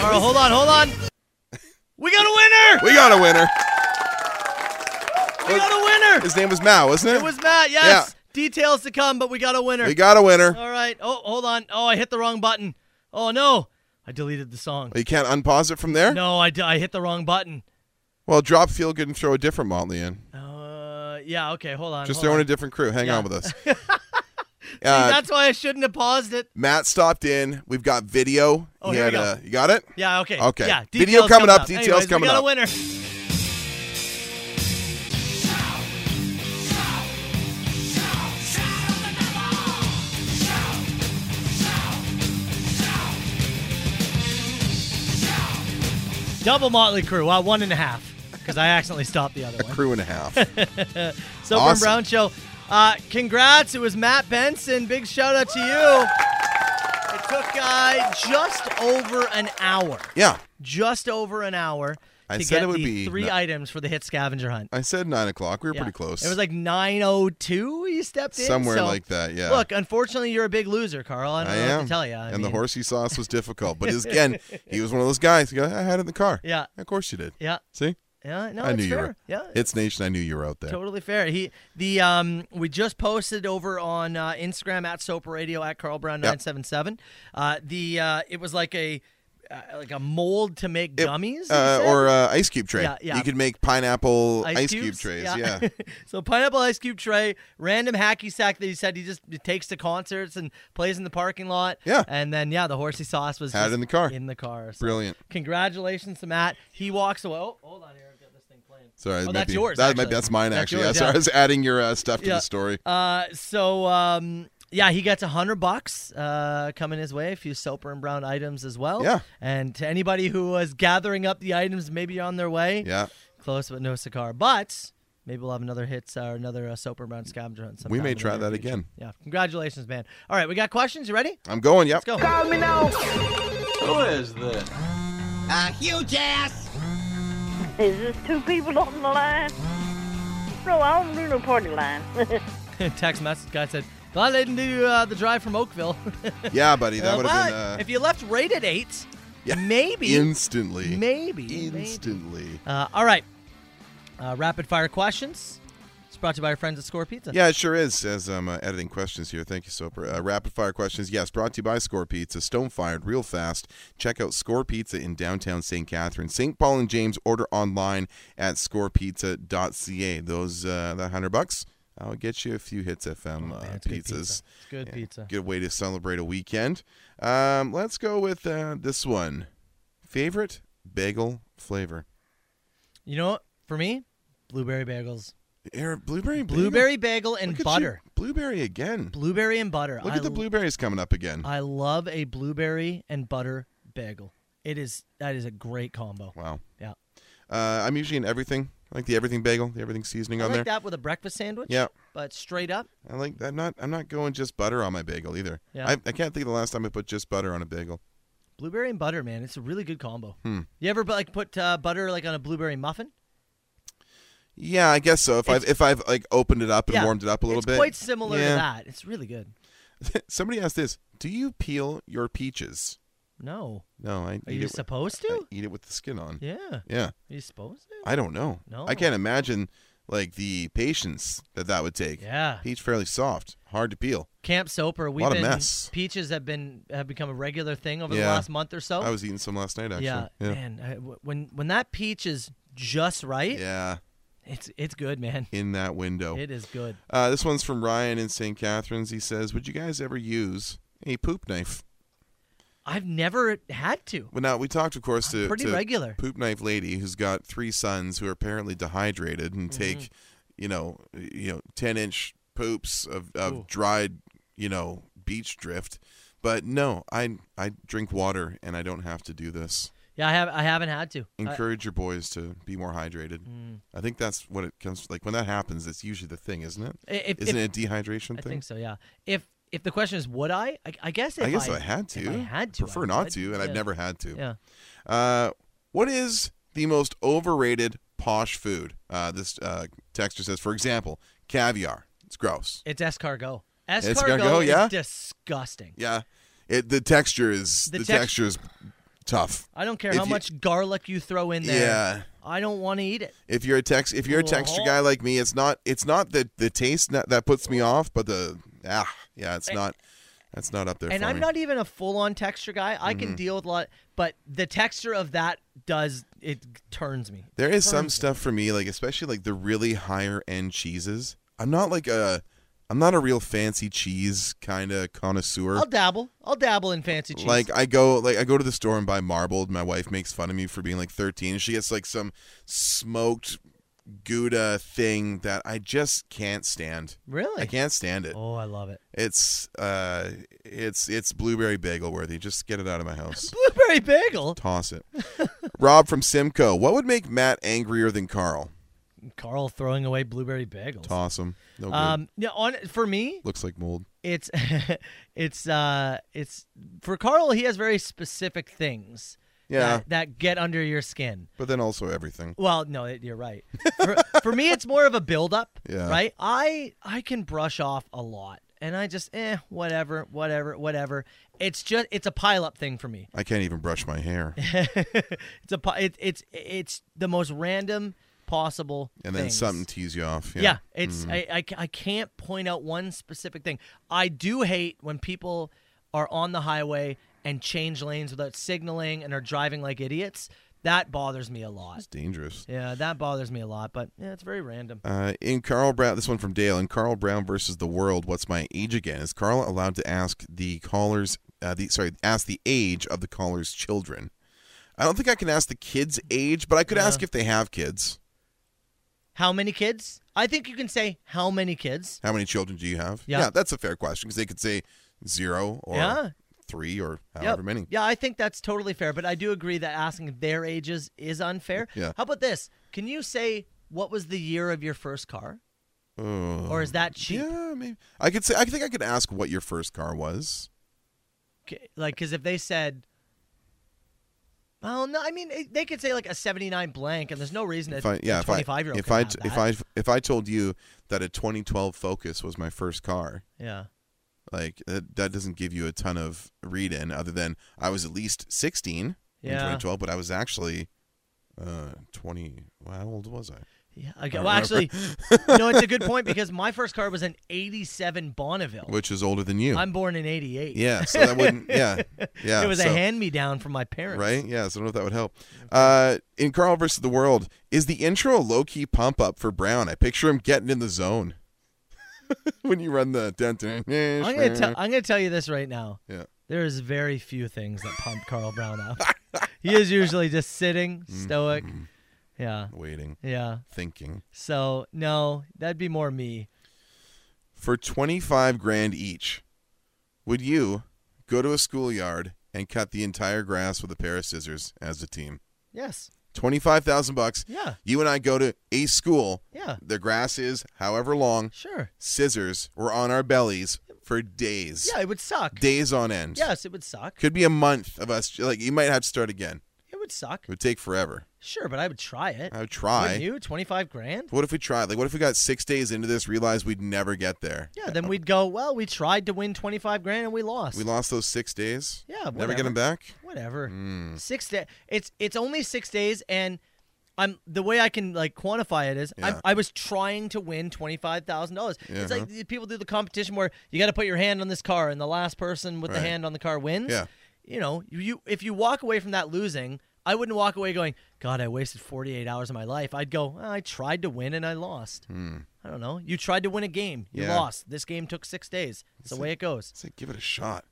S4: All right, hold on, hold
S5: [laughs]
S4: on. We got a winner!
S5: We got a winner.
S4: We got a winner!
S5: His name was Mao, wasn't it?
S4: It was Matt, yes. Details to come, but we got a winner.
S5: We got a winner.
S4: All right. Oh, hold on. Oh, I hit the wrong button. Oh, no. I deleted the song.
S5: You can't unpause it from there.
S4: No, I, d- I hit the wrong button.
S5: Well, drop feel good and throw a different Motley in.
S4: Uh, yeah, okay, hold on.
S5: Just
S4: hold
S5: throw in
S4: on.
S5: a different crew. Hang
S4: Yeah.
S5: on with us.
S4: [laughs] See,
S5: Uh,
S4: that's why I shouldn't have paused it.
S5: Matt stopped in. We've got video.
S4: Oh,
S5: He
S4: here we
S5: had
S4: go.
S5: a- you got it?
S4: Yeah, okay.
S5: Okay.
S4: Yeah,
S5: video
S4: details
S5: coming up.
S4: Anyways,
S5: Details
S4: we
S5: coming
S4: got
S5: up.
S4: a winner. Double Motley Crew. Uh, one and a half. because I accidentally stopped the other
S5: [laughs] A
S4: one.
S5: crew and
S4: [laughs]
S5: a half.
S4: Sober and
S5: Awesome.
S4: Brown Show. Uh, congrats. It was Matt Benson. Big shout out to you. It took uh, just over an hour.
S5: Yeah.
S4: Just over an hour
S5: I
S4: to
S5: said
S4: get
S5: it would
S4: the
S5: be
S4: three
S5: no-
S4: items for the hit scavenger hunt.
S5: I said nine o'clock. We were
S4: Yeah.
S5: pretty close.
S4: It was like 902 you stepped in.
S5: Somewhere
S4: so-
S5: like that, yeah.
S4: Look, unfortunately, you're a big loser, Carl. I don't
S5: I
S4: know what
S5: am.
S4: to tell you.
S5: and the horsey sauce was difficult,
S4: [laughs]
S5: but it's- again, he was one of those guys. You go, I had it in the car.
S4: Yeah.
S5: of course you did.
S4: Yeah.
S5: See,
S4: Yeah, no,
S5: I
S4: it's
S5: knew you
S4: fair.
S5: were.
S4: Yeah.
S5: it's nation. I knew you were out there.
S4: Totally fair. He the um we just posted over on uh, Instagram at Soap Radio at Carl Brown nine seven seven. Uh the uh it was like a uh, like a mold to make gummies he
S5: Uh,
S4: said?
S5: or uh, ice cube tray.
S4: Yeah, yeah.
S5: You could make pineapple
S4: Ice
S5: ice, cube
S4: cubes?
S5: trays. Yeah.
S4: [laughs]
S5: yeah.
S4: so pineapple ice cube tray, random hacky sack that he said he just takes to concerts and plays in the parking lot. Yeah. And then yeah, the horsey sauce was
S5: Had it
S4: just
S5: in the car.
S4: In the car. So
S5: Brilliant.
S4: Congratulations to Matt. He walks away. Oh, hold on here.
S5: Sorry,
S4: Oh,
S5: it might
S4: that's
S5: be-
S4: yours,
S5: That might
S4: actually.
S5: be, that's mine
S4: That's
S5: actually.
S4: yours,
S5: yeah, sorry,
S4: yeah.
S5: I was adding your uh, stuff to
S4: Yeah. [laughs]
S5: the story.
S4: Uh, so um, yeah, he gets a hundred bucks uh, coming his way. A few Soper and Brown items as well.
S5: Yeah.
S4: And to anybody who was gathering up the items, maybe on their way.
S5: Yeah.
S4: Close but no cigar. But maybe we'll have another hits or another uh, Soper and Brown scavenger hunt.
S5: we
S4: sometime
S5: may
S4: in the
S5: try
S4: near
S5: that
S4: future.
S5: again.
S4: Yeah. Congratulations, man. All right, we got questions. You ready? [laughs]
S5: I'm going. Yep.
S4: Let's go.
S11: Call me now.
S4: Who is this?
S11: A huge ass.
S10: Is this two people on the line? No, I don't do no party line. [laughs]
S4: Text message guy said, "Glad they didn't do uh, the drive from Oakville." [laughs]
S5: Yeah, buddy, that
S4: Uh,
S5: would
S4: well,
S5: have been uh,
S4: if you left rate at eight, maybe
S5: instantly.
S4: Maybe.
S5: Instantly.
S4: Uh, all right. Uh, rapid fire questions. It's brought to you by our friends at Score Pizza.
S5: Yeah, it sure is. As I'm uh, editing questions here, thank you, Soper. Uh, rapid fire questions, yes, brought to you by Score Pizza. Stone fired, real fast. Check out Score Pizza in downtown St. Catharines, St. Paul and James. Order online at scorepizza.ca. Those uh, that hundred bucks, I'll get you a few hits FM uh, pizzas.
S4: It's good pizza.
S5: Good way to celebrate a weekend. Um, let's go with uh, this one. Favorite bagel flavor?
S4: You know what? For me, blueberry bagels.
S5: Air blueberry bagel?
S4: Blueberry bagel and
S5: Look at you.
S4: butter.
S5: Blueberry again.
S4: Blueberry and butter.
S5: Look
S4: I
S5: at the
S4: l-
S5: blueberries coming up again.
S4: I love a blueberry and butter bagel. It is that is a great combo.
S5: Wow.
S4: Yeah.
S5: Uh, I'm usually in everything. I like the everything bagel, the everything seasoning
S4: I
S5: on
S4: like
S5: there.
S4: that with a breakfast sandwich.
S5: Yeah.
S4: But straight up,
S5: I like that. I'm not I'm not going just butter on my bagel either.
S4: Yeah.
S5: I, I can't think of the last time I put just butter on a bagel.
S4: blueberry and butter, man, it's a really good combo.
S5: Hmm.
S4: You ever like put uh, butter like on a blueberry muffin?
S5: Yeah, I guess so. If I've if I've like opened it up and
S4: Yeah.
S5: warmed it up a little
S4: it's
S5: bit.
S4: Quite similar to
S5: Yeah.
S4: that. It's really good.
S5: [laughs] Somebody asked this: Do you peel your peaches?
S4: No.
S5: No, I.
S4: Are
S5: eat
S4: you
S5: it,
S4: supposed
S5: to? eat it with the skin on.
S4: Yeah.
S5: Yeah.
S4: Are you supposed to?
S5: I don't know.
S4: No.
S5: I can't imagine like the patience that that would take.
S4: Yeah.
S5: Peach fairly soft, hard to peel.
S4: Camp Soper, we've
S5: Lot of
S4: been
S5: mess.
S4: peaches have been have become a regular thing over the
S5: Yeah.
S4: last month or so.
S5: I was eating some last night actually.
S4: Yeah, man. I- w- when when that peach is just right,
S5: Yeah.
S4: it's it's good, man.
S5: in that window.
S4: It is good.
S5: Uh, this one's from Ryan in St. Catharines. He says, "Would you guys ever use a poop knife?"
S4: I've never had to.
S5: Well, now we talked, of course, to
S4: Pretty
S5: to
S4: regular.
S5: poop knife lady who's got three sons who are apparently dehydrated and
S4: Mhm.
S5: take, you know, you know, ten inch poops of,
S4: Ooh.
S5: of dried, you know, beach drift. But no, I I drink water and I don't have to do this.
S4: Yeah, I have I haven't had to. Uh, I-
S5: Encourage your boys to be more hydrated.
S4: Mm.
S5: I think that's what it comes like when that happens. It's usually the thing, isn't it?
S4: I- if- [laughs]
S5: isn't
S4: if-
S5: it a dehydration
S4: I
S5: thing?
S4: think so. Yeah. If if the question is would I, I, I guess if
S5: I guess
S4: I,
S5: I, had
S4: if
S5: to.
S4: I had to. I
S5: Prefer not
S4: would.
S5: to, and
S4: Yeah.
S5: I've never had to.
S4: Yeah.
S5: Uh, what is the most overrated posh food? Uh, this uh, texter says, for example, caviar. It's gross.
S4: It's escargot. Escargot,
S5: Escargot, yeah?
S4: is disgusting.
S5: Yeah. It the texture is
S4: The
S5: the,
S4: tex-
S5: texture is tough.
S4: I don't care
S5: If
S4: how
S5: you-
S4: much garlic you throw in there.
S5: Yeah.
S4: I don't want to eat it.
S5: If you're a text, if you're a texture guy like me, it's not it's not the the taste that, that puts me off, but the ah yeah, it's not that's not up there.
S4: and
S5: for
S4: I'm
S5: me.
S4: not even a full-on texture guy. I can
S5: Mhm.
S4: deal with a lot, but the texture of that does it turns me.
S5: There is some
S4: Turns
S5: stuff for me, like especially like the really higher end cheeses. I'm not like a, I'm not a real fancy cheese kind of connoisseur.
S4: I'll dabble. I'll dabble in fancy cheese.
S5: Like I go, like I go to the store and buy marbled. My wife makes fun of me for being like 13. She gets like some smoked Gouda thing that I just can't stand.
S4: Really?
S5: I can't stand it.
S4: oh, I love it.
S5: It's uh, it's it's blueberry bagel worthy. Just get it out of my house.
S4: [laughs] Blueberry bagel.
S5: Toss it. Rob from Simcoe. What would make Matt angrier than Carl?
S4: Carl throwing away blueberry bagels.
S5: Toss him. No good.
S4: Um, yeah, on for me,
S5: Looks like mold.
S4: it's [laughs] it's uh it's for Carl. He has very specific things.
S5: Yeah.
S4: That, that get under your skin.
S5: But then also everything.
S4: Well, no, it- you're right. For, [laughs] for me, it's more of a buildup.
S5: Yeah.
S4: Right. I I can brush off a lot, and I just eh whatever whatever whatever. It's just it's a pile up thing for me. [laughs]
S5: I can't even brush my hair.
S4: It's a pi- it, it's it's the most random possible.
S5: And then
S4: things.
S5: something tees you off. Yeah.
S4: Yeah, it's
S5: Mhm.
S4: I, I ca- I can't point out one specific thing. I do hate when people are on the highway and change lanes without signaling and are driving like idiots. That bothers me a lot.
S5: dangerous.
S4: Yeah, that bothers me a lot, but yeah, it's very random.
S5: Uh, in Carl Brown, this one from Dale. In Carl Brown versus the World, what's my age again? Is Carl allowed to ask the callers? Uh, the sorry, ask the age of the callers' children. I don't think I can ask the kids' age, but I could ask if they have kids.
S4: How many kids? I think you can say how many kids.
S5: How many children do you have?
S4: Yeah.
S5: that's a fair question because they could say zero or
S4: Yeah.
S5: three or
S4: Yep.
S5: however many.
S4: Yeah, I think that's totally fair, but I do agree that asking their ages is unfair.
S5: Yeah.
S4: How about this? Can you say what was the year of your first car?
S5: Oh.
S4: Or is that cheap?
S5: Yeah, maybe. I could say I think I could ask what your first car was.
S4: K- like because if they said well no i mean it- they could say like a 79 blank and there's no reason
S5: If
S4: that
S5: I, yeah,
S4: a
S5: if I
S4: 25 year old
S5: if I
S4: have
S5: t-
S4: that.
S5: if I if I told you that a 2012 Focus was my first car,
S4: yeah
S5: like that, that doesn't give you a ton of read in other than I was at least 16 in
S4: Yeah.
S5: 2012, but I was actually uh 20. well, How old was I?
S4: yeah
S5: I
S4: okay,
S5: don't
S4: well actually
S5: remember.
S4: no it's a good
S5: [laughs]
S4: point because my first car was an 87 bonneville
S5: which is older than you.
S4: Oh. i'm born in 88
S5: Yeah, so that
S4: [laughs]
S5: wouldn't- yeah, yeah,
S4: it was
S5: so-
S4: a hand me down from my parents
S5: Right? Yeah, so I don't know if that would help. Uh, in Carl versus the World, is the intro a low key pump up for Brown? I picture him getting in the zone [laughs] when you run the. Dun, dun, dun,
S4: i'm gonna tell i'm gonna tell you this right now
S5: Yeah.
S4: there is very few things that pump carl brown up he is usually just
S5: [laughs]
S4: sitting
S5: Mm-hmm.
S4: stoic yeah
S5: Waiting.
S4: yeah
S5: Thinking.
S4: so no that'd be more me
S5: For 25 grand each, would you go to a schoolyard and cut the entire grass with a pair of scissors as a team?
S4: yes
S5: 25,000 bucks.
S4: Yeah.
S5: You and I go to a school.
S4: Yeah.
S5: The grass is however long.
S4: Sure.
S5: Scissors were on our bellies for days.
S4: yeah it would suck
S5: Days on end.
S4: Yes, it would suck.
S5: Could be a month of us. Like you might have to start again.
S4: It would suck.
S5: It would take forever.
S4: Sure, but I would try it.
S5: I would try.
S4: Wouldn't you? Twenty-five grand?
S5: What if we tried? Like, what if we got six days into this, realized we'd never get there?
S4: Yeah. Then we'd go. Well, we tried to win twenty-five grand and we lost.
S5: We lost those six days.
S4: Yeah,
S5: Never get
S4: whatever.
S5: them back.
S4: Whatever.
S5: Mm.
S4: Six days. It's it's only six days, and I'm the way I can like quantify it is
S5: Yeah.
S4: I'm, I was trying to win twenty-five thousand dollars. It's like
S5: Uh-huh.
S4: the people do the competition where you got to put your hand on this car, and the last person with the
S5: Right.
S4: hand on the car wins.
S5: Yeah.
S4: You know, you, you if you walk away from that losing. I wouldn't walk away going, God, I wasted 48 hours of my life. I'd go, "Oh, I tried to win and I lost.
S5: Mm.
S4: I don't know. You tried to win a game. You
S5: Yeah.
S4: lost. This game took six days. It's the
S5: It's
S4: way
S5: a-
S4: it goes.
S5: It's like give it a shot.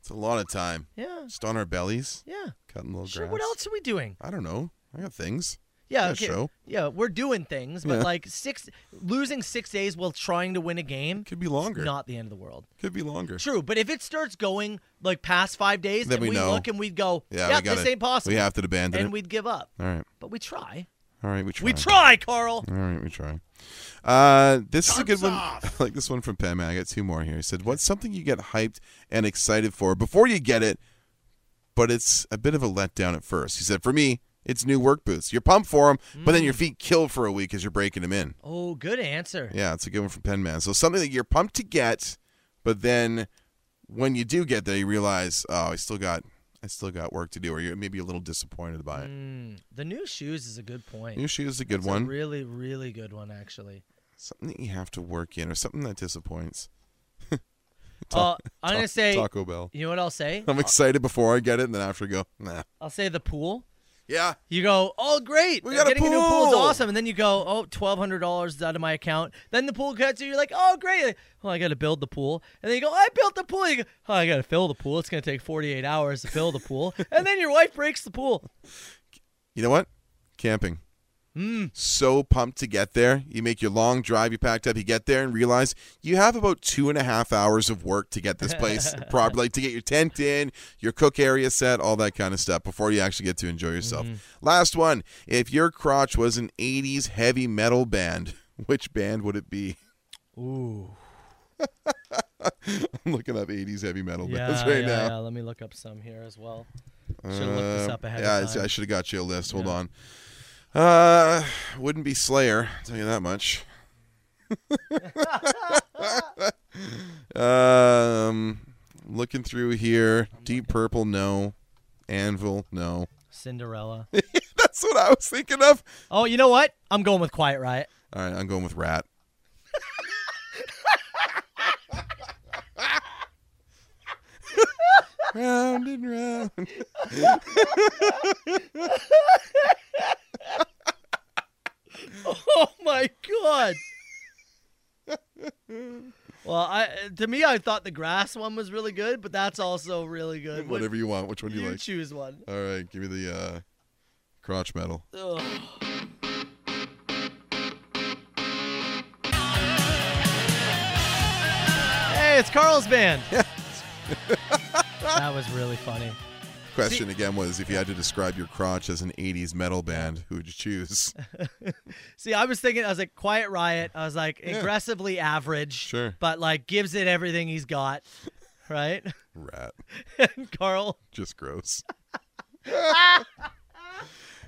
S5: It's a lot of time.
S4: Yeah.
S5: Just on our bellies.
S4: Yeah.
S5: Cutting little
S4: Sure.
S5: grass.
S4: What else are we doing?
S5: I don't know. I got things. I
S4: Yeah.
S5: got a
S4: okay.
S5: Show
S4: Yeah, we're doing things, but
S5: Yeah.
S4: like six losing six days while trying to win a game
S5: could be longer.
S4: Not the end of the world.
S5: Could be longer.
S4: True, but if it starts going like past five days,
S5: Then
S4: and
S5: we
S4: we,
S5: know.
S4: look and we go, "Yep,
S5: Yeah, we gotta-
S4: this ain't possible.
S5: we have to abandon
S4: and
S5: it.
S4: we'd give up.
S5: All right.
S4: But we try.
S5: All right. We try.
S4: We try, Carl.
S5: All right, we try. Uh, this is a good one. [laughs] I like this one from Pam. I got two more here. He said, "What's something you get hyped and excited for before you get it, but it's a bit of a letdown at first? He said, "For me, it's new work boots. You're pumped for them, but
S4: Mm.
S5: then your feet kill for a week as you're breaking them in."
S4: Oh, good answer.
S5: Yeah, it's a good one from Penman. So something that you're pumped to get, but then when you do get there, you realize, "Oh, I still got, I still got work to do," or you're maybe a little disappointed by it.
S4: Mm, the new shoes is a good point.
S5: New shoes is a good
S4: That's
S5: one.
S4: really, really good one, actually.
S5: Something that you have to work in, or something that disappoints.
S4: Oh,
S5: Ta-
S4: I'm
S5: ta-
S4: gonna say
S5: Taco Bell.
S4: You know what I'll
S5: [laughs]
S4: say?
S5: I'm excited before I get it, and then after I go, nah.
S4: I'll say the pool.
S5: Yeah.
S4: You go, oh great,
S5: We got a
S4: getting new pool is
S5: pool."
S4: awesome, and then you go, oh, twelve hundred dollars out of my account. Then the pool cuts, and you're like, oh great, Like, well I got to build the pool, and then you go, I built the pool. You go, oh, I got to fill the pool. It's gonna take forty eight hours to
S5: [laughs]
S4: fill the pool, and then your wife breaks the pool.
S5: You know what? Camping.
S4: Hmm.
S5: So pumped to get there. You make your long drive, you packed up, you get there and realize you have about two and a half hours of work to get this
S4: [laughs]
S5: place properly, to get your tent in, your cook area set, all that kind of stuff before you actually get to enjoy yourself.
S1: Mhm.
S4: Mm-hmm.
S5: Last one. If your crotch was an 80s heavy metal band, [laughs] which band would it be?
S4: Ooh.
S5: [laughs] I'm looking up 80s heavy metal
S4: Yeah,
S5: bands right
S4: yeah,
S5: now.
S4: yeah. Let me look up some here as well. Should have looked this
S5: Uh,
S4: up ahead
S5: yeah, I
S4: of
S5: s-
S4: time.
S5: I, should have got you a list. Hold on. Uh, wouldn't be Slayer. I'll tell you that
S4: [laughs]
S5: much. um, looking through here.
S4: Oh
S5: Deep Purple, no. Anvil, no. [laughs]
S4: Cinderella. [laughs]
S5: That's what I was thinking of.
S4: Oh, you know what? I'm going with Quiet
S5: [laughs]
S4: Riot.
S5: All right, I'm going
S4: [laughs]
S5: with Rat. round and round.
S4: oh my god. [laughs] Well, I to me I thought the grass one was really good, but that's also really good. What-
S5: Whatever you want. Which one do you,
S4: you
S5: like?
S4: choose one.
S5: All right, give me the uh,
S4: [laughs]
S5: crotch metal.
S4: Ugh. Hey, it's Carl's band. [laughs] that was really funny.
S5: Question again was if you had to describe your crotch as an 80s metal band, who would you
S4: [laughs]
S5: choose?
S4: See, I was thinking, I was like, Quiet Riot. I was like,
S5: Yeah.
S4: aggressively average,
S5: Sure.
S4: but like gives it everything he's got, right? [laughs]
S5: Rat.
S4: and Carl.
S5: Just gross. [laughs]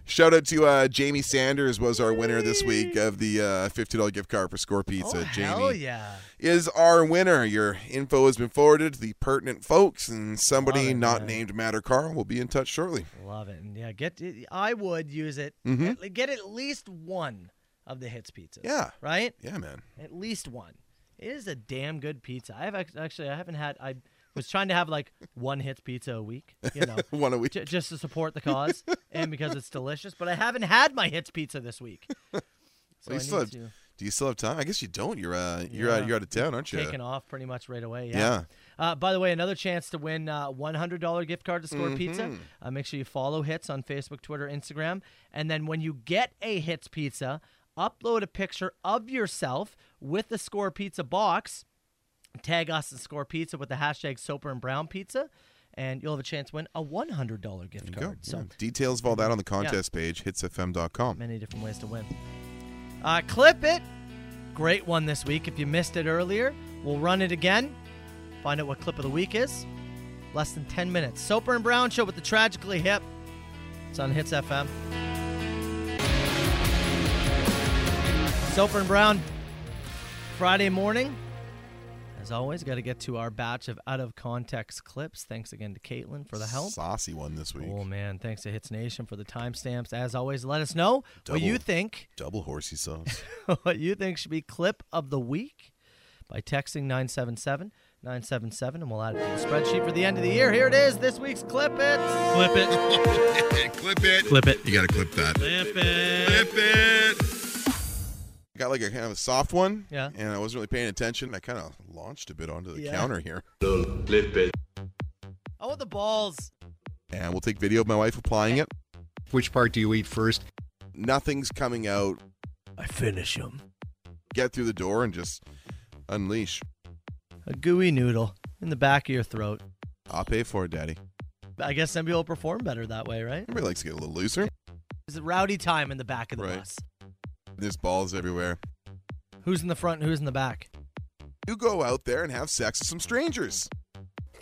S5: Shout out to uh, Jamie Sanders was our winner this week of the uh, $50 gift card for Score Pizza. Jamie
S4: oh, Hell yeah.
S5: is our winner. Your info has been forwarded to the pertinent folks, and somebody
S4: Love it,
S5: not
S4: man.
S5: named Matter Carl will be in touch shortly.
S4: Love it. And yeah, get I would use it.
S5: Mhm.
S4: At- get at least one of the hits pizzas.
S5: Yeah.
S4: Right?
S5: Yeah, man. [laughs]
S4: At least one. It is a damn good pizza. I have ac- actually I haven't had I was trying to have like one hits pizza a week, you
S5: [laughs]
S4: know.
S5: one a week.
S4: just to support the cause and because it's delicious, but I haven't had my hits pizza this week. So
S5: Well, you
S4: I
S5: still
S4: need
S5: have-
S4: to-
S5: Do you still have time? I guess you don't. You're uh, you're out
S4: Yeah.
S5: you're out of town, aren't you?
S4: Taking off pretty much right away. Yeah. Uh, by the way, another chance to win uh, $100 gift card to Score Pizza.
S5: Mhm.
S4: Uh, make sure you follow Hits on Facebook, Twitter, Instagram. And then when you get a Hits Pizza, upload a picture of yourself with the Score Pizza box. Tag us and Score Pizza with the hashtag Soper and Brown Pizza. And you'll have a chance to win a $100 gift
S5: Go.
S4: card. So
S5: Yeah. Details of all that on the contest page, hitsfm.com.
S4: many different ways to win. Uh, clip it. Great one this week. If you missed it earlier, we'll run it again. Find out what clip of the week is. Less than 10 minutes. Soper and Brown Show with the Tragically Hip. It's on Hits FM. Soper and Brown, Friday morning. As always, got to get to our batch of out of context clips. Thanks again to Caitlin for the help.
S5: Saucy one this week.
S4: Oh, man. Thanks to Hits Nation for the timestamps. As always, let us know what you
S5: Double-
S4: think [laughs]
S5: Double horsey sauce.
S4: what you think should be clip of the week by texting 977 977 and we'll add it to the spreadsheet for the end of the year. Here it is, this week's clip it.
S6: Clip it. clip it.
S4: Clip it.
S5: You got to clip that.
S4: Clip it.
S6: Clip it.
S5: Got like a kind of a soft one.
S4: Yeah.
S5: And I wasn't really paying attention. I kind of launched a bit onto the
S4: Yeah.
S5: counter here.
S12: Clip it.
S4: I want the balls.
S5: And we'll take video of my wife applying it.
S20: Which part do you eat first?
S5: Nothing's coming out.
S4: I finish him.
S5: Get through the door and just unleash.
S4: A gooey noodle in the back of your throat.
S5: I'll pay for it, Daddy.
S4: I guess some people perform better that way, right?
S5: Everybody likes to get a little looser.
S4: It's a rowdy time in the back of the
S5: Right.
S4: bus.
S5: There's balls everywhere.
S4: Who's in the front and who's in the back?
S5: You go out there and have sex with some strangers.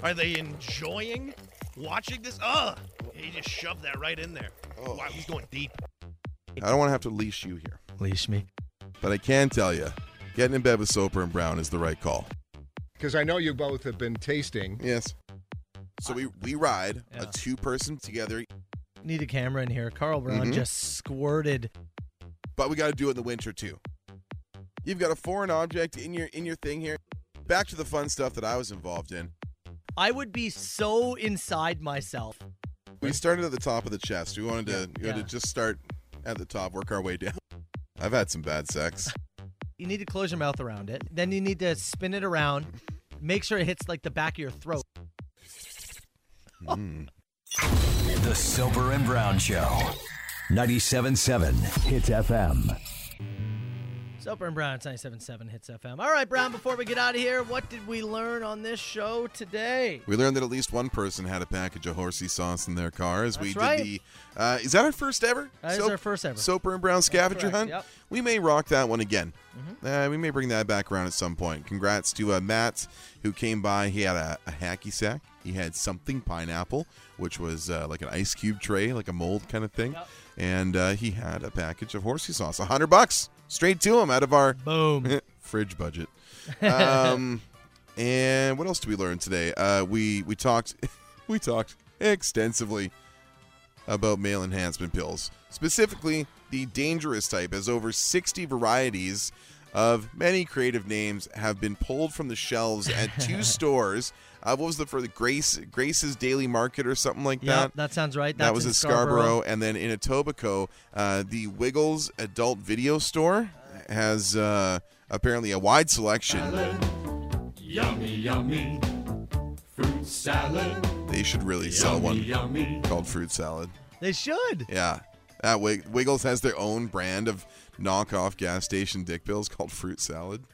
S21: Are they enjoying watching this? Ugh! He just shoved that right in there. Wow, he's going deep.
S5: I don't want to have to leash you here.
S4: Leash me.
S5: But I can tell you, getting in bed with Soper and Brown is the right call.
S20: Because I know you both have been tasting.
S5: Yes. So we, we ride a
S4: Yeah.
S5: two person together,
S4: Need a camera in here. Carl Brown
S5: Mhm.
S4: just squirted.
S5: but we got to do it in the winter too. You've got a foreign object in your in your thing here. Back to the fun stuff that I was involved in.
S4: I would be so inside myself.
S5: We started at the top of the chest. We wanted to we wanted
S4: Yeah.
S5: to just start at the top, work our way down. I've had some bad sex.
S4: You need to close your mouth around it. Then you need to spin it around. Make sure it hits like the back of your throat.
S3: The Soper and Brown Show. 97.7 Hits FM.
S4: Soper and Brown, it's 97.7 Hits FM. All right, Brown, before we get out of here, what did we learn on this show today?
S5: We learned that at least one person had a package of horsey sauce in their car. As we
S4: That's right.
S5: did the, uh, is that our first ever?
S4: That is our first ever.
S5: Soper and Brown scavenger
S4: correct,
S5: hunt.
S4: yep. Mm-hmm.
S5: We may rock that one again. Uh, we may bring that back around at some point. Congrats to uh, Matt, who came by. He had a, a hacky sack. He had something pineapple, which was uh, like an ice cube tray, like a mold kind of thing. And uh, he had a package of horsey sauce, a hundred bucks, straight to him out of our [laughs]
S4: boom
S5: fridge budget. Um, and what else did we learn today? Uh, we we talked [laughs] we talked extensively about male enhancement pills, specifically the dangerous type, as over 60 varieties of many creative names have been pulled from the shelves at two stores. Uh, what was the for the Grace Grace's Daily Market or something like
S4: Yeah,
S5: that?
S4: that sounds right.
S5: that
S4: That's
S5: was
S4: in
S5: in Scarborough, and then in Etobicoke, uh, the Wiggles Adult Video Store has uh, apparently a wide selection.
S8: Yummy, yummy. Fruit salad.
S5: They should really sell one
S8: yummy.
S5: called fruit salad.
S4: They should.
S5: Yeah. That Wig- Wiggles has their own brand of knockoff gas station dick pills called fruit salad.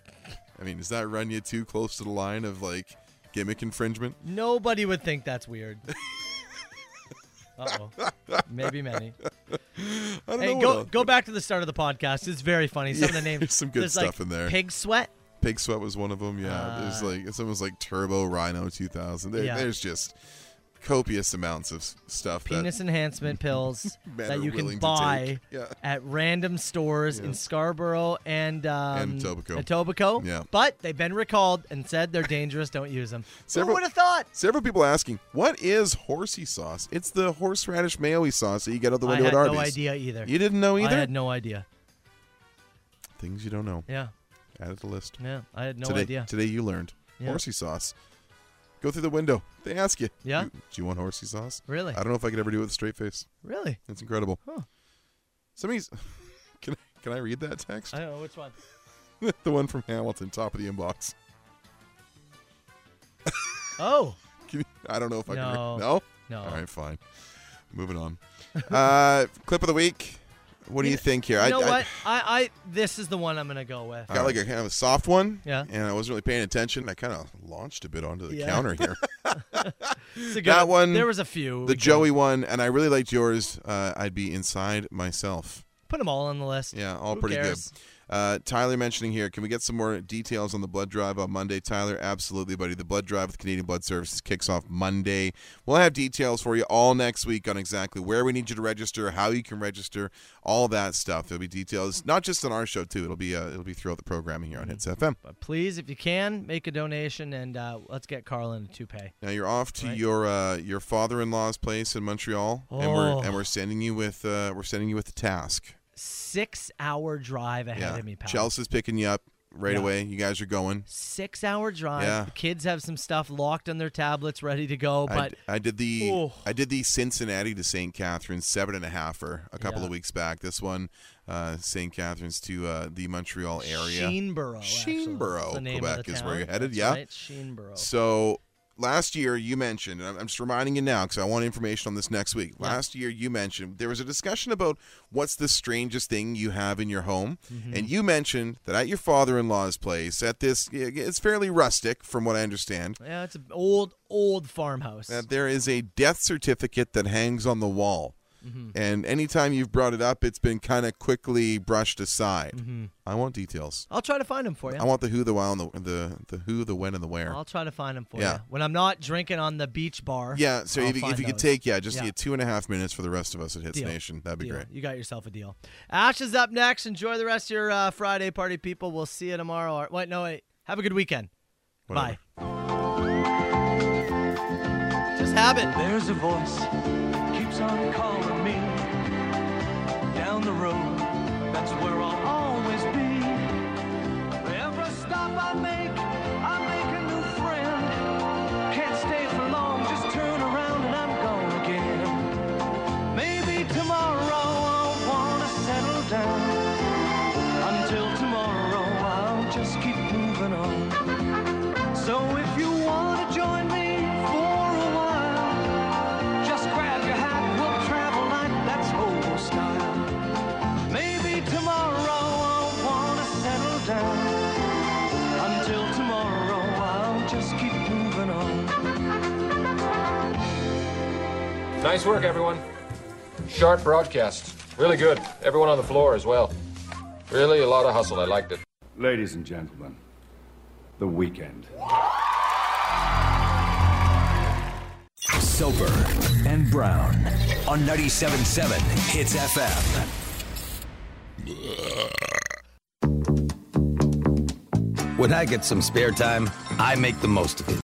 S5: I mean, does that run you too close to the line of like gimmick infringement?
S4: Nobody would think that's
S5: [laughs]
S4: weird. Uh oh. Maybe many.
S5: don't
S4: hey,
S5: know what
S4: go
S5: else-
S4: go back to the start of the podcast. It's very funny. Some of the
S5: Yeah,
S4: names.
S5: there's [laughs] some good
S4: there's,
S5: stuff
S4: like,
S5: in there.
S4: Pig sweat.
S5: Pig Sweat was one of them. Yeah. there's
S4: Ah.
S5: like, it's almost like Turbo Rhino 2000. There,
S4: Yeah.
S5: There's just copious amounts of s- stuff. that-
S4: penis enhancement pills
S5: [laughs] Men
S4: that
S5: are
S4: you can
S5: willing to
S4: buy
S5: take. Yeah.
S4: at random stores in Scarborough and um,
S5: And Etobicoke.
S4: Etobicoke.
S5: Yeah.
S4: But they've been recalled and said they're dangerous. Don't use
S5: [laughs]
S4: them.
S5: Several-
S4: Who would have thought?
S5: Several people asking, what is horsey sauce? It's the horseradish mayo sauce that you get out the
S4: I
S5: window
S4: had
S5: at
S4: no
S5: Arby's.
S4: idea either.
S5: You didn't know either?
S4: I had no idea.
S5: Things you don't know.
S4: Yeah.
S5: Added to the list.
S4: Yeah, I had no
S5: today,
S4: idea.
S5: Today you learned
S4: Yeah.
S5: horsey sauce. Go through the window. They ask you.
S4: Yeah?
S5: "You- Do you want horsey sauce?
S4: Really?
S5: I don't know if I could ever do it with a straight face.
S4: Really?
S5: It's incredible.
S4: Huh.
S5: Somebody's. [laughs] Can I, can I read that text?
S4: I don't know which one.
S5: [laughs] the one from Hamilton, top of the inbox. [laughs]
S4: Oh.
S5: Can you- I don't know if I can.
S4: No.
S5: Read, no.
S4: No.
S5: All right, fine. Moving on.
S4: [laughs]
S5: uh, clip of the week. What do you think here?
S4: You know
S5: I,
S4: what? I, I this is the one I'm gonna go with.
S5: I got like a kind of a soft one.
S4: Yeah.
S5: And I wasn't really paying attention. I kind of launched a bit onto the
S4: Yeah. [laughs]
S5: counter here.
S4: It's a good
S5: that one.
S4: There was a few.
S5: The
S4: again.
S5: Joey one, and I really liked yours. Uh, I'd be inside myself.
S4: Put them all on the list.
S5: Yeah, all
S4: Who
S5: pretty
S4: cares?
S5: good. Uh, Tyler mentioning here, can we get some more details on the blood drive on Monday, Tyler? Absolutely, buddy. The blood drive with Canadian Blood Services kicks off Monday. We'll have details for you all next week on exactly where we need you to register, how you can register, all that stuff. There'll be details, not just on our show too. It'll be uh, it'll be throughout the programming here on Hits FM.
S4: But please, if you can, make a donation and uh, let's get Carlin a toupee.
S5: Now you're off to your uh, your father-in-law's place in Montreal, and
S4: Oh.
S5: we're and we're sending you with uh, we're sending you with the task.
S4: Six hour drive ahead of me, pal.
S5: Chelsea's picking you up right
S4: Yeah.
S5: away. You guys are going.
S4: Six hour drive.
S5: Yeah.
S4: The kids have some stuff locked on their tablets, ready to go.
S5: I
S4: But
S5: d- I, did the
S4: Ooh.
S5: I did the Cincinnati to St. Catharines seven and a halfer a couple
S4: Yeah.
S5: of weeks back. This one, uh, St. Catharines to uh, the Montreal area.
S4: Sheenborough. actually, is
S5: Sheenborough,
S4: the name of
S5: Quebec
S4: the
S5: is where
S4: town.
S5: you're headed.
S4: That's
S5: yeah,
S4: right, Sheenborough.
S5: So last year you mentioned, and I'm, I'm just reminding you now because I want information on this next week. Last year you mentioned there was a discussion about what's the strangest thing you have in your home,
S4: Mm-hmm.
S5: and you mentioned that at your father-in-law's place, at this, it's fairly rustic from what I understand.
S4: yeah, it's an old, old farmhouse.
S5: That there is a death certificate that hangs on the wall.
S4: Mm-hmm.
S5: And anytime you've brought it up, it's been kind of quickly brushed aside.
S4: Mhm.
S5: I want details.
S4: I'll try to find them for you.
S5: I want the who, the why, and the, the the who, the when, and the where.
S4: I'll try to find them for
S5: Yeah.
S4: you. When I'm not drinking on the beach bar.
S5: yeah. So
S4: I'll
S5: if, you- if
S4: find
S5: you could
S4: those.
S5: take yeah, just yeah. two and a half minutes for the rest of us at Hits
S4: Deal.
S5: Nation, that'd be
S4: Deal.
S5: great.
S4: You got yourself a deal. Ash is up next. Enjoy the rest of your uh, Friday party, people. We'll see you tomorrow. Or, wait, no, wait. Have a good weekend. Bye. Just have it.
S9: There's a voice keeps on calling me down the road. That's where I'll always be. Every stop I make, I make a new friend. Can't stay for long, just turn around and I'm gone again. Maybe tomorrow I'll wanna settle down. Until tomorrow I'll just keep moving on. So if you wanna join me for a while, just grab your hat, we'll travel.
S21: Nice work, everyone. Sharp broadcast. Really good. Everyone on the floor as well. Really a lot of hustle. I liked it.
S22: Ladies and gentlemen, the weekend.
S3: Soper and Brown on 97.7 Hits FM.
S23: When I get some spare time, I make the most of it.